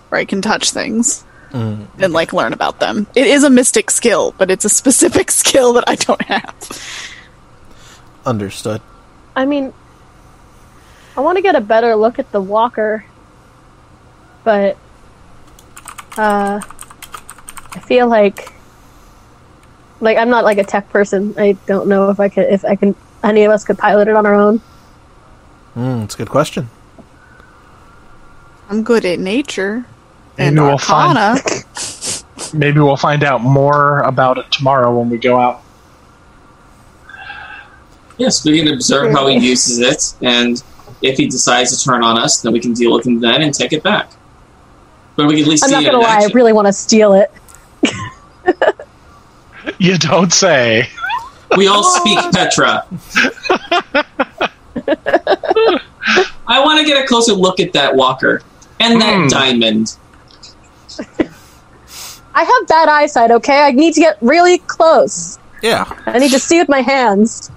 S4: where I can touch things
S5: Mm.
S4: and like learn about them. It is a mystic skill, but it's a specific skill that I don't have.
S5: understood
S3: I mean, I want to get a better look at the walker, but uh, I feel like like I'm not like a tech person. I don't know if I can if I can any of us could pilot it on our own.
S5: Mm, it's a good question.
S4: I'm good at nature
S6: Maybe
S4: and
S6: we'll find-
S4: arcana.
S6: Maybe we'll find out more about it tomorrow when we go out.
S2: Yes, we can observe how he uses it, and if he decides to turn on us, then we can deal with him then and take it back. But we can at least
S3: I'm
S2: see
S3: not
S2: it in
S3: gonna lie, I
S2: action.
S3: really want to steal it.
S6: You don't say.
S2: We all speak Petra. I want to get a closer look at that walker and that
S6: Hmm.
S2: diamond.
S3: I have bad eyesight, okay? I need to get really close.
S5: Yeah.
S3: I need to see with my hands.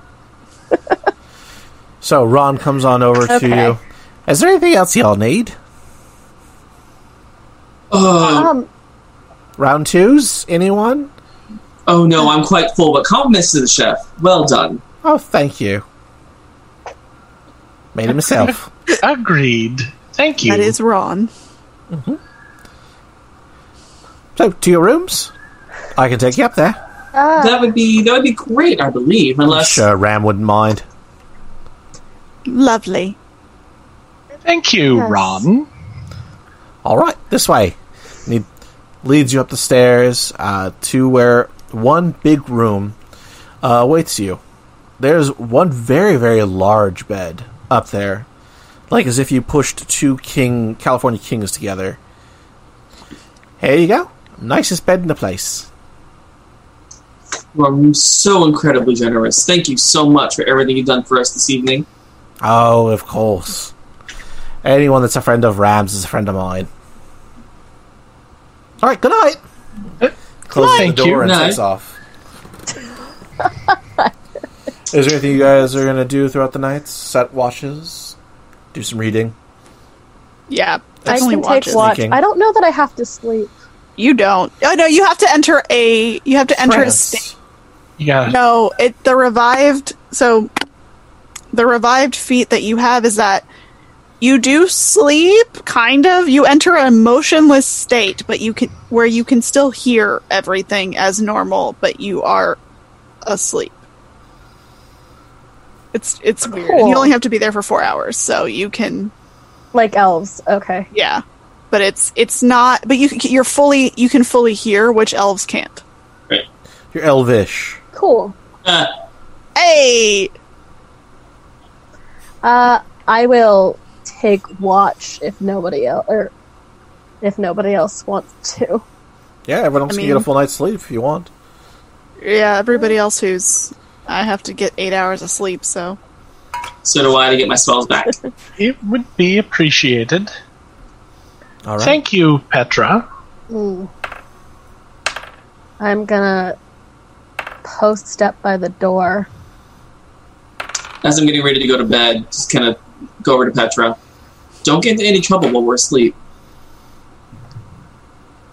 S5: So Ron comes on over to
S3: Okay.
S5: you. Is there anything else y'all need?
S2: Oh,
S3: Um,
S5: Round twos? Anyone?
S2: oh no, I'm quite full, but compliments to the chef. Well done.
S5: Oh, thank you. Made it myself.
S6: Agreed. Thank you.
S4: That is Ron.
S5: so, to your rooms? I can take you up there.
S3: Ah.
S2: That would be that would be great, I believe, unless
S5: Sure, uh, Ram wouldn't mind.
S4: Lovely.
S6: Thank you,
S3: Yes.
S6: Ron.
S5: All right, this way. And he leads you up the stairs uh, to where one big room uh, awaits you. There's one very, very large bed up there, like as if you pushed two king California kings together. Here you go, nicest bed in the place.
S2: you are so incredibly generous. Thank you so much for everything you've done for us this evening.
S5: Oh, of course. Anyone that's a friend of Rams is a friend of mine. All right, good night. Closes
S6: Oh, Thank
S5: the
S6: you.
S5: door and
S2: Night.
S5: takes off. is there anything you guys are gonna do throughout the night? Set watches, do some reading.
S4: Yeah.
S3: I
S4: That's only
S3: can take
S4: watches.
S3: watch.
S5: Sneaking.
S3: I don't know that I have to sleep.
S4: You don't. Oh no, you have to enter a you have to enter a state.
S5: Yes.
S6: Yeah.
S4: No, it the revived so the revived feat that you have is that you do sleep kind of you enter a motionless state but you can where you can still hear everything as normal but you are asleep. It's it's weird. And
S3: Cool.
S4: you only have to be there for 4 hours so you can
S3: Like elves. Okay.
S4: yeah. But it's it's not but you you're fully you can fully hear which elves can't.
S5: You're elvish.
S3: Cool.
S2: Uh,
S4: Hey,
S3: Uh, I will take watch if nobody else or if nobody else wants to.
S5: Yeah, everyone else
S4: I
S5: can get a
S4: mean-
S5: full night's sleep if you want.
S4: Yeah, everybody else who's I have to get eight hours of sleep, so
S2: so do I to get my spells back.
S6: It would be appreciated.
S5: All right.
S6: Thank you, Petra.
S4: Hmm.
S3: Mm. I'm gonna post step by the door.
S2: As I'm getting ready to go to bed, just kind of go over to Petra. Don't get into any trouble while we're asleep.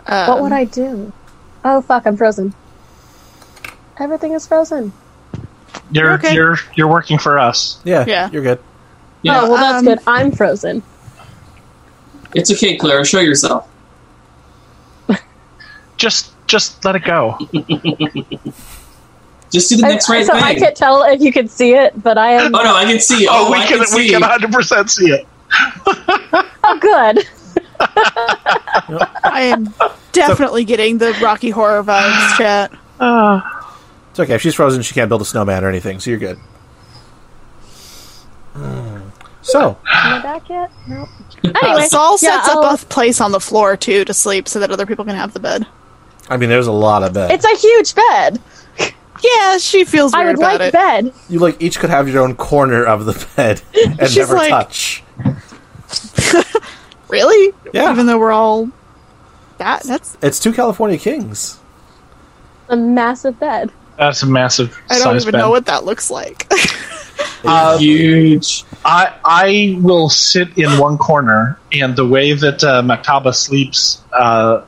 S4: um,
S3: what would I do? Oh fuck! I'm frozen. Everything is frozen.
S6: You're
S4: Okay.
S6: you're you're working for us.
S5: yeah,
S4: Yeah.
S5: you're good.
S2: Yeah.
S3: oh well, that's
S4: Um,
S3: good. I'm frozen.
S2: It's okay, Clara. Show yourself.
S6: Just just let it go.
S2: Just do the
S3: I-
S2: next right
S3: so
S2: thing.
S3: I can't tell if you can see it, but I am.
S2: Oh no, I can see. Oh,
S6: Oh, we
S2: I
S6: can,
S2: can, see.
S6: we can 100% see it.
S3: Oh, good.
S4: I am definitely getting the Rocky Horror vibes chat.
S5: It's okay. If she's frozen, she can't build a snowman or anything, so you're good. Hmm. So,
S3: Am I back yet? No.
S4: Uh,
S3: Anyway,
S4: Saul
S3: yeah,
S4: sets
S3: I'll-
S4: up a place on the floor too to sleep so that other people can have the bed.
S5: I mean, there's a lot of
S3: It's
S5: beds.
S3: a huge bed.
S4: Yeah, she feels weird
S3: I would
S4: about
S3: like
S4: it.
S3: bed.
S5: you like each could have your own corner of the bed and
S4: She's
S5: never
S4: like-
S5: touch.
S4: Really?
S5: Yeah.
S4: Even though we're all that that's
S5: It's two California Kings.
S3: A massive bed.
S6: That's a massive
S4: I don't
S6: size
S4: even
S6: bed.
S4: know what that looks like.
S3: Um,
S2: Huge.
S6: I I will sit in one corner, and the way that uh, Maktaba sleeps uh,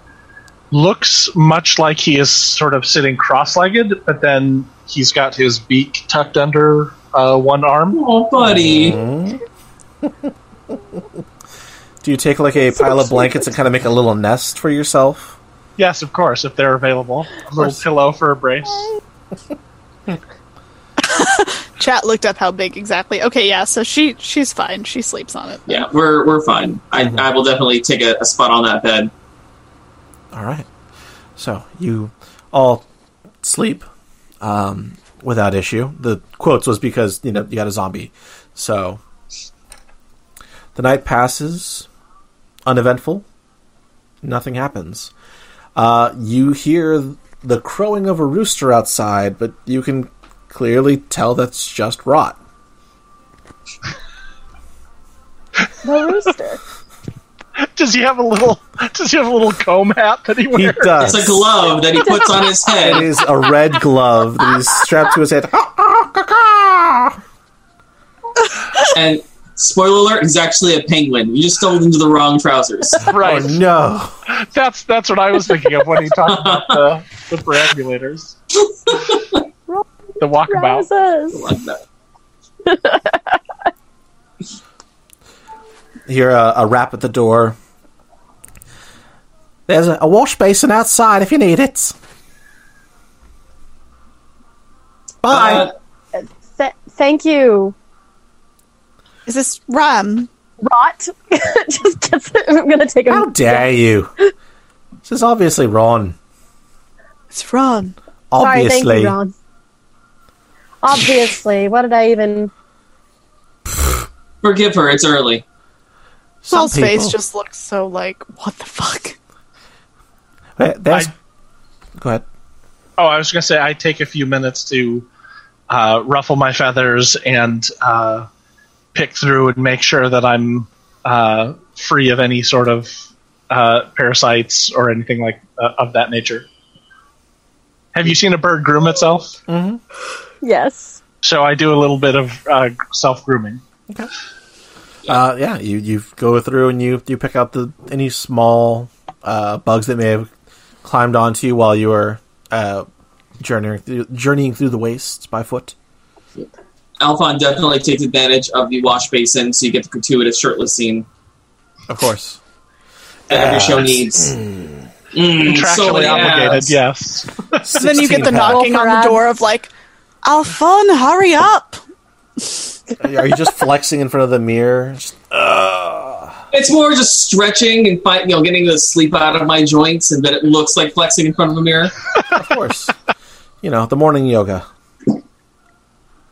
S6: looks much like he is sort of sitting cross-legged, but then he's got his beak tucked under uh, one arm.
S2: Oh, buddy.
S6: Uh,
S5: Do you take like a pile of blankets and kind of make a little nest for yourself?
S6: Yes, of course, if they're available, a little pillow for a brace.
S4: Chat looked up how big exactly. Okay, yeah. So she she's fine. She sleeps on it.
S2: Yeah, we're we're fine. I,
S6: Mm-hmm.
S2: I will definitely take a, a spot on that bed.
S5: All right. So you all sleep um, without issue. The quotes was because you know you got a zombie. So the night passes uneventful. Nothing happens. Uh, you hear the crowing of a rooster outside, but you can clearly tell that's just rot.
S3: The rooster.
S6: Does he have a little? Does he have a little comb hat that he
S5: He
S6: wears?
S5: does.
S2: It's a glove that he puts on his
S5: It
S2: head.
S5: is a red glove that he's strapped to his head.
S2: And spoiler alert, he's actually a penguin. You just stumbled into the wrong trousers.
S5: Oh
S6: Right.
S5: no!
S6: That's that's what I was thinking of when he talked about the, the perambulators, the walkabout.
S3: Rises.
S2: Like that.
S5: Hear a, a rap at the door. There's a, a wash basin outside if you need it. Bye.
S2: Uh,
S3: Th- thank you.
S4: Is this rum?
S3: Rot. Just gets it. I'm gonna take a.
S5: How dare you? This is obviously Ron.
S4: It's Ron.
S3: Sorry,
S5: Obviously.
S3: thank you, Ron. Obviously, what did I even?
S2: forgive her. It's early.
S5: Some
S4: Saul's face
S5: people-
S4: just looks so like what the fuck.
S5: Wait, There's...
S6: I-
S5: Go ahead.
S6: Oh, I was gonna say I take a few minutes to uh, ruffle my feathers and uh, pick through and make sure that I'm uh, free of any sort of uh, parasites or anything like uh, of that nature. Have you seen a bird groom itself?
S3: Yes.
S6: So I do a little bit of uh, self grooming.
S5: Uh, yeah, you you go through and you you pick out the any small uh, bugs that may have climbed onto you while you were uh, journeying through, journeying through the wastes by foot.
S2: Alphon definitely takes advantage of the wash basin, so you get the gratuitous shirtless scene
S5: Of course.
S2: that every show needs. Mm, so
S6: Hmm. Contractually
S2: many
S6: obligated,
S2: abs.
S6: yes.
S4: So then you get the
S5: 16 pack.
S4: knocking on the
S3: Wolf
S4: door of like, Alphon, hurry up.
S5: Are you just flexing in front of the mirror? Just-
S2: It's more just stretching and fight, you know, getting the sleep out of my joints, and that it looks like flexing in front of a mirror.
S5: of course. you know the morning yoga.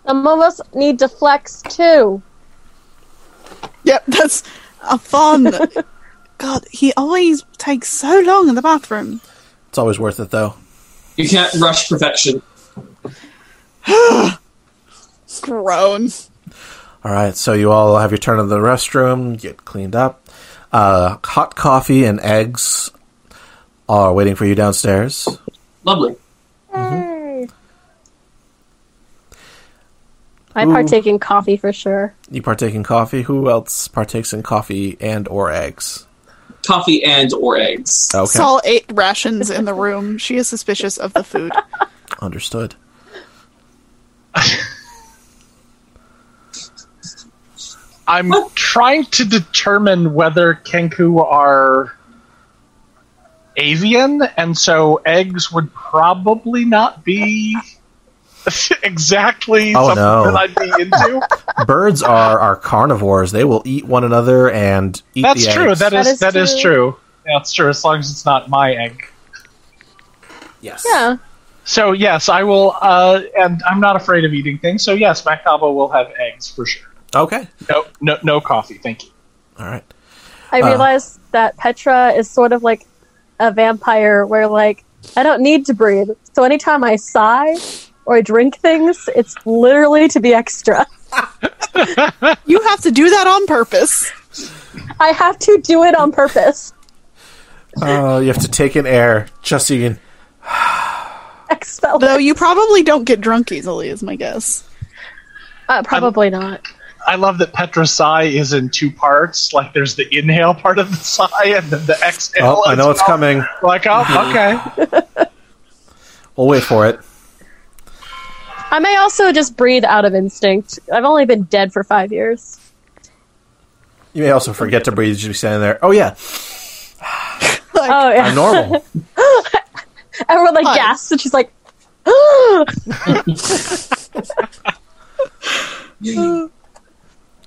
S3: Some of us need to flex too.
S4: Yep, that's Alphon. God, he always takes so long in the bathroom.
S5: It's always worth it though.
S2: You can't rush perfection.
S4: Groan.
S5: All right, so you all have your turn in the restroom, get cleaned up. Uh, hot coffee and eggs are waiting for you downstairs.
S2: Lovely.
S3: Yay. I partake in coffee for sure.
S5: You partake in coffee. Who else partakes in coffee and or eggs?
S2: Coffee and or eggs.
S5: Okay,
S4: Saul ate rations in the room. She is suspicious of the food.
S5: understood.
S6: I'm trying to determine whether Kenku are avian, and so eggs would probably not be exactly
S5: Oh,
S6: something
S5: no.
S6: that I'd be into.
S5: Birds are are carnivores. They will eat one another and eat
S6: That's
S5: the
S6: true.
S5: eggs.
S6: That
S3: That
S6: is
S3: is
S6: that is
S3: true.
S6: true. That's true. As long as it's not my egg.
S5: yes.
S3: Yeah.
S6: So yes, I will. Uh, and I'm not afraid of eating things. So yes, Macabo will have eggs for sure.
S5: Okay.
S6: No, no, no coffee. Thank you.
S5: All right.
S3: I
S5: Uh.
S3: realized that Petra is sort of like a vampire where like I don't need to breathe. So anytime I sigh or drink things, it's literally to be extra.
S4: You have to do that on purpose.
S3: I have to do it on purpose.
S5: Uh, you have to take in air just so you can.
S3: Expel
S4: Though you probably don't get drunk easily, is my guess.
S3: Uh, probably not.
S6: I love that Petra Psy is in two parts. Like there's the inhale part of the Psy and then the exhale.
S5: Oh, I
S6: as
S5: know it's
S6: well.
S5: coming. Mm-hmm.
S6: Like, oh, okay.
S5: We'll wait for it.
S3: I may also just breathe out of instinct. I've only been dead for five years.
S5: You may also forget to breathe. You should be standing there. Oh yeah,
S4: Like,
S3: Oh yeah.
S5: I'm normal.
S3: Everyone like "Ah."
S4: Hi.
S3: gasps and she's like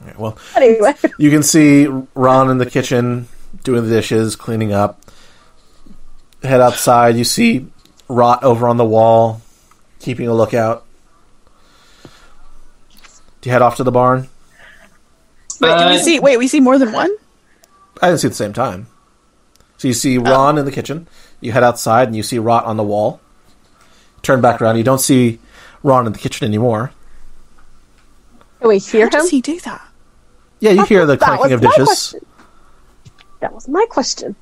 S5: Alright, well,
S3: Anyway,
S5: you can see Ron in the kitchen doing the dishes, cleaning up. Head outside, you see Rot over on the wall, keeping a lookout. Do you head off to the barn?
S4: Wait, do we
S2: Uh,
S4: see? Wait, we see more than one.
S5: I didn't see at the same time. So you see Ron in the kitchen. You head outside and you see Rot on the wall. Turn back around. You don't see Ron in the kitchen anymore.
S3: can we hear
S4: How
S3: him?
S4: does he do that?
S5: Yeah, you hear the
S3: That was
S5: clanking of
S3: my
S5: dishes.
S3: question. That was my question.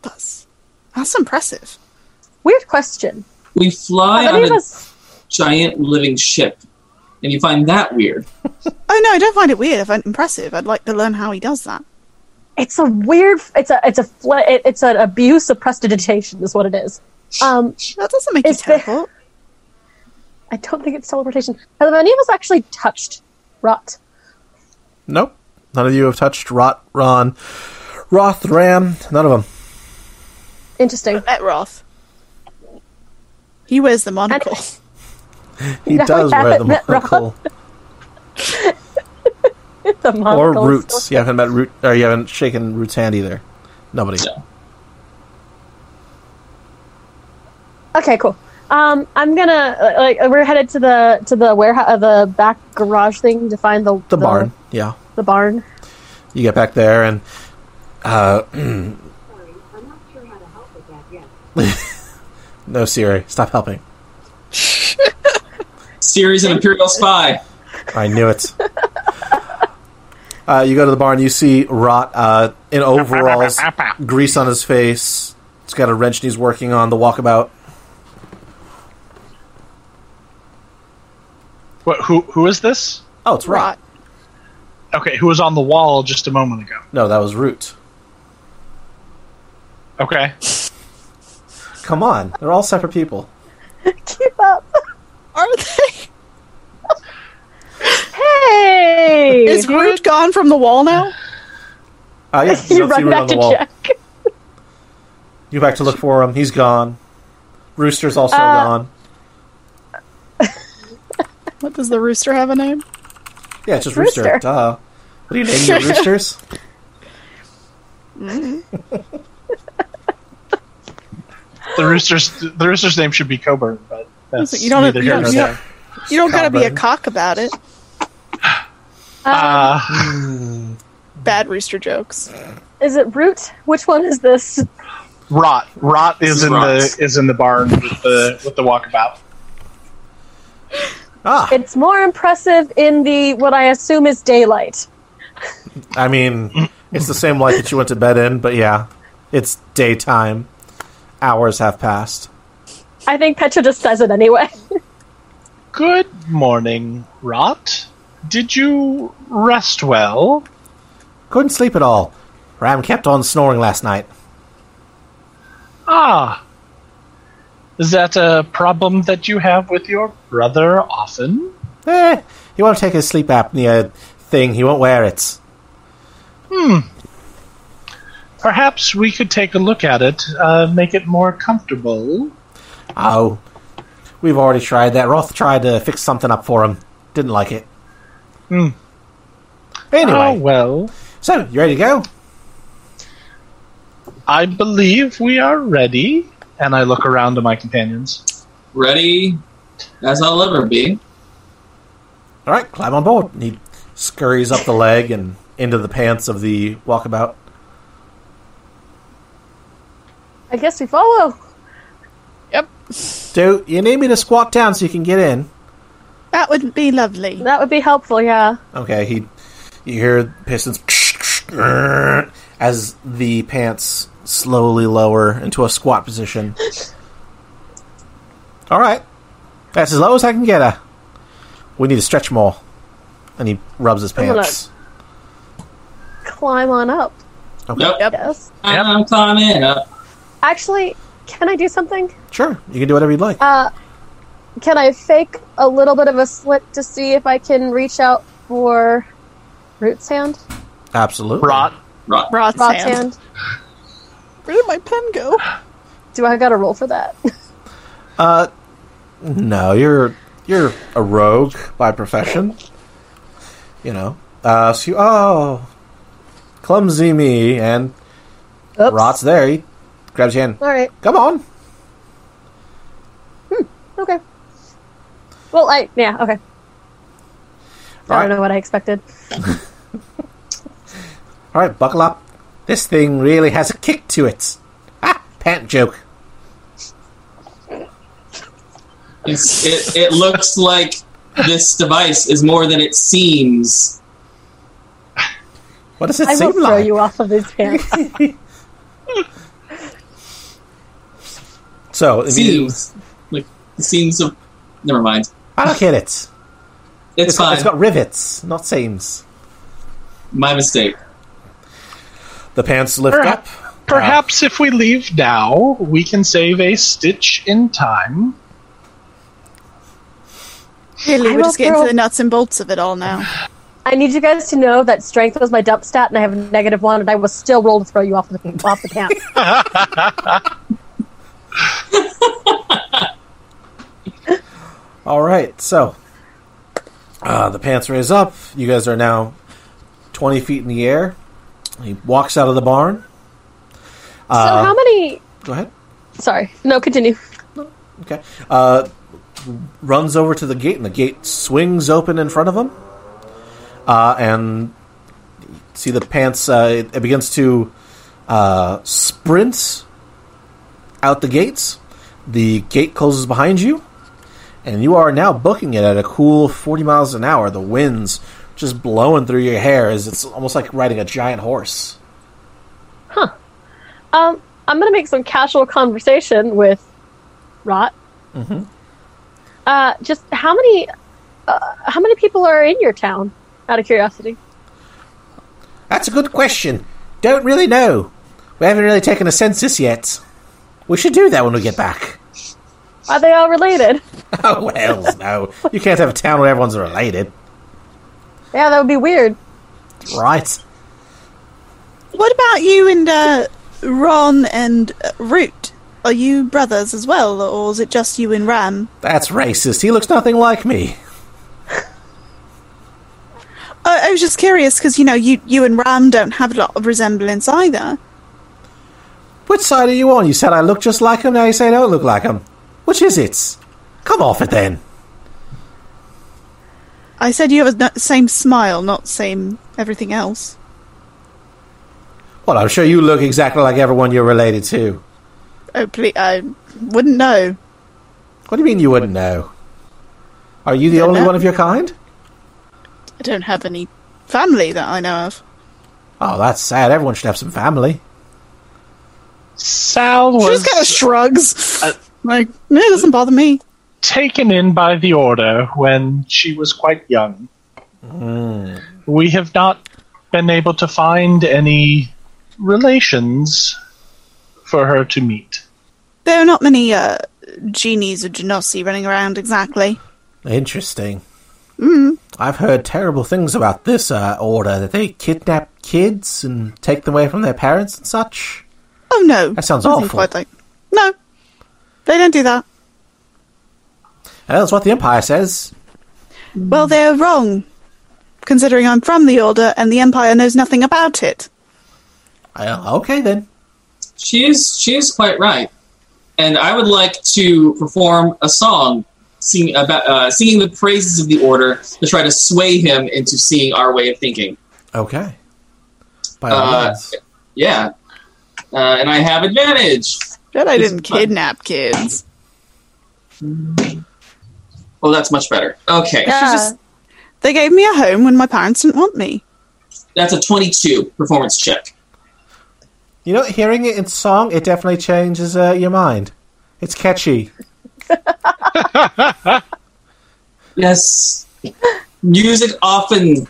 S4: That's that's impressive.
S3: Weird question.
S2: We fly
S3: How
S2: on
S3: many of
S2: a
S3: us?
S2: giant living ship, and you find that weird.
S4: Oh no, I don't find it weird. I find it impressive. I'd like to learn how he does that.
S3: It's a weird. It's a. It's a. fl- it- It's an abuse of prestidigitation. Is what it is. Um,
S4: That doesn't make you
S3: It's the-
S4: teleport.
S3: I don't think it's teleportation. Have any of us actually touched rot?
S5: Nope. None of you have touched Rot, Ron, Roth, Ram. None of them.
S3: Interesting.
S4: Met Roth. He wears the monocle.
S5: He
S3: No,
S5: does
S3: we
S5: wear the
S3: haven't met
S5: monocle.
S3: The
S5: Or
S3: monocle is
S5: Roots. You haven't met Root, or you haven't shaken Root's hand either. Nobody.
S2: No.
S3: Okay, cool. Um, I'm gonna uh, like we're headed to the to the warehouse, uh, the back garage thing to find the
S5: The barn. Yeah.
S3: The barn.
S5: You get back there and uh,
S7: Sorry, I'm not sure how to help with that yet.
S5: no Siri, stop helping.
S2: Series an Imperial spy.
S5: I knew it. uh, you go to the barn. You see Rot uh, in overalls, grease on his face. He's got a wrench and he's working on the walkabout.
S6: What, who who is this?
S5: Oh, it's Rot.
S4: Rot.
S6: Okay, who was on the wall just a moment ago?
S5: No, that was Root.
S6: Okay,
S5: Come on, they're all separate people.
S3: Keep up.
S4: Are they?
S3: Hey,
S4: Is Groot gone from the wall now?
S5: Uh, yeah, you
S3: you
S5: don't see
S3: run
S5: Root on
S3: back
S5: the
S3: to
S5: wall.
S3: check.
S5: You go back to look for him. He's gone. Rooster's also
S3: Uh,
S5: gone.
S4: What does the rooster have a name?
S5: Yeah, it's just Rooster.
S3: Rooster.
S5: Duh. What do you name your roosters?
S6: the rooster's the rooster's name should be Coburn, but that's
S4: You don't-
S6: neither
S4: you
S6: here
S4: don't-
S6: nor
S4: you
S6: there.
S4: don't- You don't gotta be a
S5: Coburn.
S4: cock about it.
S6: Uh,
S4: Bad rooster jokes.
S3: Is it root? Which one is this?
S6: rot, rot is in
S2: Rot.
S6: the is in the barn with the with the walkabout.
S5: Ah,
S3: It's more impressive in the what I assume is daylight.
S5: I mean, it's the same light that you went to bed in, but yeah, it's daytime. Hours have passed.
S3: I think Petra just says it anyway.
S6: Good morning, Rot. Did you rest well?
S5: Couldn't sleep at all. Ram kept on snoring last night.
S6: Ah, is that a problem that you have with your brother often?
S5: Eh, he won't take his sleep apnea thing. He won't wear it.
S6: Perhaps we could take a look at it, uh, make it more comfortable.
S5: Oh, we've already tried that. Roth tried to fix something up for him. Didn't like it.
S6: Hmm. Oh,
S5: Anyway,
S6: well.
S5: so you ready to go?
S6: I believe we are ready. And I look around to my companions.
S2: Ready as I'll ever be.
S5: All right, climb on board. And he scurries up the leg and into the pants of the walkabout.
S3: I guess we follow.
S4: Yep.
S5: Do you need me to squat down so you can get in?
S4: That would be lovely.
S3: That would be helpful. Yeah.
S5: Okay, he. You hear pistons as the pants slowly lower into a squat position. All right, that's as low as I can get her. We need to stretch more. And he rubs his
S3: gonna-
S5: pants.
S3: Climb on up.
S5: Okay,
S2: Yep.
S3: I
S4: Yep.
S3: guess.
S2: I'm climbing up.
S3: Actually, can I do something?
S5: sure. You can do whatever you'd like.
S3: Uh, can I fake a little bit of a slip to see if I can reach out for Root's hand?
S5: Absolutely.
S6: Rot,
S2: Right.
S4: Roth's
S3: Rod's
S4: hand.
S3: hand?
S4: Where did my pen go?
S3: Do I got to roll for that?
S5: Uh, No, you're You're a rogue by profession. You know. Uh, so you, oh, clumsy me, and
S3: Oops.
S5: Rot's there. He grabs your hand.
S3: All right.
S5: Come on.
S3: Okay. Well, I yeah. Okay. I
S5: Right.
S3: don't know what I expected.
S5: All right, buckle up. This thing really has a kick to it. Ah, pant joke.
S2: It's, it, it looks like this device is more than it seems.
S5: What does it
S3: I will
S5: seem
S3: throw
S5: like?
S3: you off of these pants.
S5: So, I mean,
S2: Seems like it seems of. Never mind.
S5: I don't get it. It's,
S2: It's,
S5: got,
S2: fine.
S5: it's got rivets, not seams.
S2: My mistake.
S5: The pants lift
S6: Perha-
S5: up.
S6: Perhaps if we leave now, we can save a stitch in time.
S4: Really,
S3: I
S4: we're
S3: will
S4: just getting
S3: throw-
S4: to the nuts and bolts of it all now.
S3: I need you guys to know that strength was my dump stat, and I have a negative one, and I was still rolled to throw you off the off the pants.
S5: Ah. All right, so uh, the pants raise up. You guys are now twenty feet in the air. He walks out of the barn.
S3: so how many?
S5: Go ahead.
S3: Sorry, no, continue.
S5: Okay. Uh, runs over to the gate, and the gate swings open in front of him. Uh, and you see the pants. Uh, it, it begins to uh, sprint out the gates. The gate closes behind you, and you are now booking it at a cool forty miles an hour. The winds just blowing through your hair as it's almost like riding a giant horse.
S3: Um, I'm gonna make some casual conversation with Rot.
S6: Mm-hmm.
S3: Uh, just how many? Uh, how many people are in your town? Out of curiosity.
S5: That's a good question. Don't really know. We haven't really taken a census yet. We should do that when we get back.
S3: Are they all related?
S5: Oh, hells no. You can't have a town where everyone's related.
S3: Yeah, that would be weird.
S5: Right.
S4: What about you and uh, Ron and uh, Root? Are you brothers as well, or is it just you and Ram?
S5: That's racist. He looks nothing like me.
S4: I, I was just curious because you know you you and Ram don't have a lot of resemblance either.
S5: Which side are you on? You said I look just like him, now you say I don't look like him. Which is it? Come off it then.
S4: I said you have the same smile, not same everything else.
S5: Well, I'm sure you look exactly like everyone you're related to.
S4: Oh, please, I wouldn't know.
S5: What do you mean you wouldn't know? Are you the
S4: Don't
S5: only
S4: know.
S5: one of your kind?
S4: I don't have any family that I know of.
S5: Oh, that's sad. Everyone should have some family.
S6: Sal
S4: She just
S6: was
S4: kind of shrugs.
S5: uh,
S4: like, no, it doesn't bother me.
S6: taken in by the order when she was quite young. We have not been able to find any relations for her to meet.
S4: There are not many uh, genies or genossi running around exactly.
S5: Interesting. Mm. I've heard terrible things about this uh, order that they kidnap kids and take them away from their parents and such.
S4: Oh no,
S5: That sounds
S4: Nothing
S5: awful.
S4: quite like- no, they don't do that.
S5: And that's what the Empire says.
S4: Well, they're wrong, considering I'm from the Order and the Empire knows nothing about it.
S5: Uh, okay then.
S2: She is she is quite right, and I would like to perform a song, sing about uh, singing the praises of the order to try to sway him into seeing our way of thinking.
S5: Okay. By all
S2: Uh,
S5: means.
S2: Yeah, uh, and I have advantage.
S4: But I didn't
S2: It's fun.
S4: kidnap kids.
S2: Well, Oh, that's much better. Okay,
S3: Yeah.
S4: just- They gave me a home when my parents didn't want me.
S2: that's a twenty-two performance check.
S5: You know, hearing it in song, it definitely changes uh, your mind. It's catchy.
S2: Yes, music often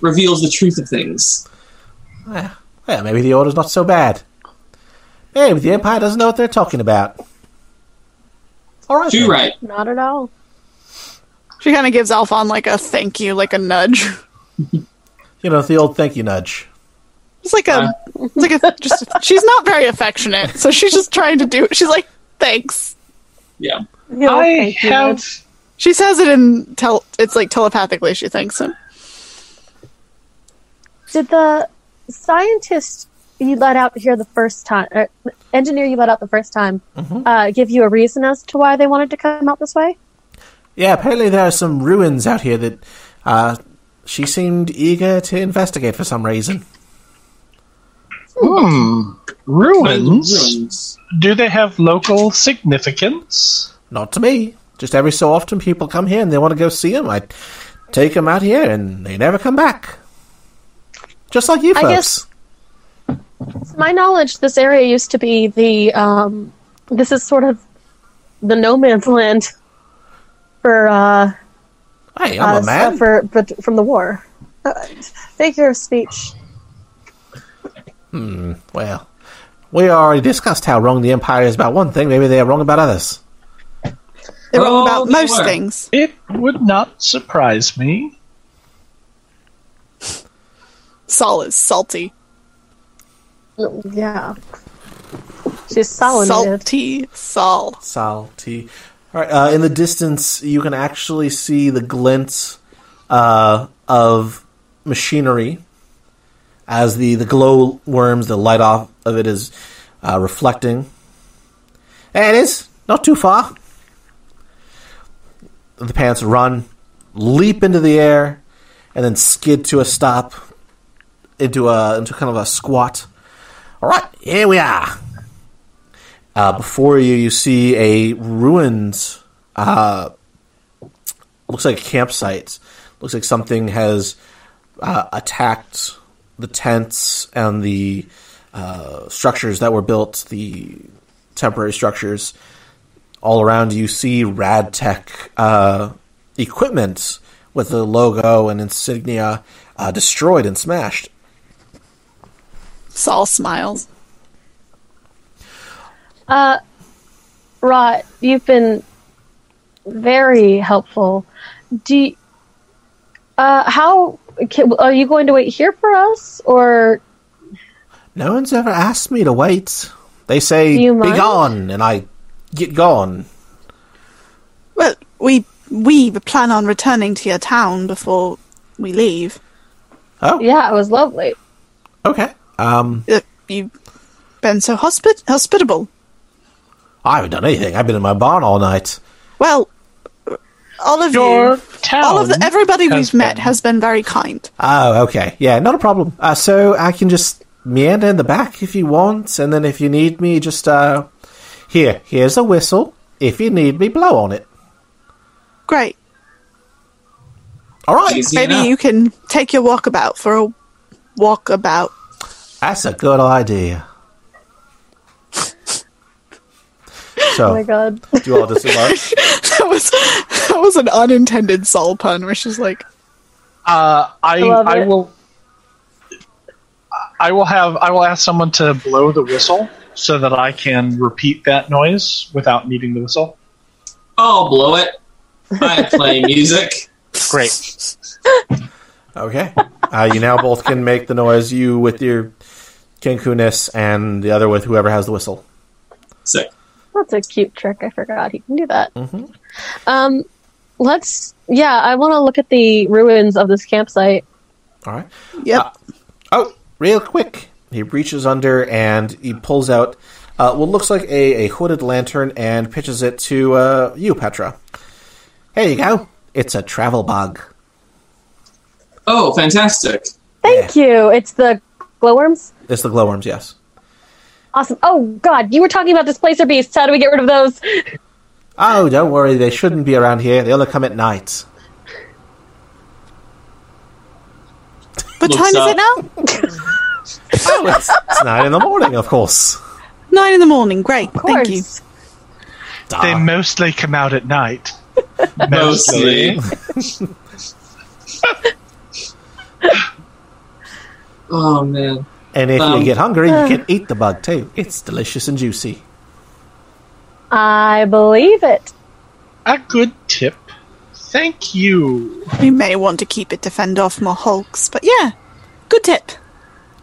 S2: reveals the truth of things.
S5: Well, maybe the order's not so bad. Maybe the Empire doesn't know what they're talking about. All right.
S2: Too
S5: then.
S2: right.
S3: Not at all.
S4: She kind of gives Alphon like a thank you, like a nudge.
S5: You know, the old thank you nudge.
S4: It's like a, it's like a, just, she's not very affectionate, so she's just trying to do, she's like, thanks.
S2: Yeah.
S3: You know,
S6: I
S3: thank you,
S6: have
S3: Nudge.
S4: She says it in tel- it's like telepathically she thanks him.
S3: Did the scientist you let out here the first time, or engineer you let out the first time,
S6: Mm-hmm.
S3: uh, give you a reason as to why they wanted to come out this way?
S5: Yeah, apparently there are some ruins out here that uh, she seemed eager to investigate for some reason.
S6: Ruins?
S2: Ruins.
S6: Do they have local significance?
S5: Not to me. Just every so often people come here and they want to go see them. I take them out here and they never come back. Just like you
S3: I
S5: folks.
S3: guess- To my knowledge, this area used to be the. Um, this is sort of the no man's land for uh,
S5: hey, I'm
S3: uh,
S5: a man.
S3: stuff for, but from the war. Uh, figure of speech.
S5: Well, we already discussed how wrong the Empire is about one thing. Maybe they are wrong about others.
S4: They're
S2: Oh,
S4: wrong about most
S2: sure.
S4: things.
S6: It would not surprise me.
S4: Saul is salty.
S3: Yeah. She's solid.
S4: Salty Saul.
S5: Salty. All right. Uh, in the distance, you can actually see the glints uh, of machinery as the the glow worms, the light off of it is uh, reflecting. There it is. Not too far. The pants run, leap into the air, and then skid to a stop into a into kind of a squat. All right, here we are. Uh, before you, you see a ruins. Uh, looks like a campsite. Looks like something has uh, attacked the tents and the uh, structures that were built, the temporary structures. All around you see rad tech uh, equipment with the logo and insignia uh, destroyed and smashed.
S4: Saul smiles.
S3: Rot, you've been very helpful. Do you, uh, how can, are you going to wait here for us, or
S5: No one's ever asked me to wait. They say,
S3: Do you
S5: be
S3: mind?
S5: gone, and I get gone.
S4: Well, we we plan on returning to your town before we leave.
S3: yeah, it was lovely.
S5: Okay. Um,
S4: Uh, You've been so hospi- hospitable.
S5: I haven't done anything. I've been in my barn all night.
S4: Well, all of
S6: Your
S4: you,
S6: town.
S4: all of the, everybody
S6: has
S4: we've met
S6: been-
S4: has been very kind.
S5: Oh, okay. Yeah, not a problem. Uh, so I can just meander in the back if you want, and then if you need me, just uh, here. Here's a whistle. If you need me, blow on it.
S4: Great.
S5: All right.
S2: Easy
S4: Maybe
S2: enough.
S4: you can take your walkabout for a walkabout.
S5: That's a good idea.
S3: Oh my
S5: So,
S3: god,
S5: do you all disembark?
S4: that was that was an unintended Saul pun where she's like,
S6: Uh, I,
S3: love
S6: I
S3: it.
S6: will. I will have. I will ask someone to blow the whistle so that I can repeat that noise without needing the whistle.
S2: I'll blow it. I play music.
S6: Great.
S5: Okay. Uh, you now both can make the noise, you with your kinkuness, and the other with whoever has the whistle.
S2: Sick.
S3: that's a cute trick. I forgot he can do that. Um, let's. Yeah, I want to look at the ruins of this campsite.
S5: All right.
S4: "Yep,
S5: Oh, real quick. He reaches under and he pulls out uh, what looks like a, a hooded lantern and pitches it to uh, you, Petra. Here you go. It's a travel bug.
S2: Oh, fantastic.
S3: Thank you. It's the glowworms.
S5: It's the glowworms, yes.
S3: Awesome. Oh god, you were talking about displacer beasts. How do we get rid of those?
S5: Oh, don't worry. They shouldn't be around here. They only come at night.
S4: what
S2: Looks
S4: time is
S2: up.
S4: it now?
S5: Oh, it's, it's nine in the morning, of course.
S4: Nine in the morning. Great,
S3: Of
S4: thank
S3: course.
S4: you.
S5: Duh.
S6: They mostly come out at night.
S2: Mostly. oh man.
S5: And if
S2: Um,
S5: you get hungry, you can eat the bug too. It's delicious and juicy.
S3: I believe it.
S6: A good tip. Thank you.
S4: We may want to keep it to fend off more hulks, but yeah, good tip.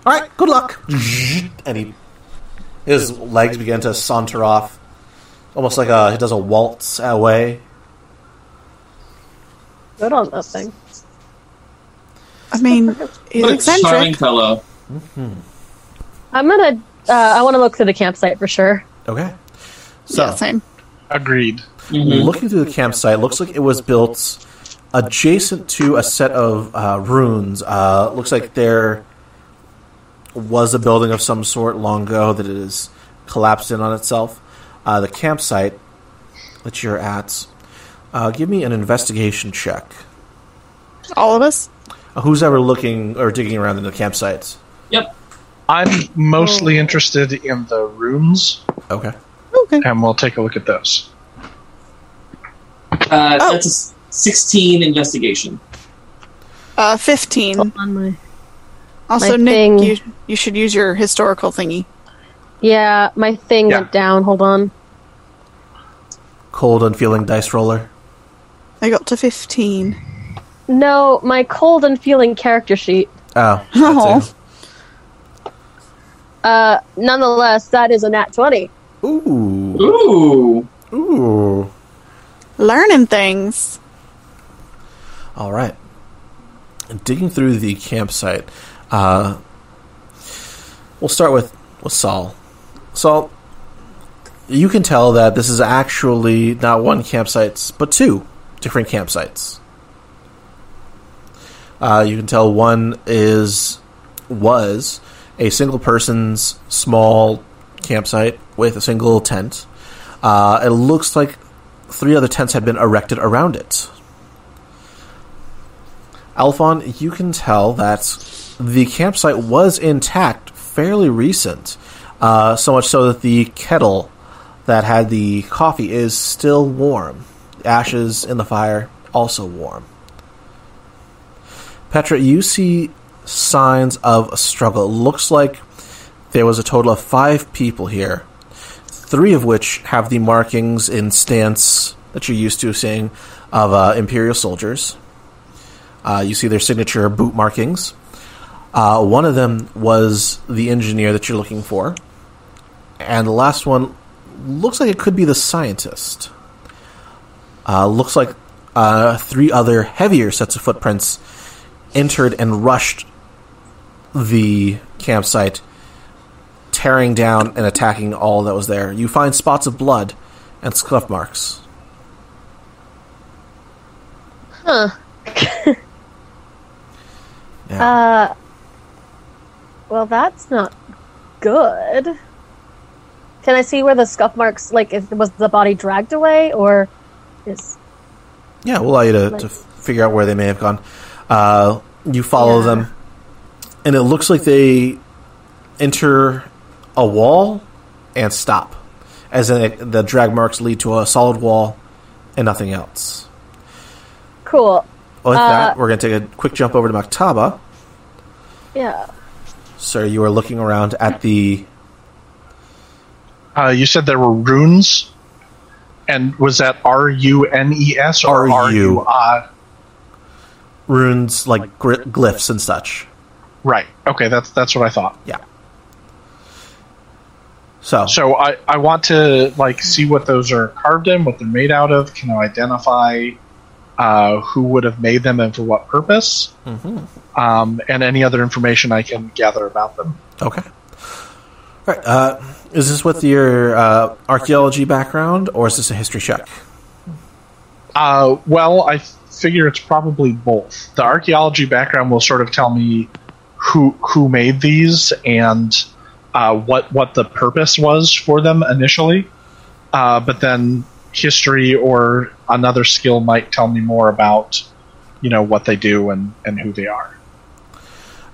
S5: All right, good luck. And he, his legs begin to saunter off, almost like a, he does a waltz away.
S3: good on that thing.
S4: I mean, he's
S2: What a charming
S4: eccentric.
S2: fellow.
S3: I'm gonna. Uh, I want to look through the campsite for sure.
S5: Okay. So,
S4: Yeah, same.
S6: Agreed.
S5: looking through the campsite, looks like it was built adjacent to a set of uh, ruins. Uh, looks like there was a building of some sort long ago that it has collapsed in on itself. Uh, the campsite that you're at, uh, give me an investigation check.
S4: All of us.
S5: Uh, who's ever looking or digging around in the campsites?
S2: Yep.
S6: I'm
S3: Oh.
S6: mostly interested in the rooms,
S5: Okay.
S4: Okay.
S6: and we'll take a look at those.
S2: Uh,
S4: Oh.
S2: That's a s- 16 investigation.
S4: Uh, fifteen.
S3: On my.
S4: Also,
S3: My
S4: Nick,
S3: thing-
S4: you you should use your historical thingy.
S3: Yeah, my thing
S6: Yeah.
S3: went down. Hold on.
S5: Cold, unfeeling dice roller.
S4: I got to fifteen.
S3: No, my cold and feeling character sheet.
S5: Oh. that
S4: Oh.
S5: too.
S3: Uh, nonetheless, that is a nat twenty.
S5: Ooh.
S2: Ooh.
S5: Ooh.
S4: Learning things.
S5: All right. Digging through the campsite, uh, we'll start with with Saul. Saul, you can tell that this is actually not one campsite, but two different campsites. Uh, you can tell one is was a single person's small campsite with a single tent. Uh, it looks like three other tents had been erected around it. Alphon, you can tell that the campsite was intact, fairly recent. Uh, so much so that the kettle that had the coffee is still warm. Ashes in the fire, also warm. Petra, you see signs of a struggle. It looks like there was a total of five people here, three of which have the markings in stance that you're used to seeing of uh, Imperial soldiers. Uh, you see their signature boot markings. Uh, one of them was the engineer that you're looking for. And the last one looks like it could be the scientist. Uh, looks like uh, three other heavier sets of footprints entered and rushed the campsite, tearing down and attacking all that was there. You find spots of blood and scuff marks. Huh. yeah.
S3: Uh, well, that's not good. Can I see where the scuff marks? Like, if, was the body dragged away, or is
S5: Yeah, we'll allow you to,
S3: Like-
S5: to figure out where they may have gone. Uh, you follow
S3: Yeah.
S5: them, and it looks like they enter a wall and stop, as in it, the drag marks lead to a solid wall and nothing else.
S3: cool?
S5: With
S3: Uh,
S5: that, we're going to take a quick jump over to Maktaba.
S3: Yeah.
S5: Sir, you are looking around at the.
S6: Uh, you said there were runes, and was that R U N E S or
S5: R
S6: R
S5: U.
S6: U I?
S5: Runes like gri- glyphs and such.
S6: Right. Okay, that's that's what I thought.
S5: Yeah. So,
S6: So I, I want to like see what those are carved in, what they're made out of. Can I identify uh, who would have made them and for what purpose? Mm-hmm. Um, and any other information I can gather about them.
S5: Okay. All right. Uh, is this with your uh, archaeology background, or is this a history check?
S6: Uh, well, I figure it's probably both. The archaeology background will sort of tell me who who made these and uh, what what the purpose was for them initially. Uh, but then history or another skill might tell me more about you know what they do and, and who they are.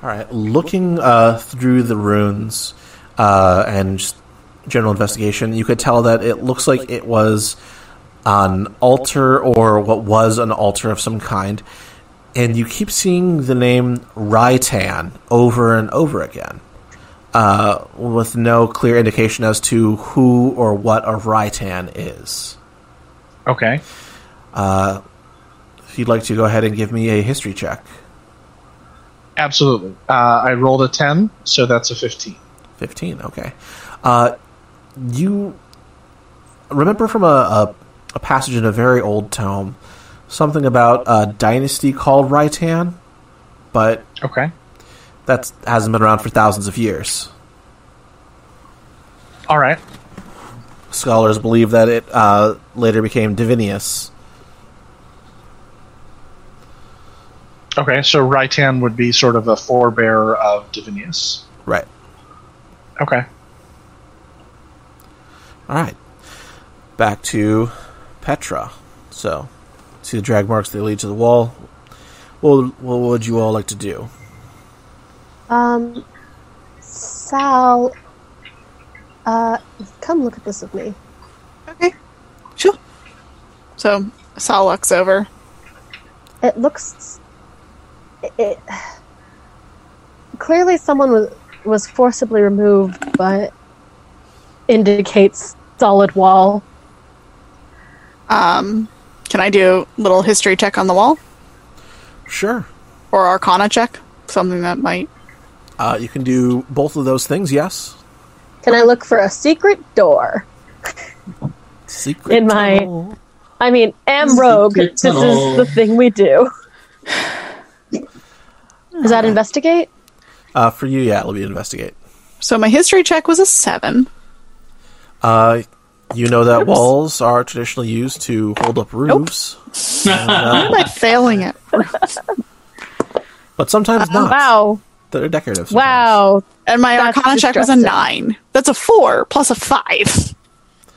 S5: All right. Looking uh, through the runes uh, and just general investigation, you could tell that it looks like it was an altar or what was an altar of some kind. And you keep seeing the name Raitan over and over again, uh, with no clear indication as to who or what a Raitan is.
S6: Okay.
S5: If you'd like to go ahead and give me a history check.
S6: Absolutely. Uh, I rolled a ten, so that's a fifteen.
S5: 15, okay. Uh, you remember from a, a, a passage in a very old tome something about a dynasty called Raitan, but
S6: Okay.
S5: that hasn't been around for thousands of years.
S6: All right.
S5: Scholars believe that it uh, later became Divinius.
S6: Okay. So Raitan would be sort of a forebearer of Divinius.
S5: Right.
S6: Okay.
S5: All right. Back to Petra. So, see the drag marks they lead to the wall. What would, what would you all like to do?
S3: Um, Sal, uh, come look at this with me.
S4: Okay. Sure. So Sal walks over.
S3: It looks. It, it clearly someone was was forcibly removed, but indicates solid wall.
S4: Um, can I do a little history check on the wall
S5: Sure.
S4: or Arcana check? Something that might.
S5: Uh, you can do both of those things, yes.
S3: Can I look for a secret door?
S5: Secret.
S3: In my-
S5: tunnel.
S3: I mean, am rogue.
S2: Secret
S3: This is
S2: tunnel.
S3: the thing we do. Is that investigate?
S5: Uh, for you, yeah, it'll be investigate.
S4: So my history check was a seven.
S5: Uh, you know that walls are traditionally used to hold up roofs,
S4: Why am I failing it?
S5: but sometimes
S3: Oh,
S5: not.
S3: Uh, Wow!
S5: They're decorative. sometimes.
S3: Wow!
S4: And my
S3: That's
S4: Arcana check was a
S3: distressing.
S4: nine. That's a four plus a five.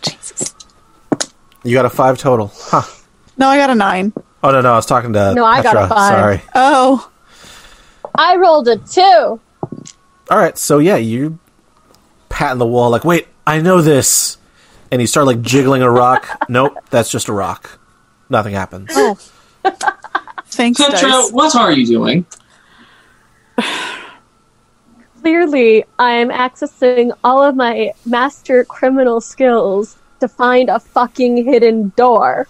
S4: Jesus.
S5: You got a five total. Huh.
S4: No, I got a nine.
S5: Oh no, no, I was talking to
S3: No, I got a
S5: Petra,
S3: five.
S5: Sorry.
S4: Oh,
S3: I rolled a two.
S5: All right, so yeah, you patting the wall like, wait, I know this, and you start like jiggling a rock. nope, that's just a rock. Nothing happens.
S3: Oh.
S4: thanks,
S2: Petra,
S4: dice.
S2: what are you doing?
S3: Clearly, I'm accessing all of my master criminal skills to find a fucking hidden door.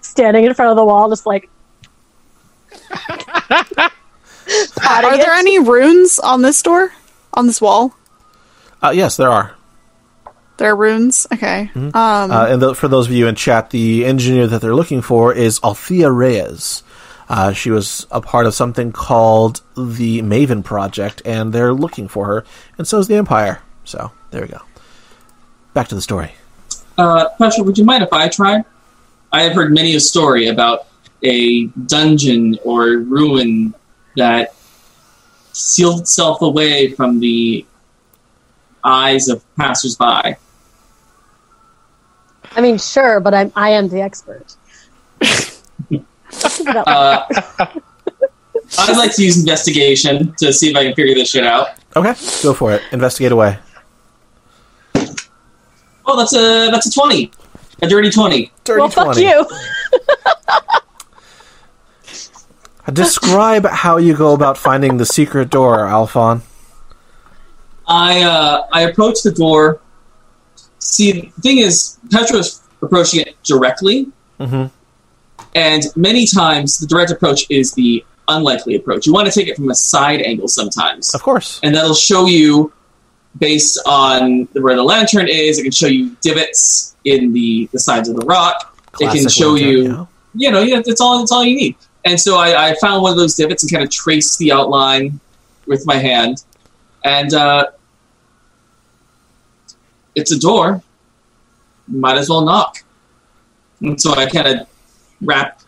S3: Standing in front of the wall, just like
S4: Are there any runes on this door? On this wall?
S5: Uh, yes, there are.
S4: There are runes. Okay. Um,
S5: Uh, and tho- for those of you in chat, the engineer that they're looking for is Althea Reyes. Uh, she was a part of something called the Maven Project, and they're looking for her, and so is the Empire. So there we go. Back to the story.
S2: Uh, Petra, would you mind if I tried? I have heard many a story about a dungeon or a ruin that sealed itself away from the eyes of passersby.
S3: I mean, sure, but I'm I am the expert.
S2: Uh, I'd like to use investigation to see if I can figure this shit out.
S5: Okay, go for it. Investigate away.
S2: Oh, that's a that's a twenty, a dirty twenty.
S5: Dirty
S3: well, fuck
S5: 20.
S3: you.
S5: Uh, Describe how you go about finding the secret door, Alphon.
S2: I uh, I approach the door. See, the thing is, Petra's approaching it directly, Mm-hmm.
S5: Mhm.
S2: and many times the direct approach is the unlikely approach. You want to take it from a side angle sometimes,
S5: Of course.
S2: and that'll show you based on where the lantern is. It can show you divots in the the sides of the rock. it can
S5: Classic
S2: show
S5: lantern,
S2: you
S5: yeah.
S2: you know, yeah, that's all. That's all you need. And so I, I found one of those divots and kind of traced the outline with my hand, and uh, it's a door. Might as well knock. And so I kind of rap,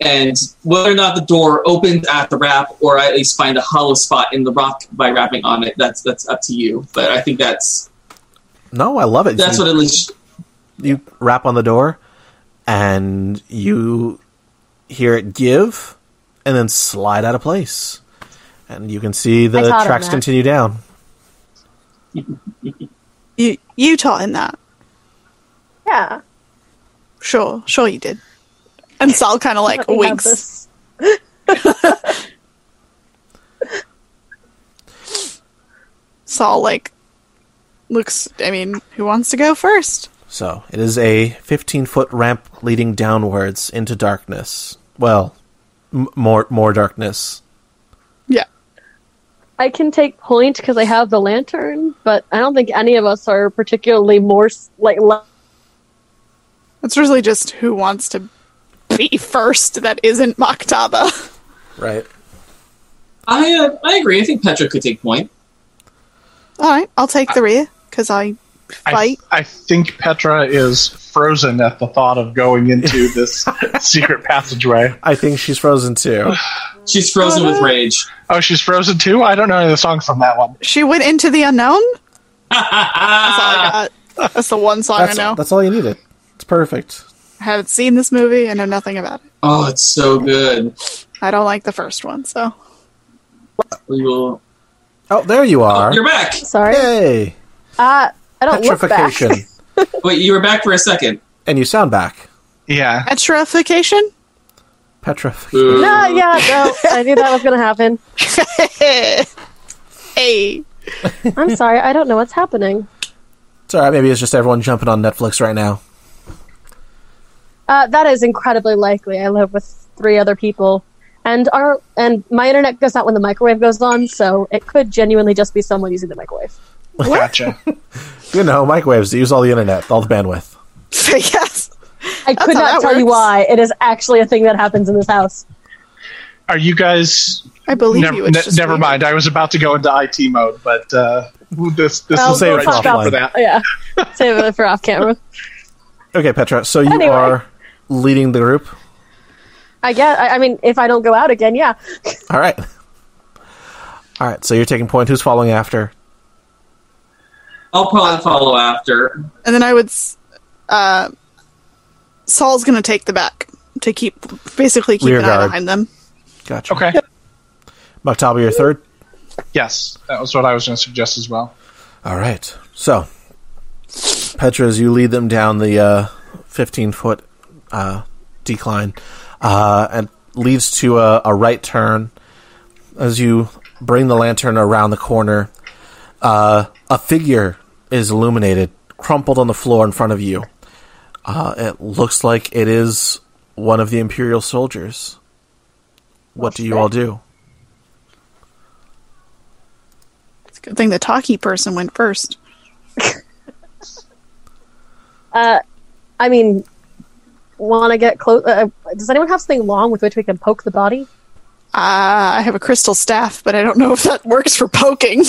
S2: and whether or not the door opens at the rap, or I at least find a hollow spot in the rock by rapping on it, that's that's up to you. But I think that's
S5: No, I love it.
S2: that's
S5: you,
S2: what at least
S5: you rap on the door, and you hear it give, and then slide out of place, and you can see the
S3: I taught him
S5: tracks
S3: that.
S5: continue down.
S4: you you taught him that.
S3: Yeah.
S4: Sure, sure you did. And Sal kind of like
S3: Let me have
S4: winks.
S3: this.
S4: Sal like looks. I mean, who wants to go first?
S5: So it is a 15 foot ramp leading downwards into darkness. Well, m- more more darkness.
S4: Yeah.
S3: I can take point because I have the lantern, but I don't think any of us are particularly more s- like. le-
S4: It's really just who wants to be first that isn't Maktaba.
S5: Right.
S2: I uh, I agree. I think Petra could take point.
S4: All right, I'll take the rear because I
S6: I,
S4: fight.
S6: I think Petra is frozen at the thought of going into this secret passageway.
S5: I think she's frozen too.
S2: She's frozen with rage.
S6: Oh, she's frozen too? I don't know any of the songs from that one.
S4: she went into the unknown. That's all I got. That's the one song
S5: That's,
S4: I know.
S5: that's all you needed. It's perfect.
S4: I haven't seen this movie. I know nothing about it.
S2: Oh, it's so good.
S4: I don't like the first one, so
S2: We will.
S5: Oh, there you are.
S2: You're back.
S3: Sorry.
S5: Hey,
S3: Uh, I don't look back.
S5: petrification,
S2: Wait, you were back for a second.
S5: and you sound back.
S6: Yeah.
S4: petrification.
S5: Petrification.
S2: Boo.
S3: no, yeah, no. I knew that was going to happen.
S4: hey,
S3: I'm sorry. I don't know what's happening.
S5: It's all right. Maybe it's just everyone jumping on Netflix right now.
S3: Uh, that is incredibly likely. I live with three other people, and our and my internet goes out when the microwave goes on, so it could genuinely just be someone using the microwave.
S6: Gotcha.
S5: You know, microwaves. They use all the internet, all the bandwidth.
S4: yes.
S3: I could
S4: how that
S3: not tell you
S4: works.
S3: why. It is actually a thing that happens in this house.
S6: Are you guys.
S4: I believe
S6: Never,
S4: you.
S6: ne-
S4: It's just
S6: never
S4: weird.
S6: mind. I was about to go into IT mode, but uh, this, this
S3: Well,
S6: is
S5: save
S6: the
S5: it
S6: right
S5: for
S6: spot
S5: offline.
S6: for that.
S3: Yeah, save it for off camera.
S5: Okay, Petra. So you
S3: Anyway.
S5: are leading the group.
S3: I guess. I, I mean, if I don't go out again, yeah.
S5: All right. All right. So you're taking point. Who's following after?
S2: I'll probably follow after.
S4: And then I would. s- Uh, Saul's gonna take the back to keep basically keep
S5: Rear
S4: an eye
S5: guard.
S4: behind them.
S5: Gotcha.
S6: Okay.
S5: Maktaba, you're third.
S6: Yes, that was what I was going to suggest as well.
S5: All right. So, Petra, as you lead them down the uh, 15 foot uh, decline uh, and leads to a, a right turn, as you bring the lantern around the corner, uh, a figure is illuminated, crumpled on the floor in front of you. Uh, it looks like it is one of the Imperial soldiers. What do you all do?
S4: It's a good thing the talkie person went first.
S3: I mean, want to get close? Uh, does anyone have something long with which we can poke the body?
S4: Uh, I have a crystal staff, but I don't know if that works for poking.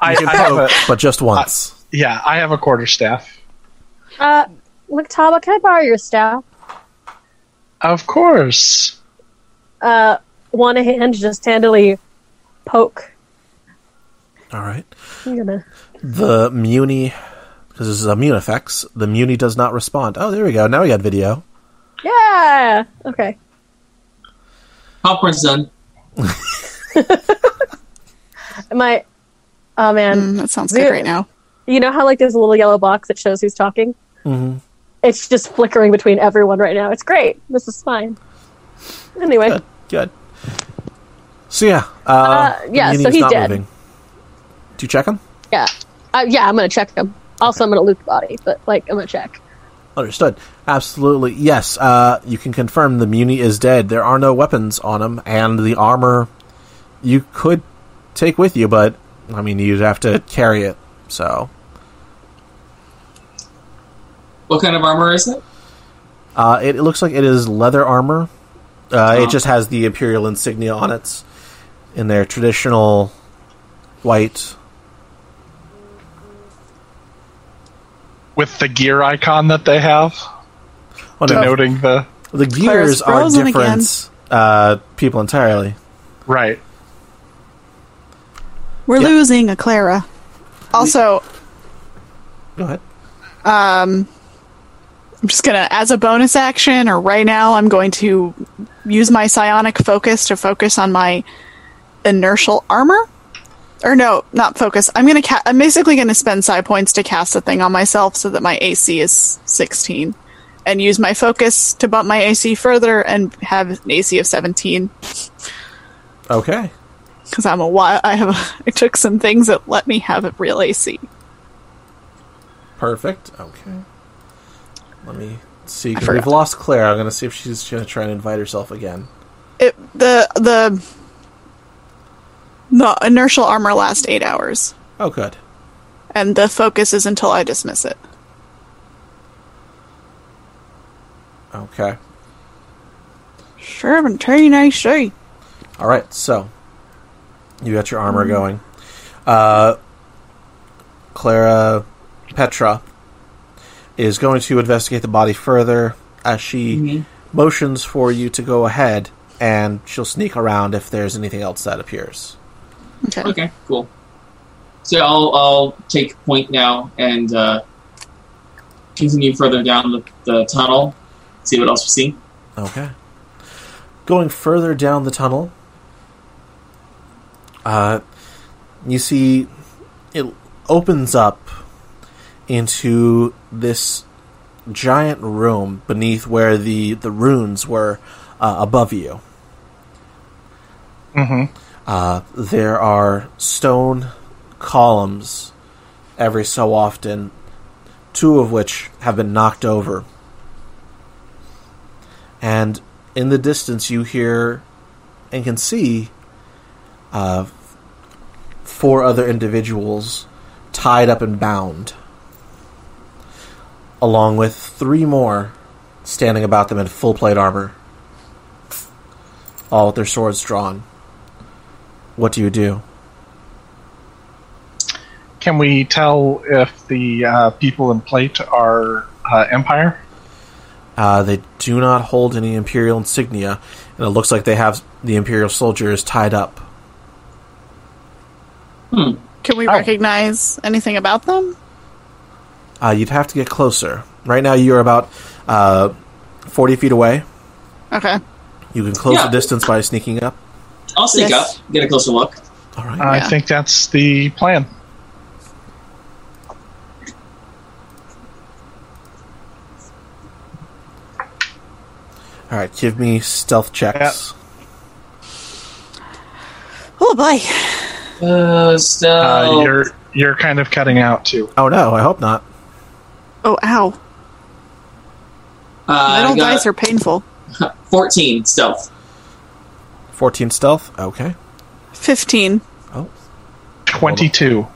S6: I,
S5: You can
S6: I have a,
S5: poke, but just once.
S6: yeah, I have a quarter staff.
S3: Uh, Mactaba, can I borrow your staff?
S6: Of course.
S3: Uh, want to hand just handily poke?
S5: all right.
S3: I'm gonna.
S5: The Muni, because this is a Mune effects, the Muni does not respond. Oh, there we go. Now we got video.
S3: Yeah. Okay.
S2: Popcorn's done.
S3: My. Oh man.
S4: Mm, that sounds good
S3: Dude.
S4: right now.
S3: You know how like there's a little yellow box that shows who's talking? Mm-hmm. It's just flickering between everyone right now. It's great. This is fine. Anyway,
S5: Good. Good. So yeah, uh,
S3: Uh, yeah,
S5: the Muni
S3: so
S5: is
S3: he's
S5: not
S3: dead.
S5: moving. Do you check him?
S3: yeah, uh, yeah. I'm gonna check them. Also, I'm gonna loot the body, but like I'm gonna check.
S5: Understood. Absolutely. Yes. Uh, you can confirm the Muni is dead. There are no weapons on him, and the armor you could take with you, but I mean you'd have to carry it. So
S2: What kind of armor is it?
S5: Uh, it, it looks like it is leather armor. Uh,
S2: Oh.
S5: It just has the imperial insignia on it, in their traditional white.
S6: With the gear icon that they have,
S5: Oh, no.
S6: denoting the.
S5: The gears are
S4: frozen
S5: different uh, people entirely.
S6: Right.
S4: We're
S5: Yeah.
S4: losing a Clara. Also,
S5: Go ahead.
S4: I'm just gonna, as a bonus action, or right now, I'm going to use my psionic focus to focus on my inertial armor. Or no, not focus. I'm gonna. Ca- I'm basically gonna spend psi points to cast a thing on myself so that my AC is 16, and use my focus to bump my AC further and have an AC of 17
S5: Okay.
S4: because I'm a wild. I have. A, I took some things that let me have a real AC.
S5: Perfect. Okay. Let me see. 'cause
S4: forgot.
S5: We've lost Claire. I'm going to see if she's going to try and invite herself again.
S4: it the the the inertial armor lasts eight hours,
S5: Oh, good.
S4: and the focus is until I dismiss it.
S5: Okay.
S4: Seventeen AC.
S5: All right, so you got your armor going. Uh, Clara Petra is going to investigate the body further as she motions for you to go ahead, and she'll sneak around if there's anything else that appears.
S4: Okay.
S2: Okay, cool. So I'll I'll take point now and uh, continue further down the, the tunnel. See what else we see.
S5: Okay. Going further down the tunnel, uh, you see it opens up into this giant room beneath where the, the runes were uh, above you.
S6: Mm-hmm.
S5: Uh, there are stone columns every so often, two of which have been knocked over. And in the distance, you hear and can see uh, four other individuals tied up and bound, along with three more standing about them in full plate armor, all with their swords drawn. What do you do?
S6: Can we tell if the uh, people in plate are uh, Empire?
S5: Uh, they do not hold any Imperial insignia, and it looks like they have the Imperial soldiers tied up.
S4: Can we
S6: Oh.
S4: recognize anything about them?
S5: Uh, you'd have to get closer. Right now, you're about uh, 40 feet away.
S4: Okay.
S5: You can close
S2: Yeah.
S5: the distance by sneaking up.
S2: I'll sneak
S4: Yes.
S2: up, get a closer look.
S5: All right.
S6: I
S4: Yeah.
S6: think that's the plan.
S5: All right. Give me stealth checks.
S4: Oh boy.
S2: Uh,
S6: Uh,
S2: stealth.
S6: you're you're kind of cutting out too.
S5: Oh, no. I hope not.
S4: Oh ow.
S2: Uh, I
S4: Metal
S2: got
S4: dice are painful.
S2: 14 stealth.
S5: 14 stealth. Okay.
S4: Fifteen.
S5: Oh,
S6: Twenty-two.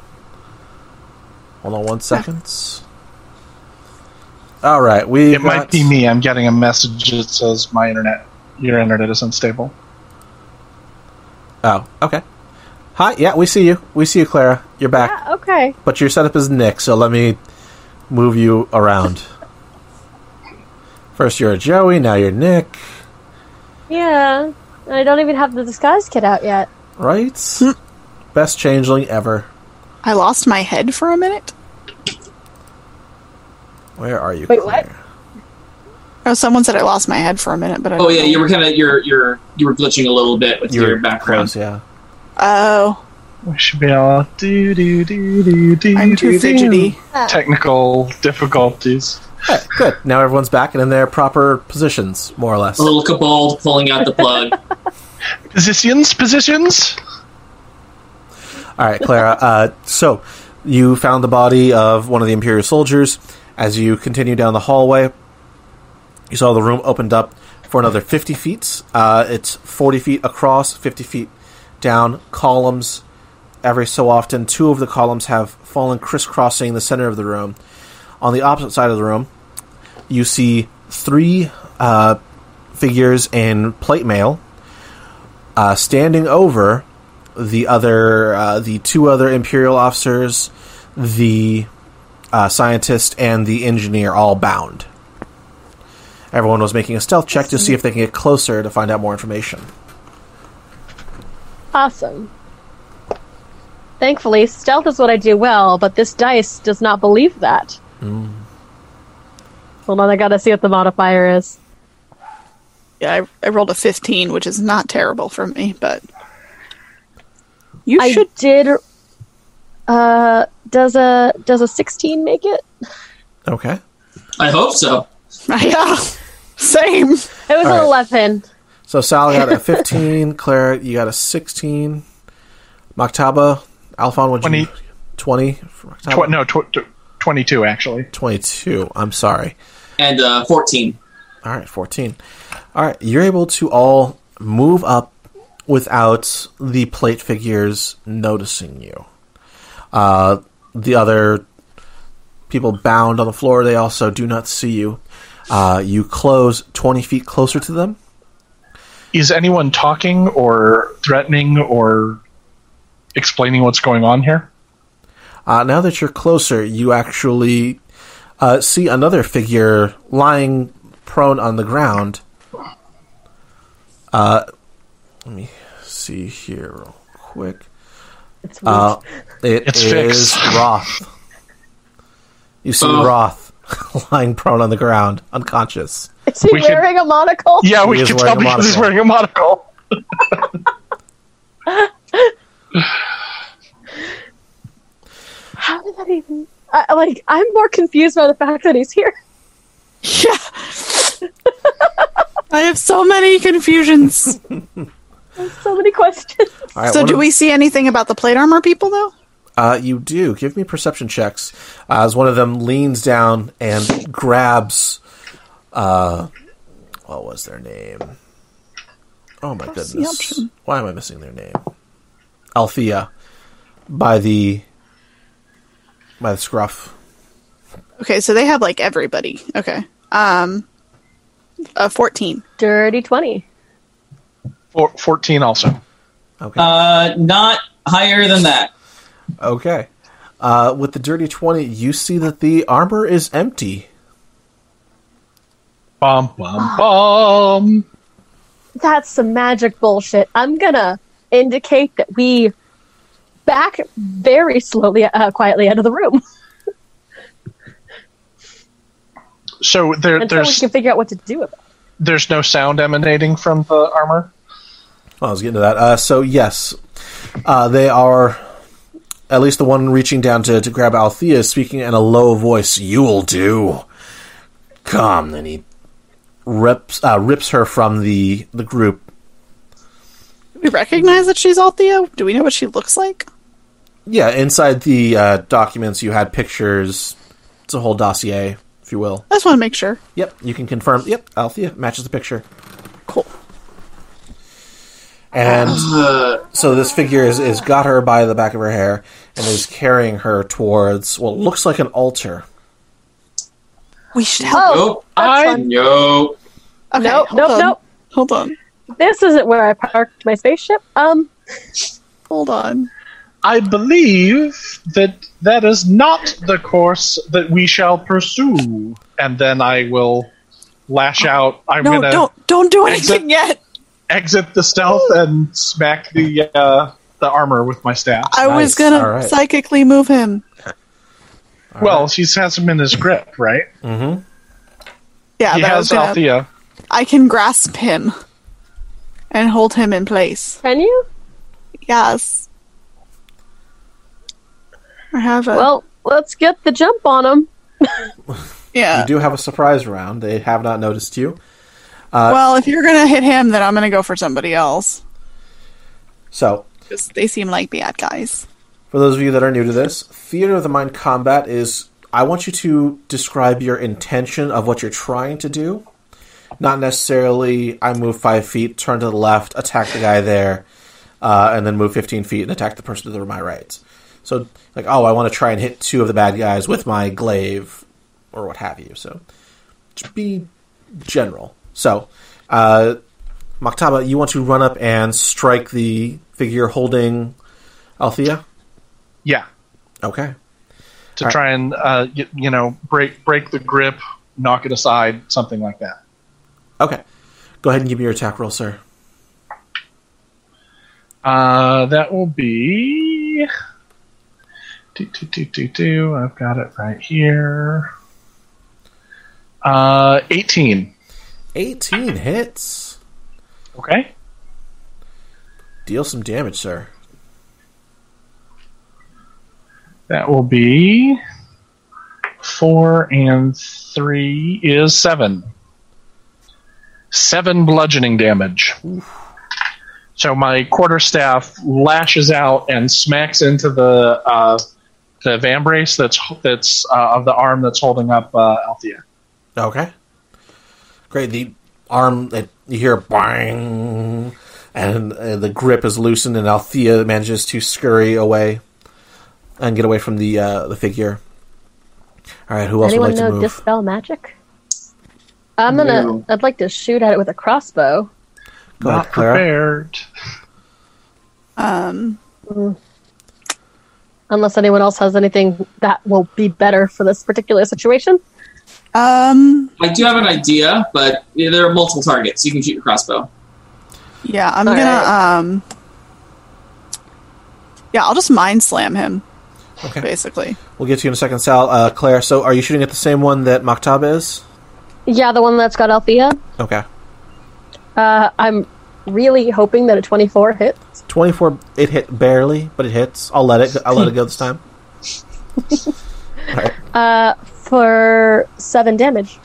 S5: hold on one second. All right. We
S6: It might be me. I'm getting a message that says my internet, your internet is unstable.
S5: Oh, okay. Hi. Yeah, we see you. We see you, Clara. You're back.
S3: Ah, okay.
S5: But your setup is Nick, so let me move you around. First you're a Joey, now you're Nick,
S3: Yeah. And I don't even have the disguise kit out yet.
S5: right? Best changeling ever.
S4: I lost my head for a minute.
S5: Where are you?
S3: Wait, what?
S5: Claire?
S4: Oh, someone said I lost my head for a minute, but I
S2: Oh
S4: don't
S2: yeah,
S4: know.
S2: you were kind of you're you're you were glitching a little bit with
S5: You're
S2: your background.
S5: close, yeah.
S4: Oh,
S6: We should be all do do do do do.
S4: I'm too
S6: do,
S4: fidgety.
S6: do. Technical difficulties.
S5: Alright, good. Now everyone's back and in their proper positions, more or less.
S2: A little kobold pulling out the plug.
S6: Positions, positions.
S5: All right, Clara. Uh, so you found the body of one of the Imperial soldiers. As you continue down the hallway, you saw the room opened up for another 50 feet. Uh, it's 40 feet across, 50 feet down, columns. Every so often, two of the columns have fallen crisscrossing the center of the room. On the opposite side of the room, you see three uh, figures in plate mail uh, standing over the other uh, the two other imperial officers the uh, scientist and the engineer all bound everyone was making a stealth check to see if they can get closer to find out more information
S3: Awesome. Thankfully, stealth is what I do well, but this dice does not believe that. Hold on, I gotta see what the modifier is.
S4: Yeah, I, I rolled a 15, which is not terrible for me, but you
S3: I
S4: should.
S3: did. Uh, does a does a sixteen make it?
S5: okay
S2: I hope so.
S4: Yeah, same.
S3: It was
S5: All right.
S3: an eleven.
S5: so sal got a 15 claire you got a 16 maktaba alphon would you 20
S6: Twenty.
S5: for Maktaba?
S6: Tw- no, tw- tw- twenty-two actually.
S5: 22 i'm sorry
S2: And uh, 14.
S5: All right, 14. All right, you're able to all move up without the plate figures noticing you. Uh, the other people bound on the floor, they also do not see you. Uh, you close 20 feet closer to them,
S6: Is anyone talking or threatening or explaining what's going on here?
S5: Uh, now that you're closer, you actually uh, see another figure lying prone on the ground. Uh, let me see here real quick.
S8: It's weird.
S5: Uh, it
S6: It's
S5: is
S6: fixed.
S5: Roth. You see
S2: Oh.
S5: Roth lying prone on the ground, unconscious.
S3: Is he
S6: We should-
S3: wearing a monocle?
S6: Yeah,
S5: He
S6: we
S5: is
S6: can
S5: wearing
S6: tell
S5: a
S6: because he's
S5: monocle.
S6: wearing a monocle.
S3: How did that even? I, like, I'm more confused by the fact that he's here.
S4: Yeah. I have so many confusions.
S3: So many questions.
S5: All right,
S4: so,
S5: one
S4: do
S5: of-
S4: we see anything about the plate armor people, though?
S5: Uh, you do. Give me perception checks uh, as one of them leans down and grabs. Uh, what was their name? Oh my
S4: That's the
S5: goodness!
S4: option.
S5: Why am I missing their name? Althea, by the by the scruff.
S4: Okay, so they have like everybody. Okay. Um, uh, 14.
S3: Dirty twenty.
S6: Four, 14 also.
S5: Okay.
S2: Uh, not higher than that.
S5: okay. Uh, with the dirty twenty, you see that the armor is empty.
S6: Bum, bum, bum.
S3: That's some magic bullshit. I'm gonna indicate that we back very slowly, uh, quietly out of the room
S6: So there,
S3: until we
S6: there's
S3: can figure out what to do about. it.
S6: there's no sound emanating from the armor.
S5: Well, I was getting to that. Uh, so yes, uh, they are. At least the one reaching down to, to grab Althea is speaking in a low voice. You'll do. Come, and he rips uh, rips her from the the group.
S4: Do we recognize that she's Althea? Do we know what she looks like?
S5: Yeah, inside the uh, documents you had pictures. It's a whole dossier, if you will.
S4: I just want to make sure.
S5: Yep, you can confirm. Yep, Althea matches the picture.
S4: Cool.
S5: And
S2: Uh,
S5: so this figure is, is got her by the back of her hair and is carrying her towards what looks like an altar.
S4: We should help.
S3: Oh
S2: nope.
S6: I
S2: Nope.
S4: Okay,
S3: no,
S4: hold
S3: nope,
S4: on.
S3: nope.
S4: Hold on.
S3: This isn't where I parked my spaceship. Um,
S4: Hold on.
S6: I believe that that is not the course that we shall pursue. And then I will lash out. I'm
S4: No,
S6: gonna
S4: don't don't do
S6: Exit.
S4: anything yet.
S6: exit the stealth and smack the uh, the armor with my staff.
S4: I was
S5: Nice.
S4: gonna
S5: All right.
S4: psychically move him.
S6: well, he has him in his grip, right?
S4: Yeah,
S6: he
S4: but I was
S6: has
S4: gonna-
S6: Althea.
S4: I can grasp him and hold him in place.
S3: can you?
S4: Yes. I have a
S3: Well, let's get the jump on him.
S4: yeah. Uh,
S5: You do have a surprise round. They have not noticed you.
S4: well, if you're gonna hit him, then I'm gonna go for somebody else.
S5: So,
S4: 'Cause they seem like bad guys.
S5: for those of you that are new to this, theater of the mind combat is I want you to describe your intention of what you're trying to do. Not necessarily, I move five feet, turn to the left, attack the guy there, uh, and then move 15 feet and attack the person to my right. So, like, oh, I want to try and hit two of the bad guys with my glaive or what have you. So, just be general. So, uh, Maktaba, you want to run up and strike the figure holding Althea?
S6: Yeah,
S5: Okay.
S6: to
S5: Alright.
S6: try and uh, y- you know break break the grip, knock it aside, something like that.
S5: Okay. Go ahead and give me your attack roll, sir.
S6: Uh, that will be. Do, do, do, do, do. I've got it right here. Uh, 18.
S5: 18 hits.
S6: Okay.
S5: Deal some damage, sir.
S6: That will be. 4 and 3 is 7. 7 bludgeoning damage. So my quarterstaff lashes out and smacks into the uh, the van brace that's that's uh, of the arm that's holding up uh, Althea.
S5: Okay. Great. The arm, it, you hear a bang, and uh, the grip is loosened, and Althea manages to scurry away and get away from the uh, the figure. All right, who else
S3: Anyone
S5: would like
S3: know
S5: to move?
S3: dispel magic? I'm gonna.
S2: No.
S3: I'd like to shoot at it with a crossbow.
S5: Go
S6: Not
S5: ahead, Clara.
S6: prepared.
S4: Um,
S3: Unless anyone else has anything that will be better for this particular situation.
S4: um,
S2: I do have an idea, but yeah, there are multiple targets. You can shoot your crossbow.
S4: yeah, I'm
S3: All
S4: gonna,
S3: right.
S4: um, yeah, I'll just mind slam him,
S5: Okay.
S4: basically.
S5: We'll get to you in a second, Sal. Uh, Claire, so are you shooting at the same one that Maktab is?
S3: Yeah, the one that's got Althea.
S5: Okay.
S3: Uh, I'm really hoping that a 24 hits.
S5: 24, it hit barely, but it hits. I'll let it I'll let it go this time. All right.
S3: Uh, for seven damage.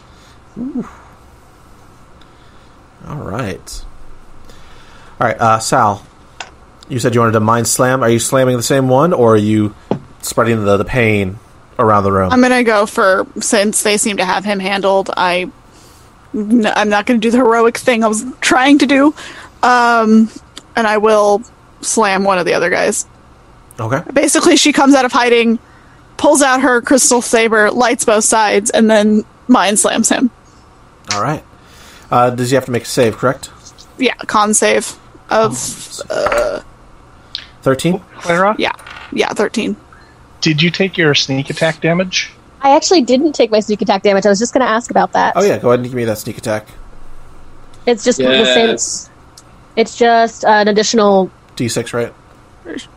S5: All right. All right, uh, Sal. You said you wanted to mind slam. Are you slamming the same one, or are you spreading the, the pain around the room?
S3: Um,
S4: I'm gonna go for since they seem to have him handled. I, n- I'm not gonna do the heroic thing I was trying to do, um, and I will slam one of the other guys.
S5: okay.
S4: Basically, she comes out of hiding, pulls out her crystal saber, lights both sides, and then mind slams him.
S5: All right. Uh, does he have to make a save? Correct.
S4: Yeah, con save of
S5: Thirteen.
S6: Clara,
S4: yeah, yeah, thirteen.
S6: did you take your sneak attack damage?
S3: I actually didn't take my sneak attack damage. I was just going to ask about that.
S5: Oh yeah. Go ahead and give me that sneak attack.
S3: It's just the same.
S2: Yes.
S3: It's just an additional.
S5: D six, right?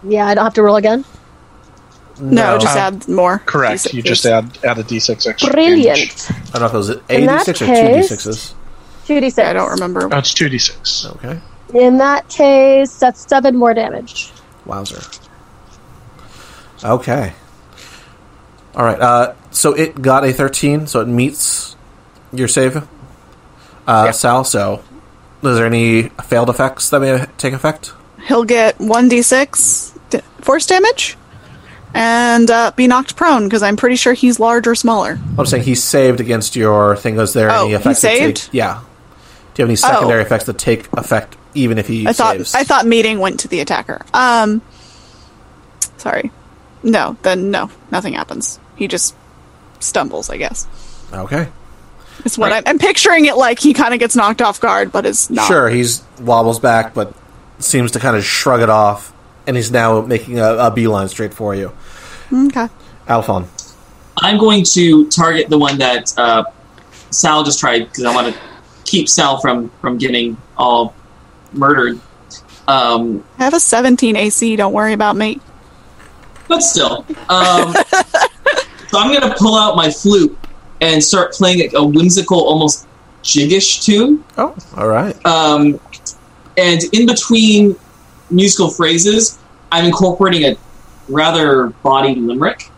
S3: Yeah, I don't have to roll again.
S4: No, just
S6: Uh,
S4: add more.
S6: Correct.
S4: D6s.
S6: You just add add a d6 extra. damage.
S3: Brilliant.
S5: I don't know if it was a
S3: In
S5: d
S3: that
S5: six or two d
S3: case-
S5: sixes.
S4: Yeah,
S3: 2d6.
S4: I don't remember.
S6: Oh, it's two d6.
S5: Okay.
S3: In that case, that's seven more damage.
S5: Wowzer. Okay. All right. Uh, so it got a thirteen, so it meets your save. Uh, Sal. So, is there any failed effects that may take effect?
S4: He'll get one d6 d- force damage, and uh, be knocked prone because I'm pretty sure he's large or smaller.
S5: I'm saying he saved against your thing. Is there
S4: Oh,
S5: any
S4: he
S5: effects? that take-
S4: saved? Oh.
S5: yeah. Do you have any secondary effects that take effect even if he
S4: I thought
S5: saves?
S4: I thought meeting went to the attacker. Um, sorry, no, then no, nothing happens. He just stumbles, I guess.
S5: Okay.
S4: It's what I'm, I'm picturing it like. He kind of gets knocked off guard, but is not.
S5: Sure, he's wobbles back, but seems to kind of shrug it off, and he's now making a, a beeline straight for you.
S4: Okay.
S5: Alphon.
S2: I'm going to target the one that uh, Sal just tried because I want to keep Sal from from getting all murdered. Um,
S4: I have a 17 AC. Don't worry about me.
S2: but still, um, so I'm going to pull out my flute and start playing like, a whimsical, almost jiggish tune.
S5: Oh, all right.
S2: Um, and in between musical phrases, I'm incorporating a rather body limerick.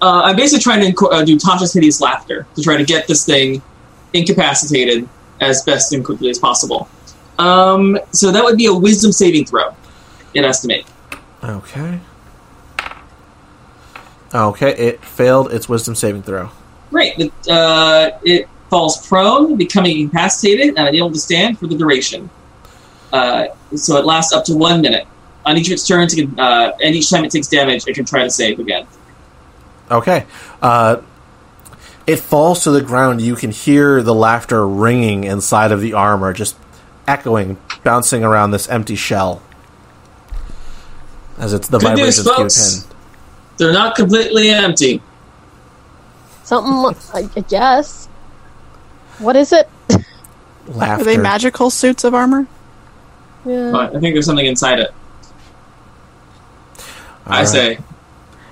S2: Uh, I'm basically trying to inco- uh, do Tasha's hideous laughter to try to get this thing incapacitated as best and quickly as possible. Um, so that would be a wisdom saving throw, it has to make.
S5: Okay. Okay, it failed its wisdom saving throw.
S2: Great. It, uh, it falls prone, becoming incapacitated and unable to stand for the duration. Uh, so it lasts up to one minute. On each of its turns, it can, uh, and each time it takes damage, it can try to save again.
S5: Okay. Uh, it falls to the ground. You can hear the laughter ringing inside of the armor, just echoing, bouncing around this empty shell. As it's the
S2: Good news,
S5: vibrations keep
S2: folks.
S5: it pinned.
S2: They're not completely empty.
S3: Something, I I guess. What is it?
S5: Laughter.
S4: Are they magical suits of armor? Uh,
S3: Yeah.
S2: But I think there's something inside it.
S5: All
S2: I
S5: right.
S2: say,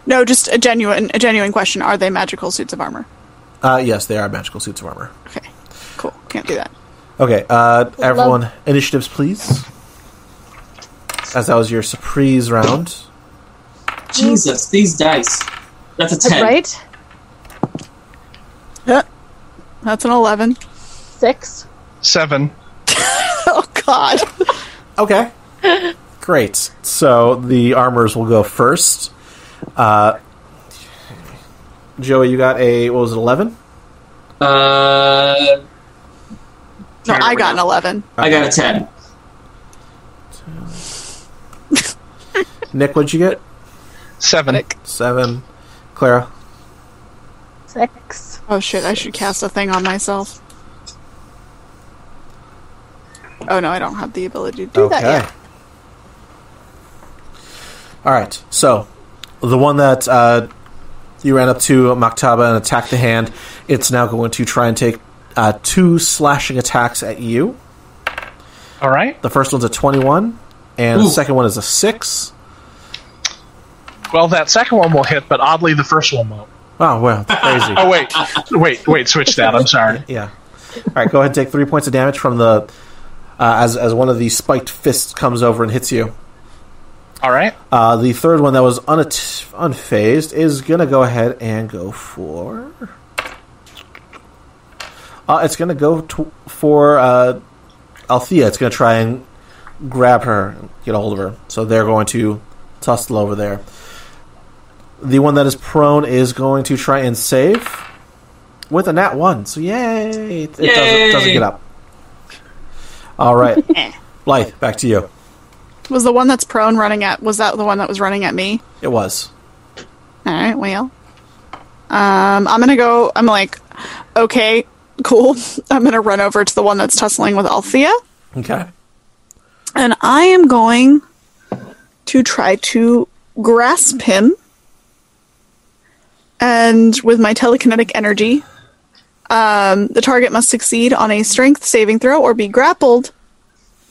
S4: No, just a genuine a genuine question. Are they magical suits of armor?
S5: Uh, yes, they are magical suits of armor.
S4: Okay. Cool. Can't do that.
S5: Okay, uh, everyone, initiatives, please. As that was your surprise round.
S2: Jesus, these dice. That's a 10.
S3: Right?
S4: Huh. That's an 11.
S3: Six.
S6: Seven.
S4: Oh god.
S5: Okay. Great. So the armors will go first. Uh, Joey, you got a what was it, eleven?
S2: Uh,
S4: No,
S2: Turn it
S4: I got
S2: around.
S4: an 11.
S2: I got a 10.
S5: Uh, Nick, what'd you get?
S6: Seven.
S5: Seven. Clara.
S3: Six.
S4: Oh shit, I should cast a thing on myself. Oh no, I don't have the ability to do
S5: Okay.
S4: that yet.
S5: All right. So, the one that uh, you ran up to Maktaba and attacked the hand, it's now going to try and take uh, two slashing attacks at you.
S6: All right.
S5: The first one's a 21, and
S2: Ooh.
S5: the second one is a 6.
S6: Well, that second one will hit, but oddly, the first one won't.
S5: Oh, well, crazy.
S6: Oh wait, wait, wait. Switch that. I'm sorry.
S5: Yeah. All right, go ahead and take three points of damage from the. Uh, as, as one of these spiked fists comes over and hits you.
S6: All right.
S5: Uh, the third one that was unat- unfazed is going to go ahead and go for. Uh, it's going to go t- for uh, Althea. It's going to try and grab her, and get a hold of her. So they're going to tussle over there. The one that is prone is going to try and save with a nat 1. So yay! It, it doesn't,
S2: Yay!
S5: doesn't get up. All right. Blythe, back to you.
S4: Was the one that's prone running at was that the one that was running at me?
S5: It was.
S4: All right, well, um, I'm gonna go. I'm like, okay, cool. I'm gonna run over to the one that's tussling with Althea,
S5: Okay.
S4: and I am going to try to grasp him, and with my telekinetic energy, um, the target must succeed on a strength saving throw or be grappled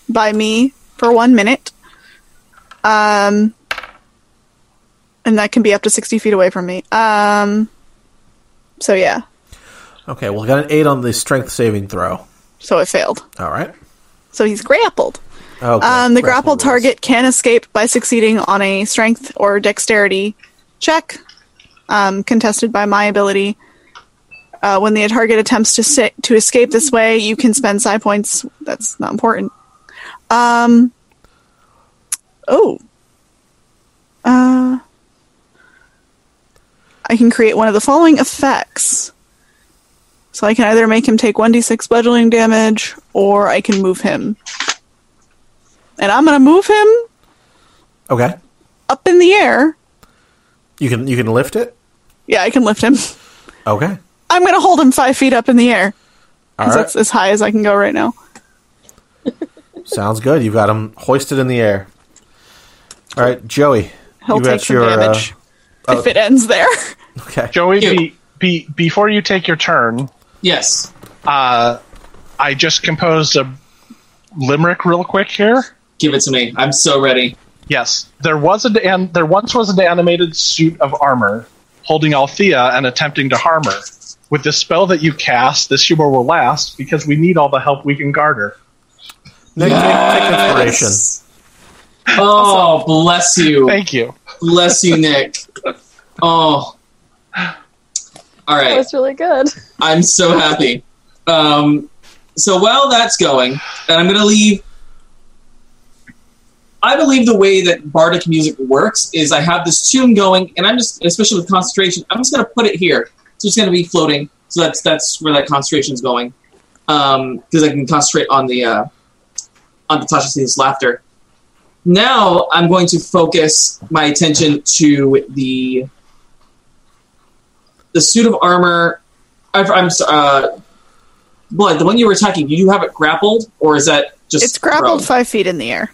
S4: by me for one minute. Um, and that can be up to 60 feet away from me. Um, so yeah,
S5: Okay, well, got an eight on the strength saving throw.
S4: so it failed.
S5: All right.
S4: So he's grappled.
S5: Okay.
S4: Um, the grapple
S5: rules.
S4: target can escape by succeeding on a strength or dexterity check um, contested by my ability. Uh, when the target attempts to sa- to escape this way, you can spend psi points. That's not important. Um. Oh. Uh. I can create one of the following effects. So I can either make him take 1d6 bludgeoning damage, or I can move him and I'm gonna move him
S5: Okay.
S4: up in the air.
S5: You can you can lift it.
S4: Yeah, I can lift him.
S5: Okay.
S4: I'm gonna hold him five feet up in the air.
S5: All
S4: 'cause
S5: right.
S4: That's as high as I can go right now.
S5: Sounds good. You've got him hoisted in the air. All right, Joey.
S4: He'll
S5: you
S4: take
S5: got
S4: some
S5: your, uh, oh.
S4: damage if it ends there.
S5: okay.
S6: Joey,
S2: You.
S6: be, be, before you take your turn,
S2: Yes.
S6: uh, I just composed a limerick real quick here.
S2: Give it to me. I'm so ready.
S6: Yes, there was an and there once was an animated suit of armor holding Althea and attempting to harm her. With the spell that you cast, this humor will last because we need all the help we can garner.
S5: Nick, take, take inspiration.
S2: Oh, bless you.
S6: Thank you.
S2: Bless you, Nick. Oh. All
S3: That
S2: right.
S3: was really good.
S2: I'm so happy. Um, so while that's going, and I'm going to leave. I believe the way that bardic music works is I have this tune going, and I'm just, especially with concentration, I'm just going to put it here. So it's going to be floating. So that's that's where that concentration is going, because I can concentrate on the uh, on the Tasha's laughter. Now I'm going to focus my attention to the the suit of armor I, I'm so- uh, blood. The one you were attacking, you do have it grappled, or is that just
S4: It's grappled
S2: prone?
S4: five feet in the air.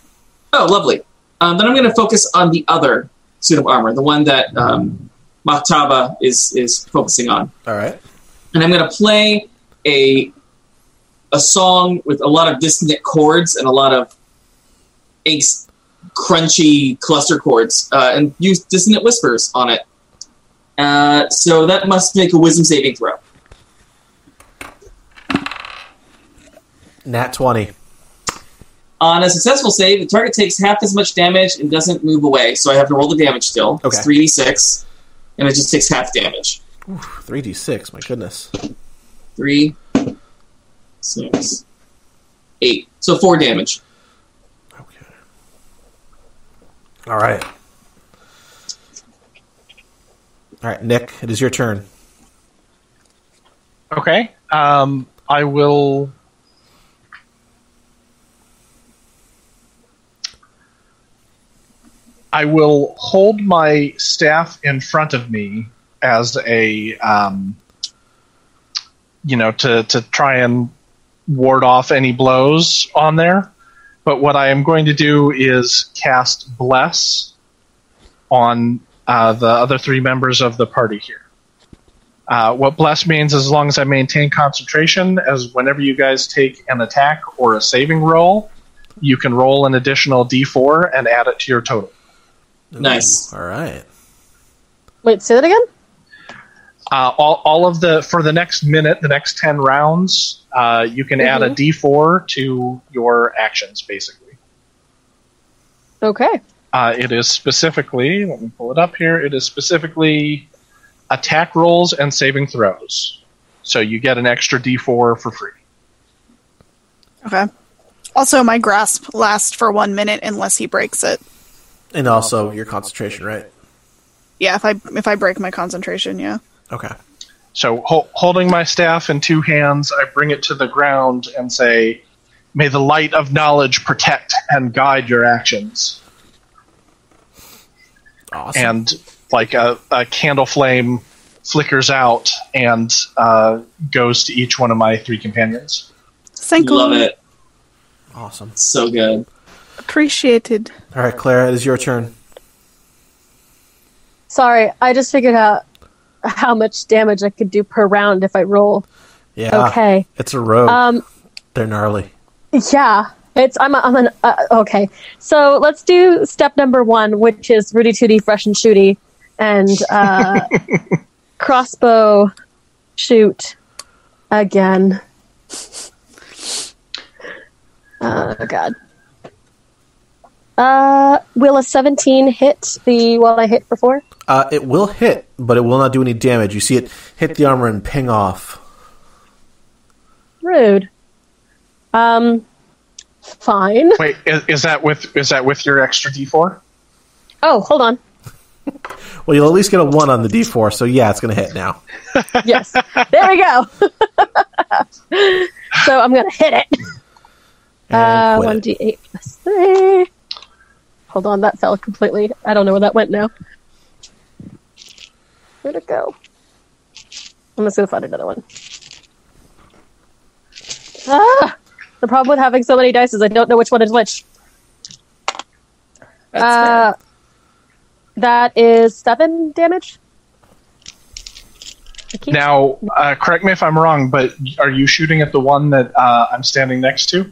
S2: Oh, lovely. Um, then I'm going to focus on the other suit of armor, the one that um, Maktaba is is focusing on,
S5: All right.
S2: and I'm going to play a a song with a lot of dissonant chords and a lot of angst, crunchy cluster chords, uh, and use dissonant whispers on it. Uh, so that must make a wisdom saving throw.
S5: Nat twenty.
S2: On a successful save, the target takes half as much damage and doesn't move away, so I have to roll the damage still.
S5: Okay.
S2: It's 3d6, and it just takes half damage.
S5: Three d six. My goodness.
S2: 3, 6, 8. So 4 damage.
S5: Okay. All right. All right, Nick. It is your turn.
S6: Okay. Um, I will. I will hold my staff in front of me as a, um, you know, to to try and ward off any blows on there. But what I am going to do is cast Bless on uh, the other three members of the party here. Uh, what Bless means, as long as I maintain concentration, as whenever you guys take an attack or a saving roll, you can roll an additional d4 and add it to your total.
S2: Nice.
S5: All right.
S3: Wait, say that again?
S6: uh, all, all of the for the next minute, the next ten rounds, uh, you can add a D four to your actions. Basically,
S3: Okay.
S6: uh, it is specifically. Let me pull it up here. It is specifically attack rolls and saving throws. So you get an extra D four for free.
S4: Okay. Also, my grasp lasts for one minute unless he breaks it.
S5: And also your concentration, right?
S4: Yeah, if I if I break my concentration, yeah.
S5: Okay.
S6: So hol- holding my staff in two hands, I bring it to the ground and say, "May the light of knowledge protect and guide your actions."
S5: Awesome.
S6: and like a, a candle flame flickers out and uh, goes to each one of my three companions.
S4: Thank
S2: Love
S4: you.
S2: it.
S5: awesome.
S2: So good.
S4: Appreciated.
S5: All right, Clara, it is your turn.
S3: Sorry, I just figured out how much damage I could do per round if I roll.
S4: Ah.
S5: Yeah.
S3: Okay.
S5: It's a rogue.
S3: Um,
S5: They're gnarly.
S3: Yeah, it's I'm a, I'm an uh, okay. So let's do step number one, which is Rudy Tooty, fresh and shooty, and uh, crossbow shoot again. Oh God. Uh, will a seventeen hit the one I hit before?
S5: Uh, it will hit, but it will not do any damage. You see it hit the armor and ping off.
S3: Rude. Um, fine.
S6: Wait, is, is that with is that with your extra D four?
S3: Oh, hold on.
S5: Well, you'll at least get a one on the d4, so yeah, it's going to hit now.
S3: yes. There we go. so I'm gonna hit it.
S5: And quit
S3: Uh, One
S5: it.
S3: d eight plus three. Hold on, that fell completely. I don't know where that went now. Where'd it go? I'm just gonna find another one. Ah, the problem with having so many dice is I don't know which one is which. Uh,
S2: That's
S3: that is seven damage. I keep-
S6: Now, uh, correct me if I'm wrong, but are you shooting at the one that uh, I'm standing next to?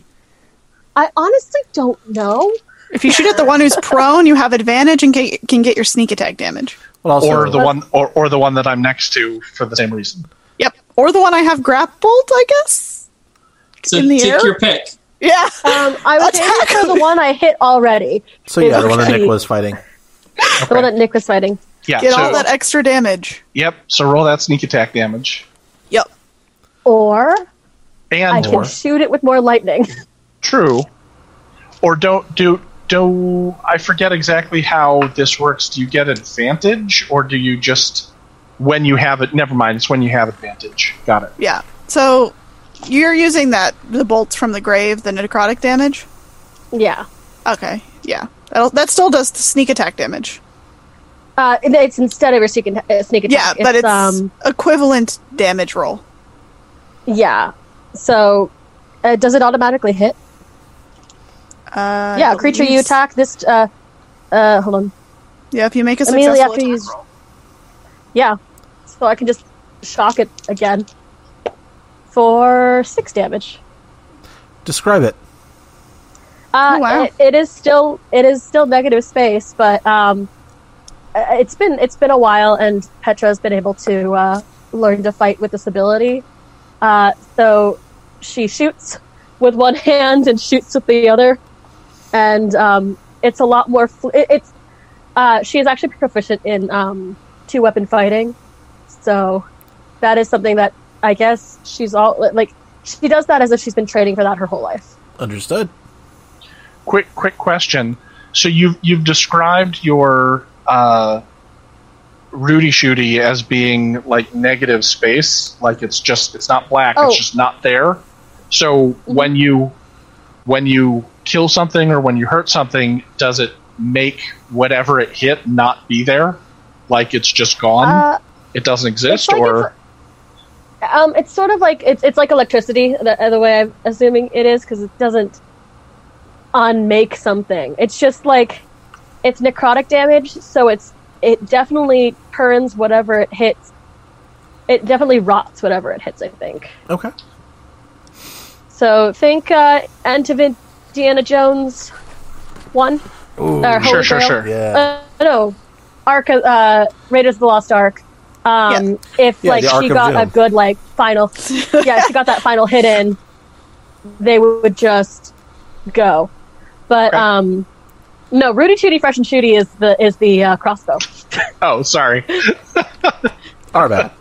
S3: I honestly don't know.
S4: If you shoot at the one who's prone, you have advantage and ca- can get your sneak attack damage.
S5: Well, also,
S6: Or the one or, or the one that I'm next to for the same reason.
S4: Yep. Or the one I have grappled, I guess.
S2: So
S4: In the
S2: take
S4: air?
S2: your pick.
S4: Yeah.
S3: Um, I was
S4: Attack
S3: aiming for
S4: him.
S3: the one I hit already.
S5: so yeah, the one that
S3: Okay.
S5: Nick was fighting.
S3: The one that Nick was fighting.
S6: Yeah.
S4: Get
S6: so,
S4: all that extra damage.
S6: Yep. So roll that sneak attack damage.
S4: Yep.
S3: Or I
S6: And
S3: can shoot it with more lightning.
S6: True. Or don't do do I forget exactly how this works. Do you get advantage or do you just when you have it never mind, it's when you have advantage. Got it.
S4: Yeah. So you're using that the bolts from the grave, the necrotic damage.
S3: yeah.
S4: Okay. Yeah. That'll, that still does the sneak attack damage.
S3: Uh, and it's instead of your sneak, uh, sneak
S4: Yeah,
S3: attack.
S4: but it's
S3: um,
S4: equivalent damage roll.
S3: yeah. So uh, does it automatically hit?
S4: Uh,
S3: yeah,
S4: at
S3: creature you
S4: least-
S3: attack this. Uh, uh, hold on.
S4: Yeah, if you make a
S3: Immediately
S4: successful
S3: after
S4: attack
S3: you use-
S4: roll.
S3: Yeah. So I can just shock it again for six damage.
S5: Describe it.
S3: Uh,
S4: Oh, wow.
S3: it, it is still it is still negative space, but um, uh, it's been it's been a while, and Petra's been able to uh, learn to fight with this ability. Uh, so she shoots with one hand and shoots with the other, and um, it's a lot more. Fl- it, it's uh, she is actually proficient in um, two weapon fighting, so that is something that I guess she's all like she does that as if she's been training for that her whole life.
S5: Understood.
S6: Quick quick question. So you've you've described your uh Rudy Shooty as being like negative space, like it's just it's not black,
S3: Oh. Mm-hmm.
S6: it's just not there. So when you when you kill something or when you hurt something, does it make whatever it hit
S4: Um,
S6: not be there? Like it's just gone?
S3: Uh,
S6: it doesn't exist
S3: like
S6: or
S3: it's Um, it's sort of like it's it's like electricity. The, the way I'm assuming it is because it doesn't unmake something. It's just like it's necrotic damage, so it's it definitely turns whatever it hits. It definitely rots whatever it hits. I think.
S5: Okay.
S3: So think uh, Antivin- Indiana Jones one.
S5: Ooh,
S3: Or
S6: Sure, sure,
S3: Holy Grail.
S6: sure.
S5: yeah.
S3: Uh, no, Ark of- uh, Raiders of the Lost Ark. Um, If
S5: Yeah,
S3: like
S5: the Ark
S3: she
S5: of
S3: got a
S5: Doom.
S3: good like final, yeah, if she got that final hit in, they would just go. But
S6: Okay.
S3: um, no, Rudy Tooty Fresh and Shooty is the is the uh, crossbow.
S6: Oh, sorry.
S5: Our bad.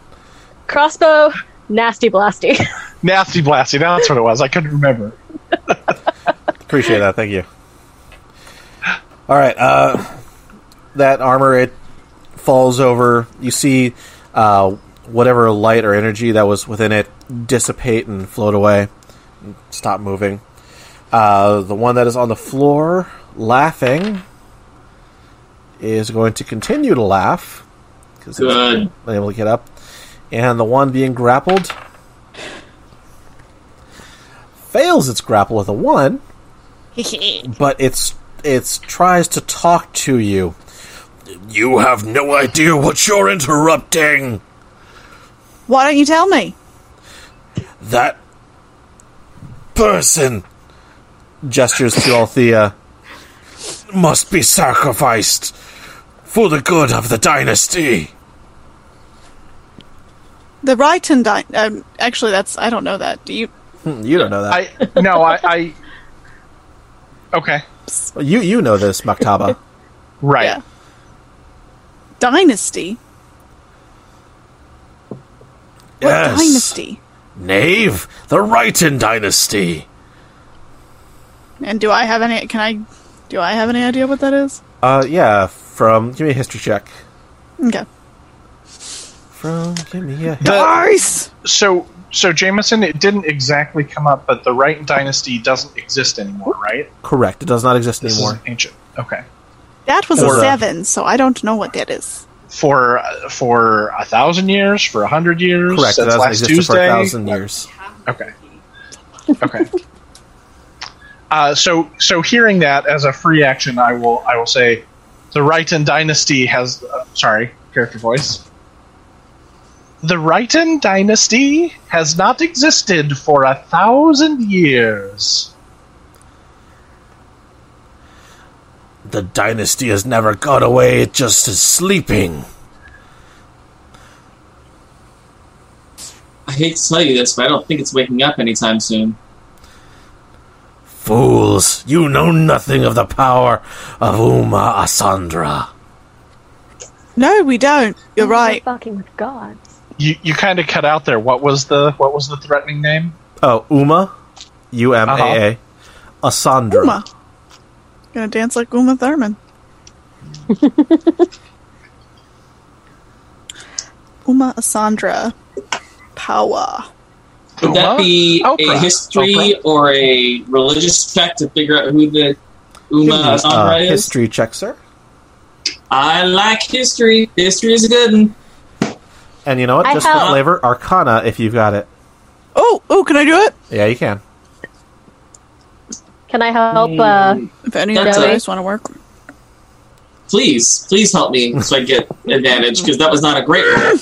S3: Crossbow, nasty blasty.
S6: Nasty Blasty, that's what it was. I couldn't remember.
S5: Appreciate that. Thank you. All right. Uh, that armor it falls over. You see uh, whatever light or energy that was within it dissipate and float away. Stop moving. Uh, the one that is on the floor laughing is going to continue to laugh because it's
S2: Good.
S5: not able to get up. And the one being grappled fails its grapple with a one but it's it's tries to talk to you. You have no idea what you're interrupting.
S4: Why don't you tell me?
S5: That person gestures to Althea must be sacrificed for the good of the dynasty.
S4: The right and di- um, actually, that's I don't know that. Do you?
S5: You don't know that.
S6: I no, I, I Okay.
S5: you you know this, Maktaba.
S6: Right.
S4: Yeah. Dynasty. What
S5: Yes.
S4: dynasty?
S5: Knave, the Raiten dynasty.
S4: And do I have any? Can I? Do I have any idea what that is?
S5: Uh yeah, from give me a history check.
S4: Okay.
S5: From give me a
S4: Dice.
S6: So so Jameson, it didn't exactly come up, but the Wright dynasty doesn't exist anymore, right?
S5: Correct. It does not exist
S6: This
S5: anymore.
S6: is ancient. Okay.
S4: That was a
S5: Or, uh,
S4: seven, so I don't know what that is.
S6: For uh, for a thousand years, for a hundred years,
S5: Correct. It
S6: since
S5: hasn't
S6: last
S5: existed
S6: Tuesday.
S5: for a thousand years.
S6: Okay. Okay. uh, so so hearing that as a free action, I will I will say, the Raiten dynasty has uh, sorry character voice. The Raiten dynasty has not existed for a thousand years.
S5: The dynasty has never got away, it just is sleeping.
S2: I hate to tell you this, but I don't think it's waking up anytime soon.
S5: Fools, you know nothing of the power of Uma Asandra.
S4: No, we don't. You're right.
S3: We're Oh, fucking with gods.
S6: You you kind of cut out there. What was the what was the threatening name?
S5: Oh, Uma? U M A
S6: Uh-huh.
S5: A. Asandra.
S4: Uma. Gonna dance like Uma Thurman. Uma Asandra. Power.
S2: Would that
S6: Oprah?
S2: be
S6: Oprah.
S2: a history
S6: Oprah.
S2: or a religious check to figure out who the Uma
S5: Uh,
S2: Asandra is?
S5: history check, sir.
S2: I like history. History is a good one.
S5: And you know what?
S3: I
S5: Just for
S3: help.
S5: flavor, Arcana if you've got it.
S4: Oh, oh, can I do it?
S5: Yeah, you can.
S3: Can I help? Uh,
S4: If any of you
S2: That's
S3: it.
S4: guys want to work.
S2: Please, please help me so I get advantage because that was not a great roll.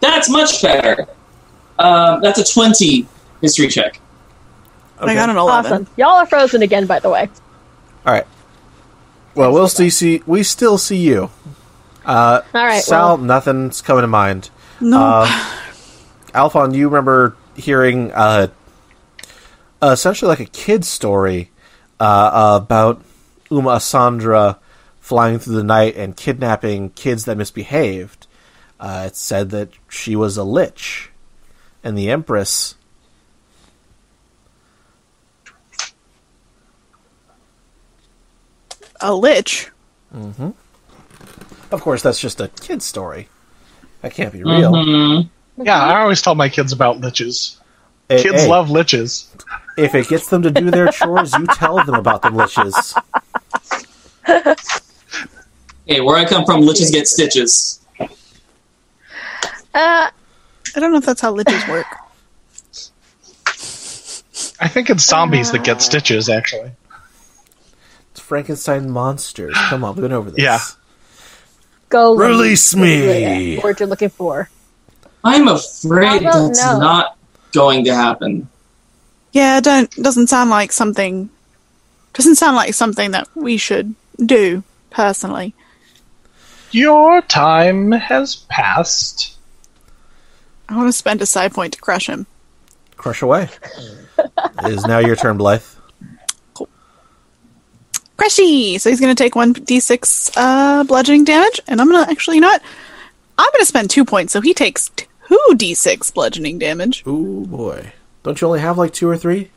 S2: That's much better. Um, that's a 20 history check.
S4: I got an 11.
S3: awesome. Y'all are frozen again, by the way.
S5: All right. Well, we'll still see. We still see you. Uh,
S3: All right.
S5: Sal,
S3: well,
S5: nothing's coming to mind.
S4: No.
S5: Uh, Alphon, you remember hearing uh, essentially like a kid's story uh, about Uma Asandra flying through the night and kidnapping kids that misbehaved. Uh, it said that she was a lich, and the Empress.
S4: a lich.
S5: Of course, that's just a kid's story. That can't be real.
S6: Mm-hmm. Yeah, I always tell my kids about liches.
S5: Hey,
S6: Kids
S5: hey,
S6: love liches.
S5: If it gets them to do their chores, you tell them about the liches.
S2: Hey, where I come from, liches get stitches.
S3: uh,
S4: I don't know if that's how liches work.
S6: I think it's zombies that
S2: Ah.
S6: get stitches, actually.
S5: It's Frankenstein monsters. Come on, we've been over this.
S6: Yeah.
S3: Go
S5: Release me.
S3: The word you're looking for.
S2: I'm afraid
S3: How about
S2: that's
S3: no?
S2: not going to happen.
S4: Yeah, don't doesn't sound like something doesn't sound like something that we should do personally.
S6: Your time has passed.
S4: I want to spend a side point to crush him.
S5: Crush away. it is now your turn, Blythe.
S4: Crushy! So he's going to take 1d6 uh, bludgeoning damage, and I'm going to actually, you know what? I'm going to spend two points, so he takes 2d6 bludgeoning damage.
S5: Ooh boy. Don't you only have like two or three?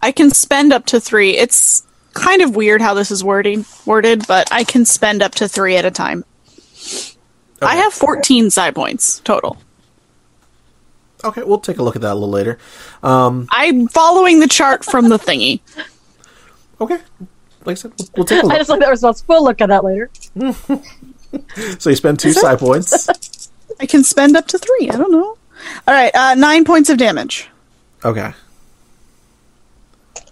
S4: I can spend up to three. It's kind of weird how this is wording, worded, but I can spend up to three at a time. I have 14 side points total.
S5: Okay, we'll take a look at that a little later.
S4: I'm following the chart from the thingy.
S5: Okay. Like I said, we'll- we'll take a
S3: I
S5: look.
S3: just like that response. We'll look at that later.
S5: So you spend two side points.
S4: I can spend up to three. I don't know. All right, uh, nine points of damage.
S5: Okay.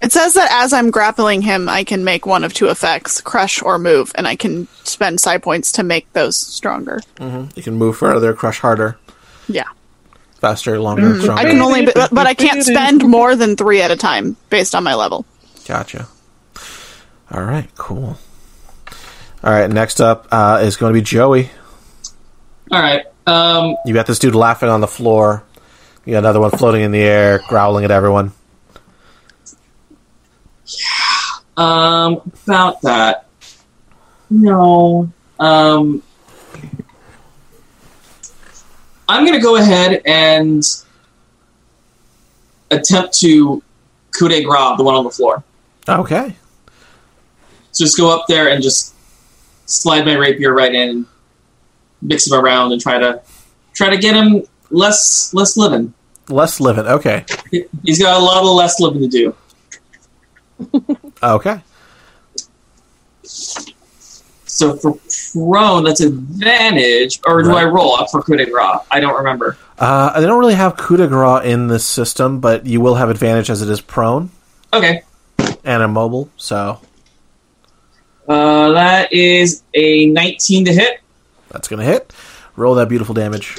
S4: It says that as I'm grappling him, I can make one of two effects crush or move, and I can spend side points to make those stronger.
S5: You can move further, crush harder,
S4: Yeah.
S5: faster, longer,
S4: Mm-hmm. I
S5: stronger.
S4: can only, but, but I can't spend more than three at a time based on my level.
S5: Gotcha. All right, cool. All right, next up uh, is going to be Joey.
S2: All right. Um,
S5: You got this dude laughing on the floor. You got another one floating in the air, growling at everyone.
S2: Um, about that. No. Um, I'm going to go ahead and attempt to coup de grace the one on the floor.
S5: Okay.
S2: So just go up there and just slide my rapier right in, mix him around, and try to try to get him less less living.
S5: Less living. Okay.
S2: He's got a lot of less living to do.
S5: Okay.
S2: So for prone, that's advantage, or do
S5: Right.
S2: I roll up for coup de grace? I don't remember.
S5: Uh, they don't really have coup de grace in this system, but you will have advantage as it is prone
S2: Okay.
S5: and immobile. So
S2: Uh, that is a 19 to hit.
S5: that's going to hit. Roll that beautiful damage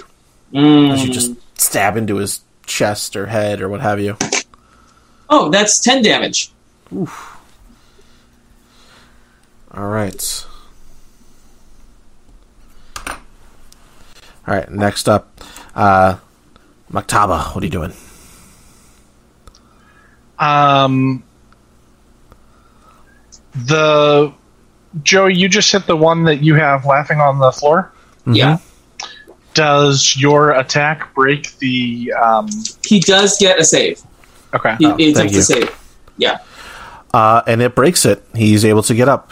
S5: as you
S2: Mm.
S5: just stab into his chest or head or what have you.
S2: Oh, that's 10 damage.
S5: All right. All right. Next up, uh, Maktaba. What are you doing?
S6: Um, the Joey, you just hit the one that you have laughing on the floor.
S5: Mm-hmm.
S2: Yeah.
S6: Does your attack break the? Um,
S2: He does get a save.
S6: okay.
S2: He, he
S5: Oh, thank
S2: attempts
S5: you.
S2: to save. Yeah.
S5: Uh, and it breaks it. He's able to get up.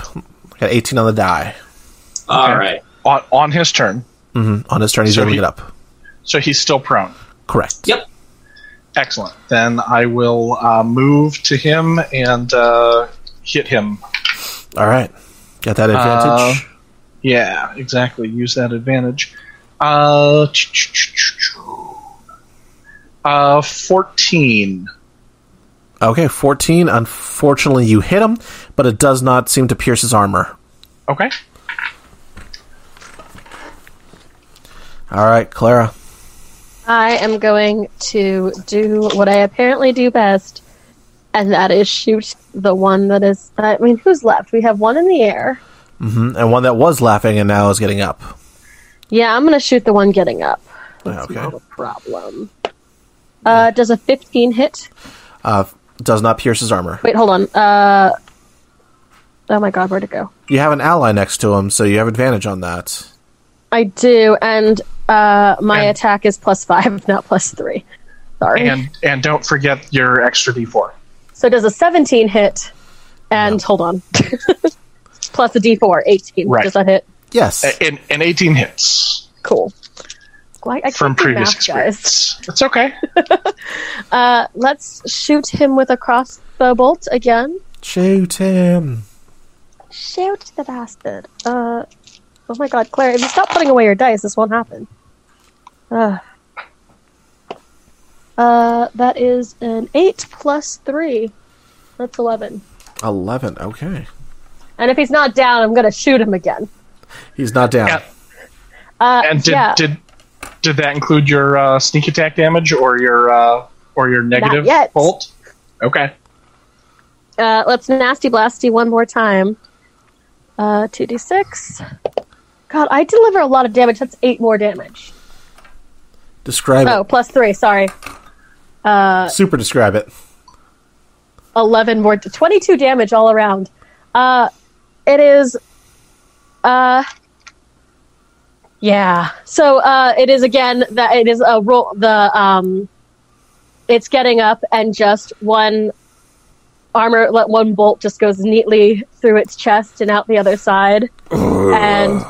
S5: Got 18 on the die.
S2: All
S6: Okay.
S2: right.
S6: On, on his turn,
S5: On his turn, he's
S6: So
S5: able to
S6: he-
S5: get up.
S6: so he's still prone.
S5: Correct.
S2: Yep.
S6: Excellent. Then I will uh, move to him and uh, hit him.
S5: All right. Got
S6: Uh,
S5: that advantage.
S6: Yeah, exactly. Use that advantage. Uh, ch- ch- ch- ch- ch- uh, fourteen.
S5: Okay, 14. Unfortunately, you hit him, but it does not seem to pierce his armor.
S6: Okay.
S5: All right, Clara.
S3: I am going to do what I apparently do best, and that is shoot the one that is. I mean, who's left? We have one in the air.
S5: Mm, And one that was laughing and now is getting up.
S3: Yeah, I'm going to shoot the one getting up. That's
S5: Okay.
S3: not a problem. Uh, does a 15 hit?
S5: Uh, does not pierce his armor.
S3: Wait, hold on. Uh, oh my god, where'd it go?
S5: You have an ally next to him, so you have advantage on that.
S3: I do, and uh, my
S6: And-
S3: attack is plus five, not plus three. Sorry.
S6: And and don't forget your extra D4.
S3: so does a 17 hit? And hold on. plus a d4, 18.
S6: Right.
S3: Does that hit?
S5: Yes.
S6: A- And and 18 hits
S3: Cool. Well, I- I can't
S6: from
S3: do
S6: previous
S3: math, guys.
S6: experience. It's okay.
S3: Uh, let's shoot him with a crossbow bolt again.
S5: Shoot him.
S3: Shoot the bastard. Uh, oh my god, Claire, if you stop putting away your dice, this won't happen. Uh, Uh, that is an eight plus three. That's eleven.
S5: 11. Okay.
S3: And if he's not down, I'm gonna shoot him again.
S5: He's not down.
S6: Yeah.
S3: Uh,
S6: And did
S3: yeah,
S6: did did that include your uh, sneak attack damage or your uh, or your negative
S3: yet.
S6: bolt? Okay.
S3: uh, let's nasty blasty one more time. Uh, two d six. God, I deliver a lot of damage. That's eight more damage.
S5: Describe
S3: Oh, plus three. Sorry,
S5: it. Super describe it.
S3: eleven more. Twenty-two damage all around. Uh, it is. Uh, yeah. So uh, it is again that it is a roll. The um, it's getting up and just one armor, let one bolt just goes neatly through its chest and out the other side, and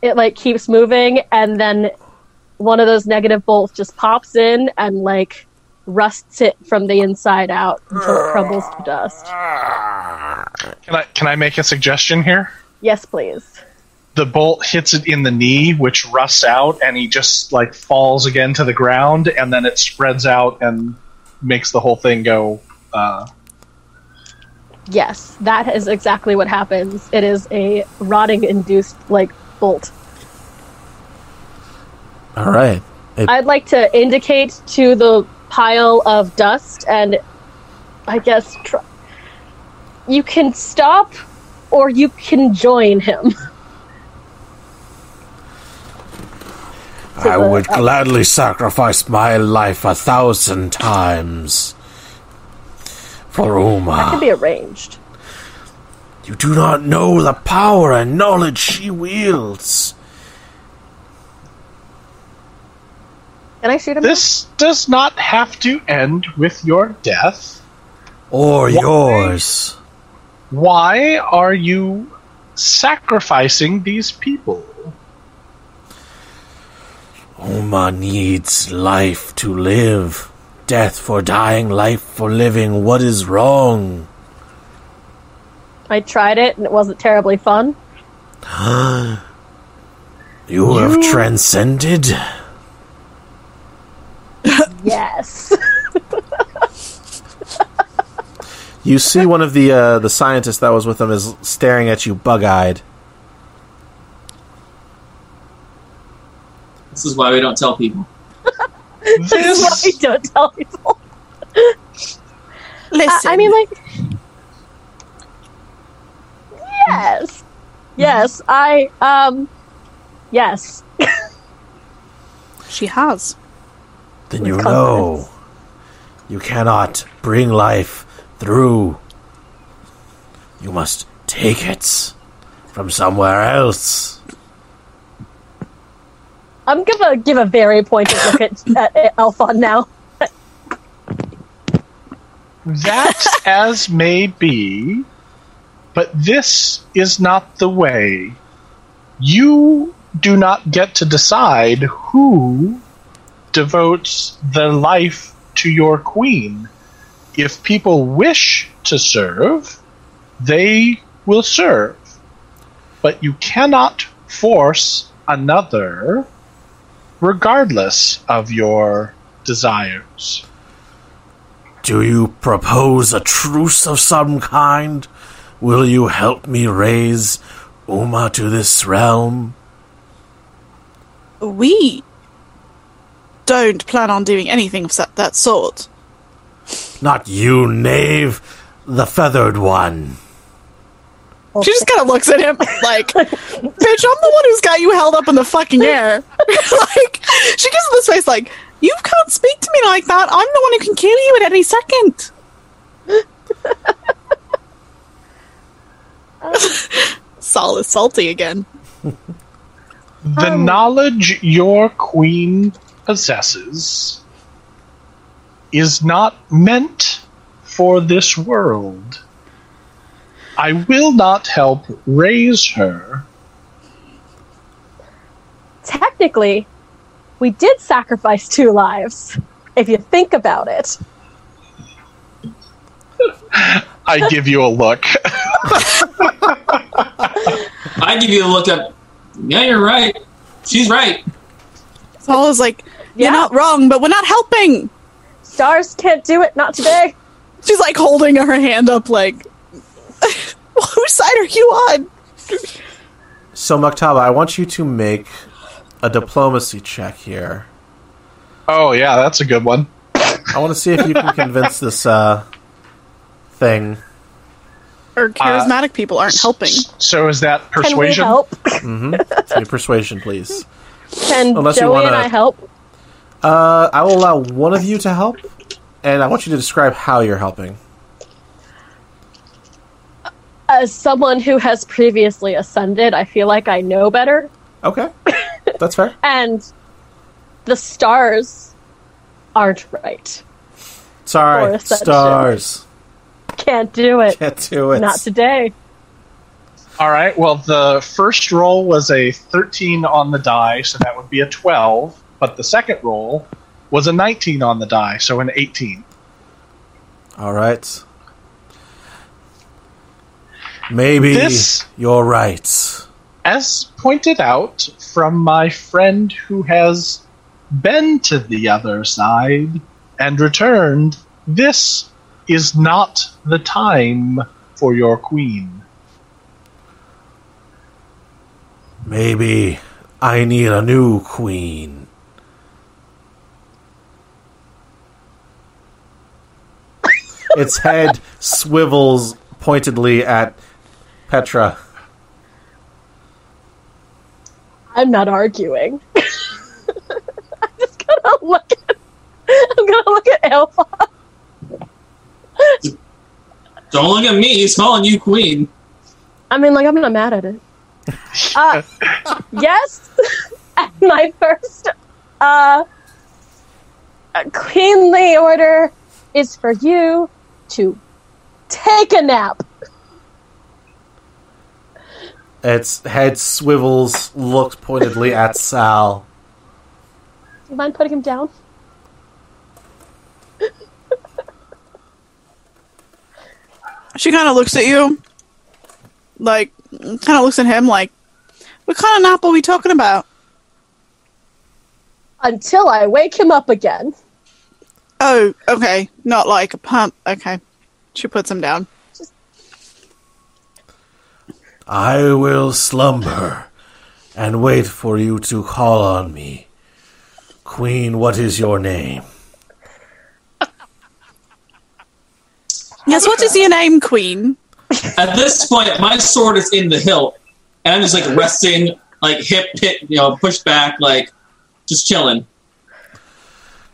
S3: it like keeps moving, and then one of those negative bolts just pops in and like rusts it from the inside out until it crumbles to dust.
S6: Can I can I make a suggestion here?
S3: Yes, please.
S6: The bolt hits it in the knee, which rusts out, and he just like falls again to the ground, and then it spreads out and makes the whole thing go. Uh,
S3: Yes, that is exactly what happens. It is a rotting induced like bolt.
S5: All right. It,
S3: I'd like to indicate to the pile of dust and I guess tr- you can stop or you can join him.
S5: I would gladly sacrifice my life a thousand times for
S3: It can
S5: Uma.
S3: be arranged.
S5: You do not know the power and knowledge she wields.
S3: Can I shoot him?
S6: this does not have to end with your death.
S5: Or yours.
S6: Why are you sacrificing these people?
S5: Uma needs life to live. Death for dying, life for living. What is wrong?
S3: I tried it and it wasn't terribly fun.
S5: You have transcended.
S3: Yes.
S5: You see one of the uh, the scientists that was with them is staring at you bug eyed.
S2: This is why we don't tell people.
S3: That's why I
S6: This
S3: don't tell people. I,
S4: Listen,
S3: I mean, like, yes, yes, I um, yes,
S4: she has.
S5: Then you
S3: confidence.
S5: know you cannot bring life through. You must take it from somewhere else.
S3: I'm gonna give a very pointed look at, at, at Alphon now.
S6: that as may be, but this is not the way. You do not get to decide who devotes their life to your queen. If people wish to serve, they will serve. But you cannot force another regardless of your desires.
S5: Do you propose a truce of some kind? Will you help me raise Uma to this realm?
S4: We don't plan on doing anything of that, that sort.
S5: Not you, knave, the feathered one.
S4: She just kind of looks at him like, bitch, I'm the one who's got you held up in the fucking air. like, she gives him this face like, you can't speak to me like that. I'm the one who can kill you at any second. Saul is salty again.
S3: Oh.
S6: The knowledge your queen possesses is not meant for this world. I will not help raise her.
S3: Technically, we did sacrifice two lives. If you think about it,
S6: I give you a look.
S2: I give you a look up. Yeah, you're right. She's right.
S4: Saul is like, you're
S3: Yeah.
S4: not wrong, but we're not helping.
S3: Stars can't do it. Not today.
S4: She's like holding her hand up, like, whose side are you on?
S5: So Maktaba, I want you to make a diplomacy check here.
S6: Oh yeah, that's a good one.
S5: I want to see if you can convince this uh, thing.
S4: Or charismatic people aren't helping.
S6: So is that
S3: Can we
S6: persuasion?
S3: help?
S5: Give me persuasion, please.
S3: Can
S5: Unless you
S3: Joey and
S5: wanna-
S3: I help?
S5: Uh, I will allow one of you to help, and I want you to describe how you're helping.
S3: As someone who has previously ascended, I feel like I know better.
S5: Okay, that's fair.
S3: And the stars aren't right. For
S5: Sorry,
S3: ascension.
S5: stars.
S3: Can't do it.
S5: Get to it.
S3: Not today.
S6: All right. Well, the first roll was a 13 on the die, so that would be a 12. But the second roll was a 19 on the die, so an 18.
S5: All right. Maybe
S6: This-
S5: you're right.
S6: As pointed out from my friend who has been to the other side and returned, this is not the time for your queen.
S5: Maybe I need a new queen. its head swivels pointedly at Petra.
S3: I'm not arguing. I'm just gonna look at I'm gonna look at Alpha.
S2: Don't look at me. He's calling you queen.
S3: I mean like I'm not mad at it. Uh, yes. and my first uh queenly order is for you to take a nap.
S5: Its head swivels, looks pointedly at Sal.
S3: Do you mind putting him down?
S4: She kind of looks at you, like, kind of looks at him, like, what kind of nap are we talking about?
S3: Until I wake him up again.
S4: Oh, okay. Not like a pump. Okay. She puts him down.
S5: I will slumber and wait for you to call on me. Queen, what is your name?
S4: Yes, what is your name, Queen?
S2: At this point, my sword is in the hilt, and I'm just like resting, like hip hit, you know, pushed back, like just chilling.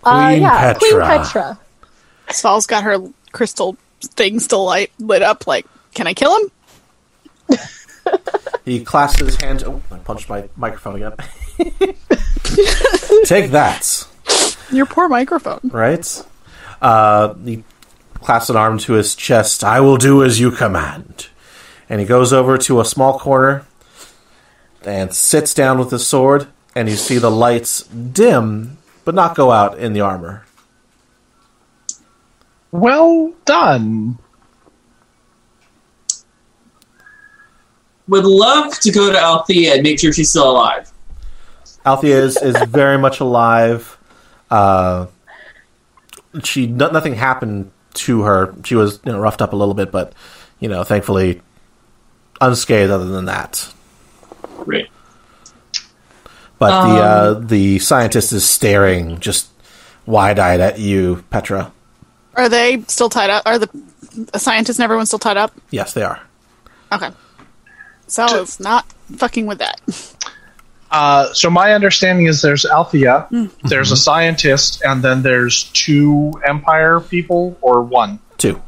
S3: uh
S5: Queen
S3: yeah, Queen
S5: Petra.
S3: Petra.
S4: Sol's got her crystal thing still light, lit up. Like, can I kill him?
S5: He clasps his hands. Oh, I punched my microphone again. Take that,
S4: Your poor microphone.
S5: right? Uh, he clasps an arm to his chest. I will do as you command. And he goes over to a small corner and sits down with his sword. And you see the lights dim, but not go out in the armor.
S6: Well done.
S2: Would love to go to Althea and make sure she's still alive.
S5: Althea is, is very much alive. Uh, she no, nothing happened to her. She was you know, roughed up a little bit, but you know, thankfully, unscathed. Other than that,
S2: Great.
S5: but the uh, the scientist is staring just wide eyed at you, Petra.
S4: Are they still tied up? Are the scientists and everyone still tied up?
S5: Yes, they are.
S4: Okay. Sal is not fucking with that.
S6: Uh, so my understanding is there's Althea, there's a scientist, and then there's two Empire people or one,
S5: Two.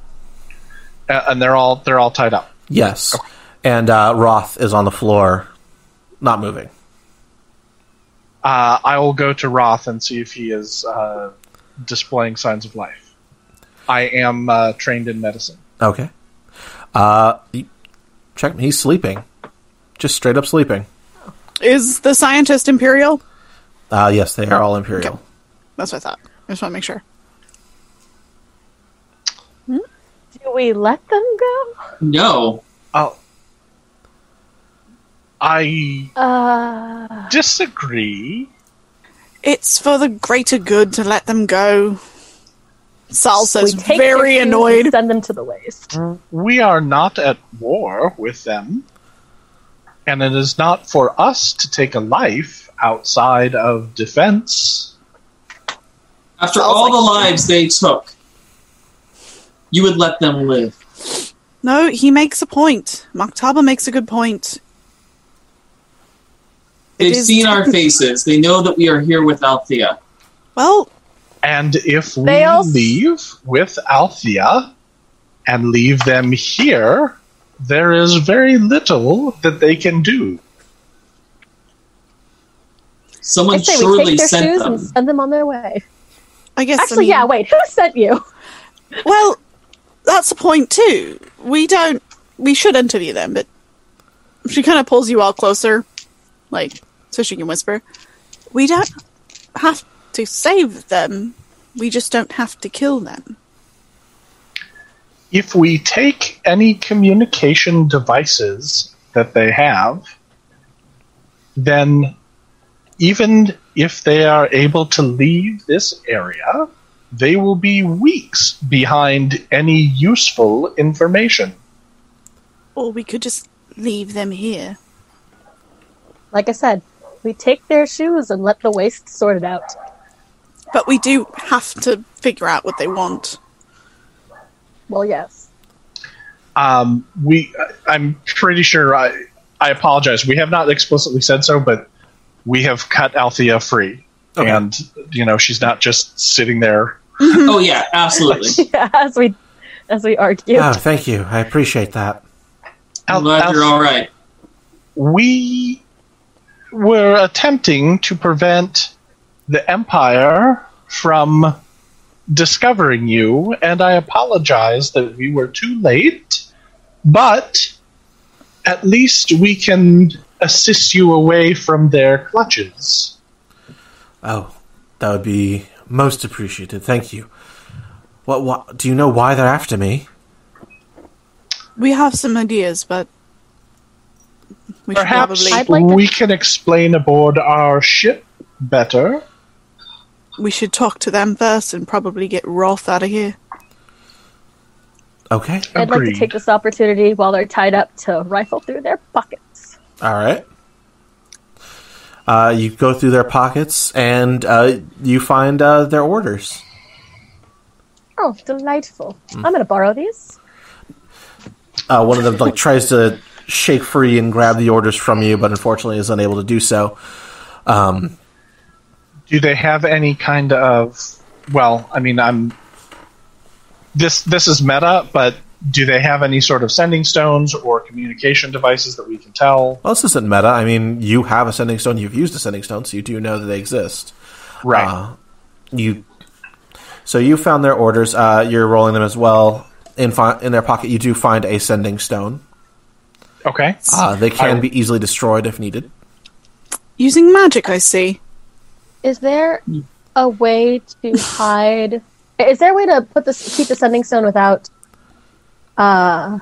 S6: A- and they're all they're all tied up.
S5: Yes, and uh, Roth is on the floor, not moving.
S6: Uh, I will go to Roth and see if he is uh, displaying signs of life. I am uh, trained in medicine.
S5: Okay. Uh, you- check. He's sleeping, just straight up sleeping.
S4: Is the scientist Imperial?
S5: Uh, yes, they are all imperial.
S4: Okay. That's what I thought. I just want to make sure.
S3: Do we let them go?
S2: No,
S6: Oh, I
S3: Uh
S6: disagree.
S4: It's for the greater good to let them go. Salsa's
S3: We take their
S4: very
S3: shoes and
S4: annoyed.
S3: Send them to the waste.
S6: We are not at war with them, and it is not for us to take a life outside of defense.
S2: After all the lives they took, you would let them live.
S4: No, he makes a point. Maktaba makes a good point.
S2: They've
S4: is-
S2: seen our faces. They know that we are here with Althea.
S4: Well,
S6: And if we
S3: They also-
S6: leave with Althea and leave them here, there is very little that they can do.
S2: Someone
S3: I say we
S2: surely
S3: take their
S2: sent
S3: shoes
S2: them.
S3: and send them on their way.
S4: I guess. I
S3: Actually,
S4: mean-
S3: yeah. Wait, who sent you?
S4: Well, that's the point too. We don't. We should interview them, but she kind of pulls you all closer, like so she can whisper. We don't have to save them. We just don't have to kill them.
S6: If we take any communication devices that they have, then even if they are able to leave this area, they will be weeks behind any useful information.
S4: Or we could just leave them here.
S3: Like I said, we take their shoes and let the waste sort it out.
S4: But we do have to figure out what they want.
S3: Well, yes.
S6: um, we I- I'm pretty sure I I apologize. We have not explicitly said so, but we have cut Althea free,
S5: Okay.
S6: and you know she's not just sitting there.
S2: Oh yeah, absolutely.
S3: Yeah, as we as we argued.
S5: Oh, thank you. I appreciate that.
S2: I'm
S6: Al-
S2: glad
S6: Al-
S2: you're all right.
S6: we were attempting to prevent the Empire from discovering you, and I apologize that we were too late, but at least we can assist you away from their clutches.
S5: Oh, that would be most appreciated. Thank you. What, what? Do you know why they're after me?
S4: We have some ideas, but we should
S6: Perhaps
S4: probably
S3: I'd like to-
S6: we can explain aboard our ship better.
S4: we should talk to them first and probably get Roth out of here.
S5: Okay.
S3: I'd like to take this opportunity while they're tied up to rifle through their pockets.
S5: All right. Uh, you go through their pockets and uh, you find uh, their orders.
S3: Oh, delightful!
S2: Hmm.
S3: I'm going to borrow these.
S5: Uh, one of them like tries to shake free and grab the orders from you, but unfortunately is unable to do so.
S6: Do they have any kind of well, I mean I'm this this is meta, but do they have any sort of sending stones or communication devices that we can tell?
S5: Well, this isn't meta. I mean, you have a sending stone. You've used a sending stone, so you do know that they exist.
S6: Right.
S5: Uh, You. So you found their orders. Uh, you're rolling them as well. In fi- in their pocket, you do find a sending stone.
S6: okay.
S5: Uh, they can
S6: I-
S5: be easily destroyed if needed.
S4: Using magic, I see.
S3: Is there a way to hide? Is there a way to put this keep the sending stone without, uh,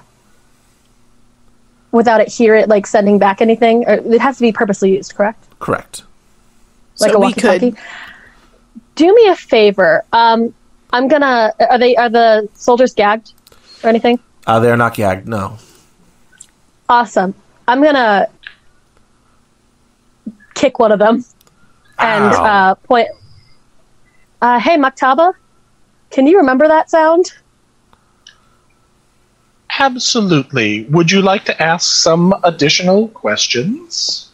S3: without it here, it like sending back anything? Or it has to be purposely used, correct?
S5: Correct.
S3: Like
S4: So
S3: a
S4: we could-
S3: walkie-talkie. Do me a favor. Um, I'm gonna. Are they? Are the soldiers gagged or anything?
S5: Uh, they are not gagged. No.
S3: Awesome. I'm gonna kick one of them and
S5: Ow.
S3: uh, point. Uh, hey, Maktaba, can you remember that sound?
S6: Absolutely. Would you like to ask some additional questions?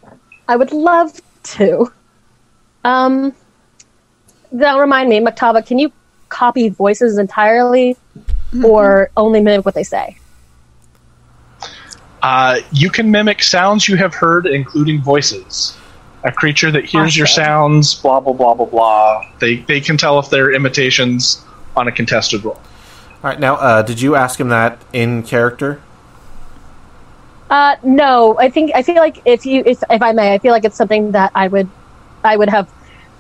S3: I would love to. Um, that remind me, Maktaba, can you copy voices entirely or only mimic what they say?
S6: Uh, you can mimic sounds you have heard, including voices. A creature that hears your
S3: Awesome.
S6: sounds, blah blah blah blah blah. They they can tell if they're imitations on a contested roll.
S5: All right. Now, uh, did you ask him that in character?
S3: Uh, no, I think I feel like if you, if, if I may, I feel like it's something that I would, I would have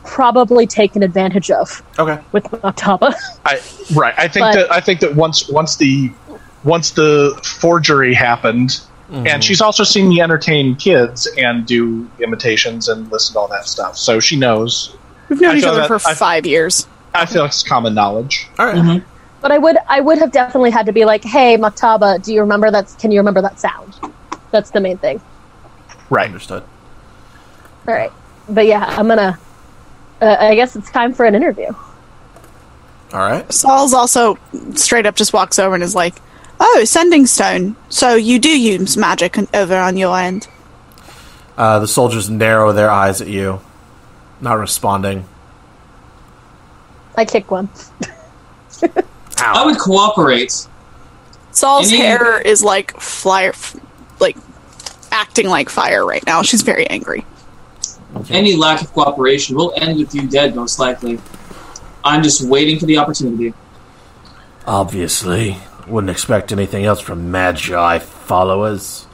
S3: probably taken advantage of
S5: Okay.
S3: with Maktaba.
S6: I right. I think
S3: But-
S6: that I think that once once the once the forgery happened,
S3: Mm-hmm.
S6: and she's also seen me entertain kids and do imitations and listen to all that stuff, so she knows.
S4: We've known
S6: I
S4: each
S6: feel
S4: other
S6: that-
S4: for
S6: I-
S4: five years.
S6: I feel it's common knowledge.
S5: All right.
S3: But I would I would have definitely had to be like, hey, Maktaba, do you remember that? Can you remember that sound? That's the main thing.
S6: Right.
S5: Understood.
S3: All right. But yeah, I'm gonna. Uh, I guess it's time for an interview.
S5: All right.
S4: Saul's also straight up just walks over and is like, "Oh, sending stone. So you do use magic and over on your end."
S5: Uh, the soldiers narrow their eyes at you, not responding.
S3: I kick one.
S2: I would cooperate.
S4: Saul's
S2: Any-
S4: hair is like fire, f- like acting like fire right now. She's very angry.
S2: Any lack of cooperation will end with you dead, most likely. I'm just waiting for the opportunity.
S5: Obviously. Wouldn't expect anything else from Magi followers.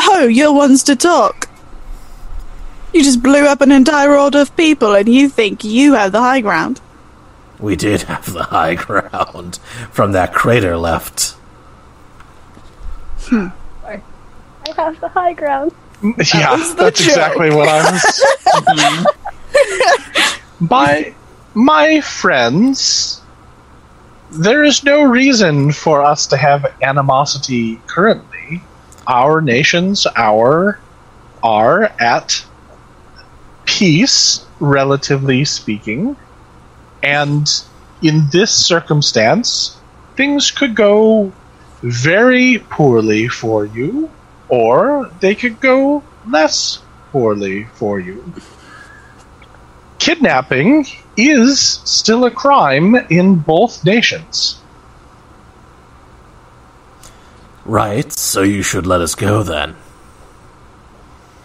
S4: Oh, you're ones to talk. You just blew up an entire order of people, and you think you have the high ground.
S5: We did have the high ground from that crater left.
S3: I have the high ground.
S6: yeah, that's exactly what I was. my my friends, there is no reason for us to have animosity currently. Our nations, our are at peace, relatively speaking, and in this circumstance, things could go very poorly for you or they could go less poorly for you. Kidnapping is still a crime in both nations.
S5: Right, so you should let us go then.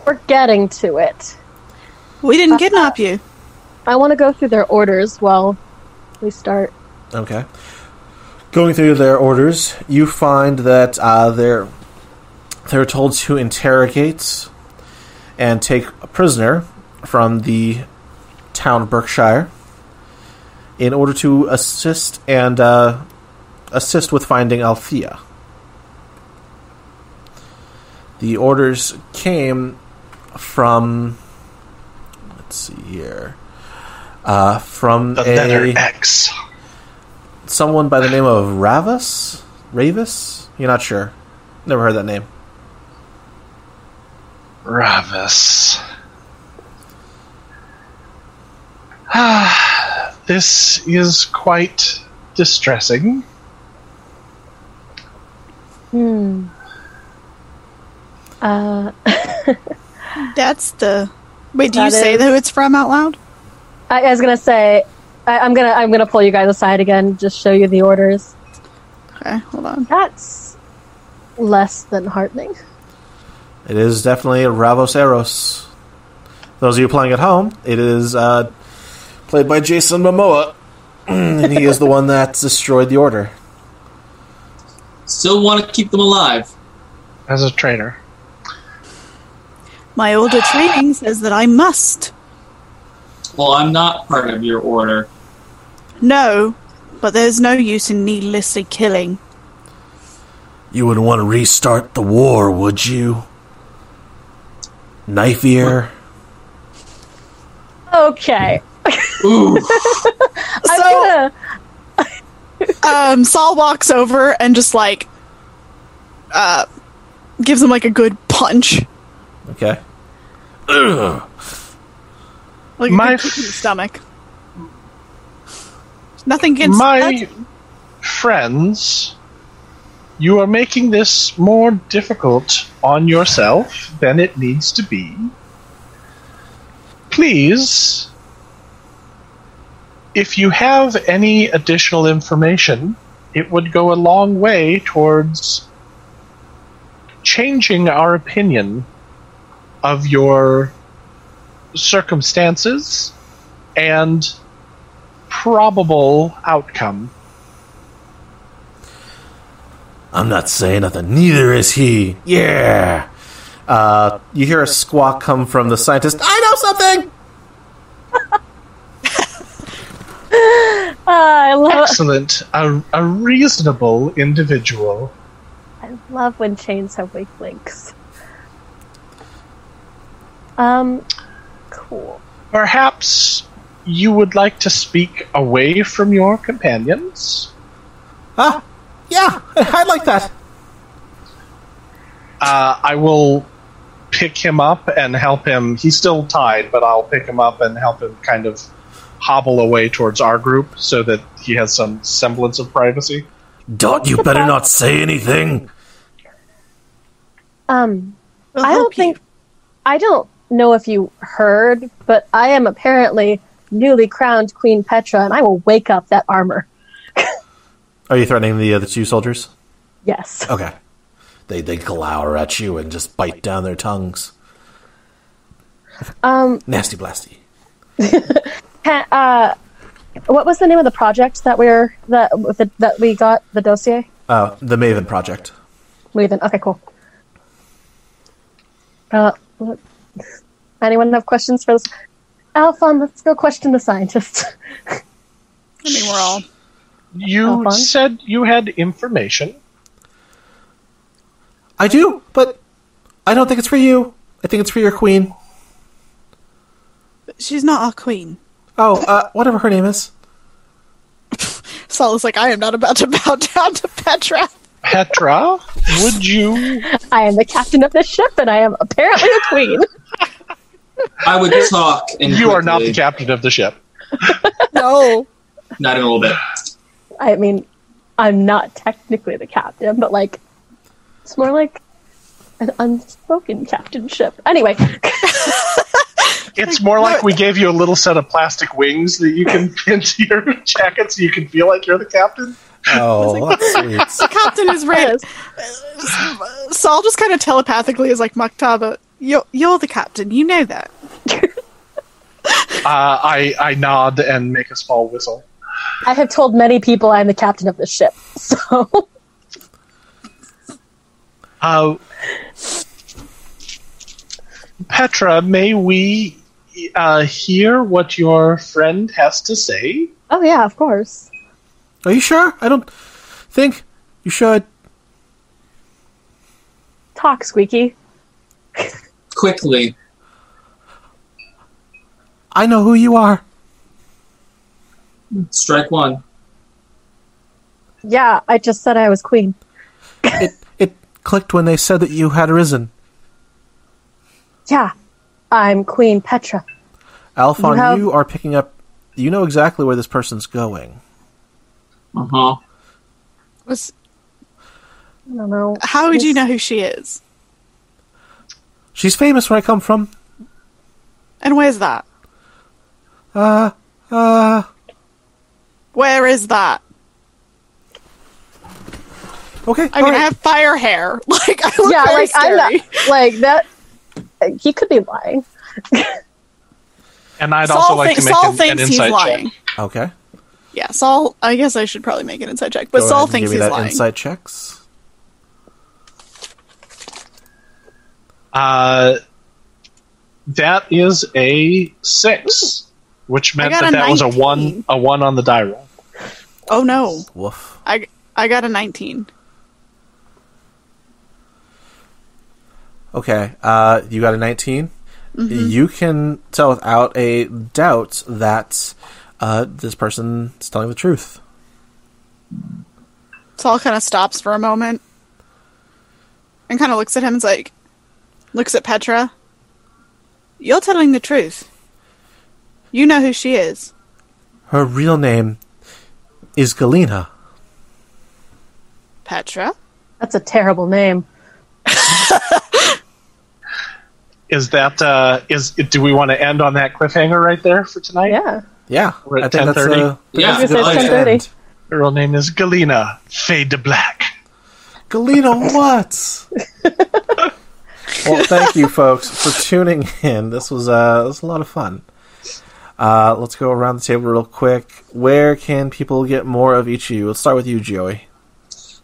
S3: We're getting to it.
S4: We didn't kidnap you.
S3: I want to go through their orders while we start.
S5: Okay. Going through their orders, you find that uh, they're they're told to interrogate and take a prisoner from the town of Berkshire in order to assist and uh, assist with finding Althea. The orders came from let's see here uh, from
S6: The
S5: a
S6: letter X.
S5: someone by the name of Ravis? Ravis? You're not sure. Never heard that name.
S6: Ravis. Ah, this is quite distressing.
S3: Hmm. Uh,
S4: That's the. Wait, do you
S3: That
S4: say
S3: is-
S4: who it's from out loud?
S3: I, I was gonna say, I, I'm gonna I'm gonna pull you guys aside again. Just show you the orders.
S4: Okay, hold on.
S3: That's less than heartening.
S5: It is definitely Ravos Eros. Those of you playing at home, it is uh, played by Jason Momoa, and he is the one that destroyed the order.
S2: Still want to keep them alive.
S6: As a trainer.
S4: My older training says that I must
S2: Well, I'm not part of your order.
S4: No, but there's no use in needlessly killing.
S5: You would want to restart the war, would you? Knife ear.
S3: Okay,
S2: Ooh,
S3: I'm
S4: So-
S3: gonna.
S4: Um, Saul walks over and just like, uh, gives him like a good punch,
S5: Okay.
S4: like
S6: My
S4: a good kick in the stomach. Nothing against
S6: my
S4: that's-
S6: friends, you are making this more difficult on yourself than it needs to be. Please, if you have any additional information, it would go a long way towards changing our opinion of your circumstances and probable outcome.
S5: I'm not saying nothing. Neither is he. Yeah. Uh, you hear a squawk come from the scientist. I know something.
S3: Ah, I love
S6: Excellent. A, a reasonable individual.
S3: I love when chains have weak links. Um, cool.
S6: Perhaps you would like to speak away from your companions?
S5: Ah, yeah, I like that.
S6: Uh, I will pick him up and help him. He's still tied, but I'll pick him up and help him kind of hobble away towards our group so that he has some semblance of privacy.
S8: Dot, you better not say anything.
S3: Um, I don't think I don't know if you heard, but I am apparently newly crowned Queen Petra, and I will wake up that armor.
S5: Are you threatening the other two soldiers?
S3: Yes.
S5: Okay.
S8: They they glower at you and just bite down their tongues.
S3: Um,
S8: Nasty blasty.
S3: can, uh, what was the name of the project that we're that that, that we got the dossier?
S5: Uh, the Maven Project.
S3: Maven. Okay, cool. Uh, look. anyone have questions for this? Alphon, let's go question the scientist.
S4: I mean, we're all.
S6: You
S3: fun.
S6: said you had information.
S5: I do, but I don't think it's for you. I think it's for your queen.
S4: She's not our queen.
S5: Oh, uh, whatever her name is.
S4: Saul is like, I am not about to bow down to Petra.
S6: Petra, would you
S3: I am the captain of this ship, and I am apparently a queen.
S2: I would talk and
S6: You are not the
S2: quickly-
S6: captain of the ship.
S4: No.
S2: Not in a little bit.
S3: I mean, I'm not technically the captain, but like, it's more like an unspoken captainship. Anyway,
S6: It's more like we gave you a little set of plastic wings that you can pin to your jacket so you can feel like you're the captain.
S5: Oh, that's sweet.
S4: Captain is right.
S3: yes.
S4: Saul just kind of telepathically is like, Maktaba, you're, you're the captain. You know that.
S6: Uh, I, I nod and make a small whistle.
S3: I have told many people I'm the captain of this ship. So,
S6: Uh, Petra, may we uh, hear what your friend has to say?
S3: oh yeah, of course.
S5: Are you sure? I don't think you should.
S3: Talk, Squeaky.
S2: Quickly.
S5: I know who you are.
S2: Strike one.
S3: Yeah, I just said I was queen.
S5: It it clicked when they said that you had risen.
S3: Yeah, I'm Queen Petra.
S5: Alphon,
S3: You
S5: you,
S3: have-
S5: are picking up. You know exactly where this person's going.
S2: Uh huh.
S4: Was,
S3: I don't know.
S4: how would you know who she is?
S5: She's famous where I come from.
S4: And where's that?
S5: Uh, uh.
S4: Where is that?
S5: Okay.
S4: I mean, I have fire hair. Like, I look
S3: Yeah,
S4: very
S3: like
S4: scary.
S3: I'm not like that. He could be lying.
S6: And I'd
S4: Saul,
S6: also like
S4: think-
S6: to make
S4: Saul
S6: an, an
S4: thinks he's
S6: insight
S4: lying.
S6: check.
S5: okay.
S4: Yeah, Saul. I guess I should probably make an insight check, but
S5: Go
S4: Saul
S5: ahead and
S4: thinks
S5: give
S4: he's
S5: me that
S4: lying.
S5: Insight checks.
S6: Uh, that is a six, which meant
S4: got
S6: that
S4: a
S6: that was a
S4: 19.
S6: one, a one on the die roll.
S4: Oh no,
S5: Woof.
S4: I I got a nineteen.
S5: Okay. Uh, you got a 19.
S4: Mm-hmm.
S5: You can tell without a doubt that uh, this person's telling the truth.
S4: Saul kind of stops for a moment and kind of looks at him. and's like, looks at Petra. You're telling the truth. You know who she is.
S5: Her real name is Galena.
S4: Petra.
S3: That's a terrible name.
S6: Is that uh, is do we want to end on that cliffhanger right there for tonight?
S3: Yeah.
S5: Yeah,
S6: We're at
S5: I think that's a
S6: 10:30?
S5: I think
S2: Yeah,
S5: that's a
S2: it
S5: good
S2: says
S5: place to
S3: 10:30.
S5: end.
S6: Her real name is Galena Fade to Black.
S5: Galena, what? well, thank you, folks, for tuning in. This was uh, this was a lot of fun. Uh, let's go around the table real quick. Where can people get more of each of you? Let's start with you, Joey.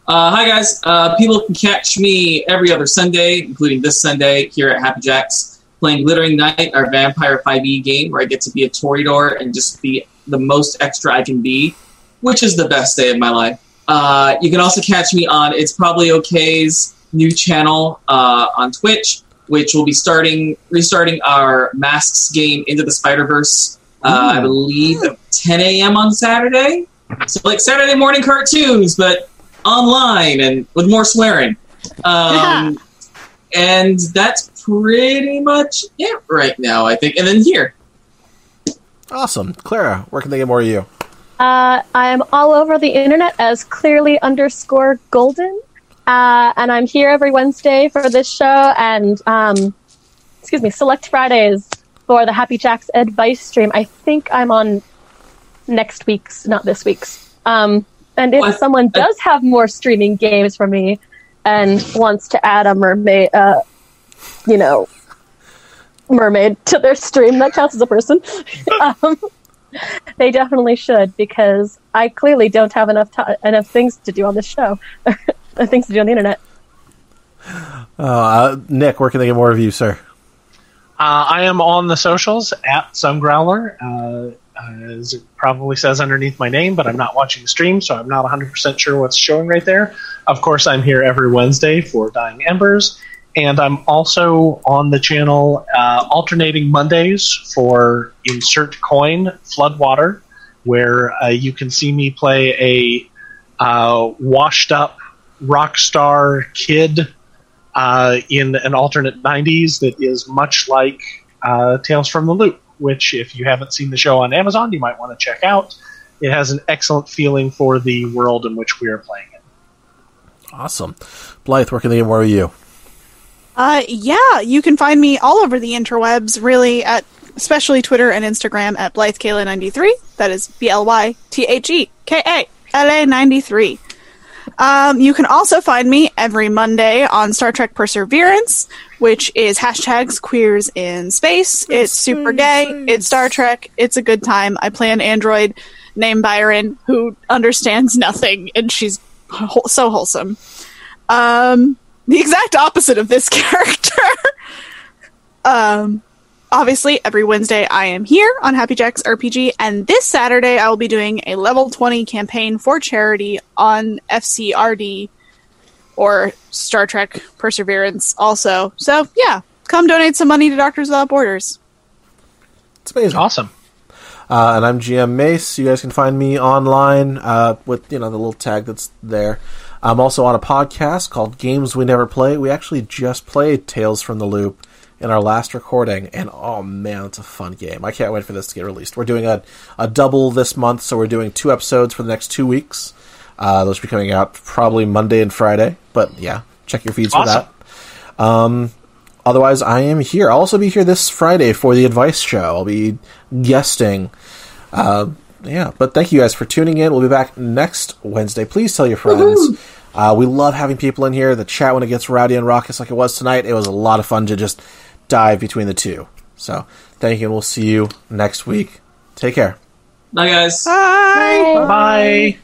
S2: Uh, hi guys. Uh, people can catch me every other Sunday, including this Sunday here at Happy Jacks, playing Glittering Night, our Vampire 5e game, where I get to be a Torridor and just be the most extra I can be, which is the best day of my life. Uh, you can also catch me on It's Probably Okay's new channel uh, on Twitch, which will be starting restarting our Masks game into the Spider Verse uh, I believe, at 10 a.m. on Saturday. So, like Saturday morning cartoons, but online and with more swearing. Um, And that's pretty much it right now, I think. And then here.
S5: Awesome. Clara, where can they get more of you?
S3: Uh, I am all over the internet as clearly underscore golden. Uh, and I'm here every Wednesday for this show and, um, excuse me, Select Fridays for the Happy Jacks advice stream. I think I'm on next week's, not this week's. Um, and if
S2: What?
S3: someone does have more streaming games for me and wants to add a mermaid, uh, you know, mermaid to their stream, that counts as a person. um, they definitely should because I clearly don't have enough ti enough things to do on this show, or things to do on the internet.
S5: Uh, Nick, where can they get more of you, sir?
S6: Uh, I am on the socials at Some Growler, uh, as it probably says underneath my name, but I'm not watching the stream, so I'm not 100% sure what's showing right there. Of course, I'm here every Wednesday for Dying Embers, and I'm also on the channel uh, alternating Mondays for Insert Coin Floodwater, where uh, you can see me play a uh, washed up rock star kid uh, in an alternate 90s that is much like uh, Tales from the Loop, which, if you haven't seen the show on Amazon, you might want to check out. It has an excellent feeling for the world in which we are playing it.
S5: Awesome. Blythe, where can they get more of you?
S4: Uh, yeah, you can find me all over the interwebs, really, at especially Twitter and Instagram at BlytheKayla93. That is B L Y T H E K A L A 93. Um, you can also find me every Monday on Star Trek Perseverance, which is hashtags queers in space. It's super gay. It's Star Trek. It's a good time. I play an android named Byron who understands nothing, and she's whole- so wholesome. Um, the exact opposite of this character. um, obviously, every Wednesday I am here on Happy Jacks RPG, and this Saturday I will be doing a level 20 campaign for charity on FCRD or Star Trek Perseverance also. So, yeah, come donate some money to Doctors Without Borders.
S5: It's amazing.
S6: Awesome.
S5: Uh, and I'm GM Mace. You guys can find me online uh, with you know the little tag that's there. I'm also on a podcast called Games We Never Play. We actually just played Tales from the Loop in our last recording, and oh man, it's a fun game. I can't wait for this to get released. We're doing a, a double this month, so we're doing two episodes for the next two weeks. Uh, those will be coming out probably Monday and Friday. But yeah, check your feeds
S6: Awesome.
S5: for that. Um, Otherwise, I am here. I'll also be here this Friday for the advice show. I'll be guesting. Uh, yeah, but thank you guys for tuning in. We'll be back next Wednesday. Please tell your friends. Uh, we love having people in here. The chat when it gets rowdy and raucous like it was tonight, it was a lot of fun to just dive between the two. So thank you, and we'll see you next week. Take care.
S2: Bye, guys.
S4: Bye.
S6: Bye.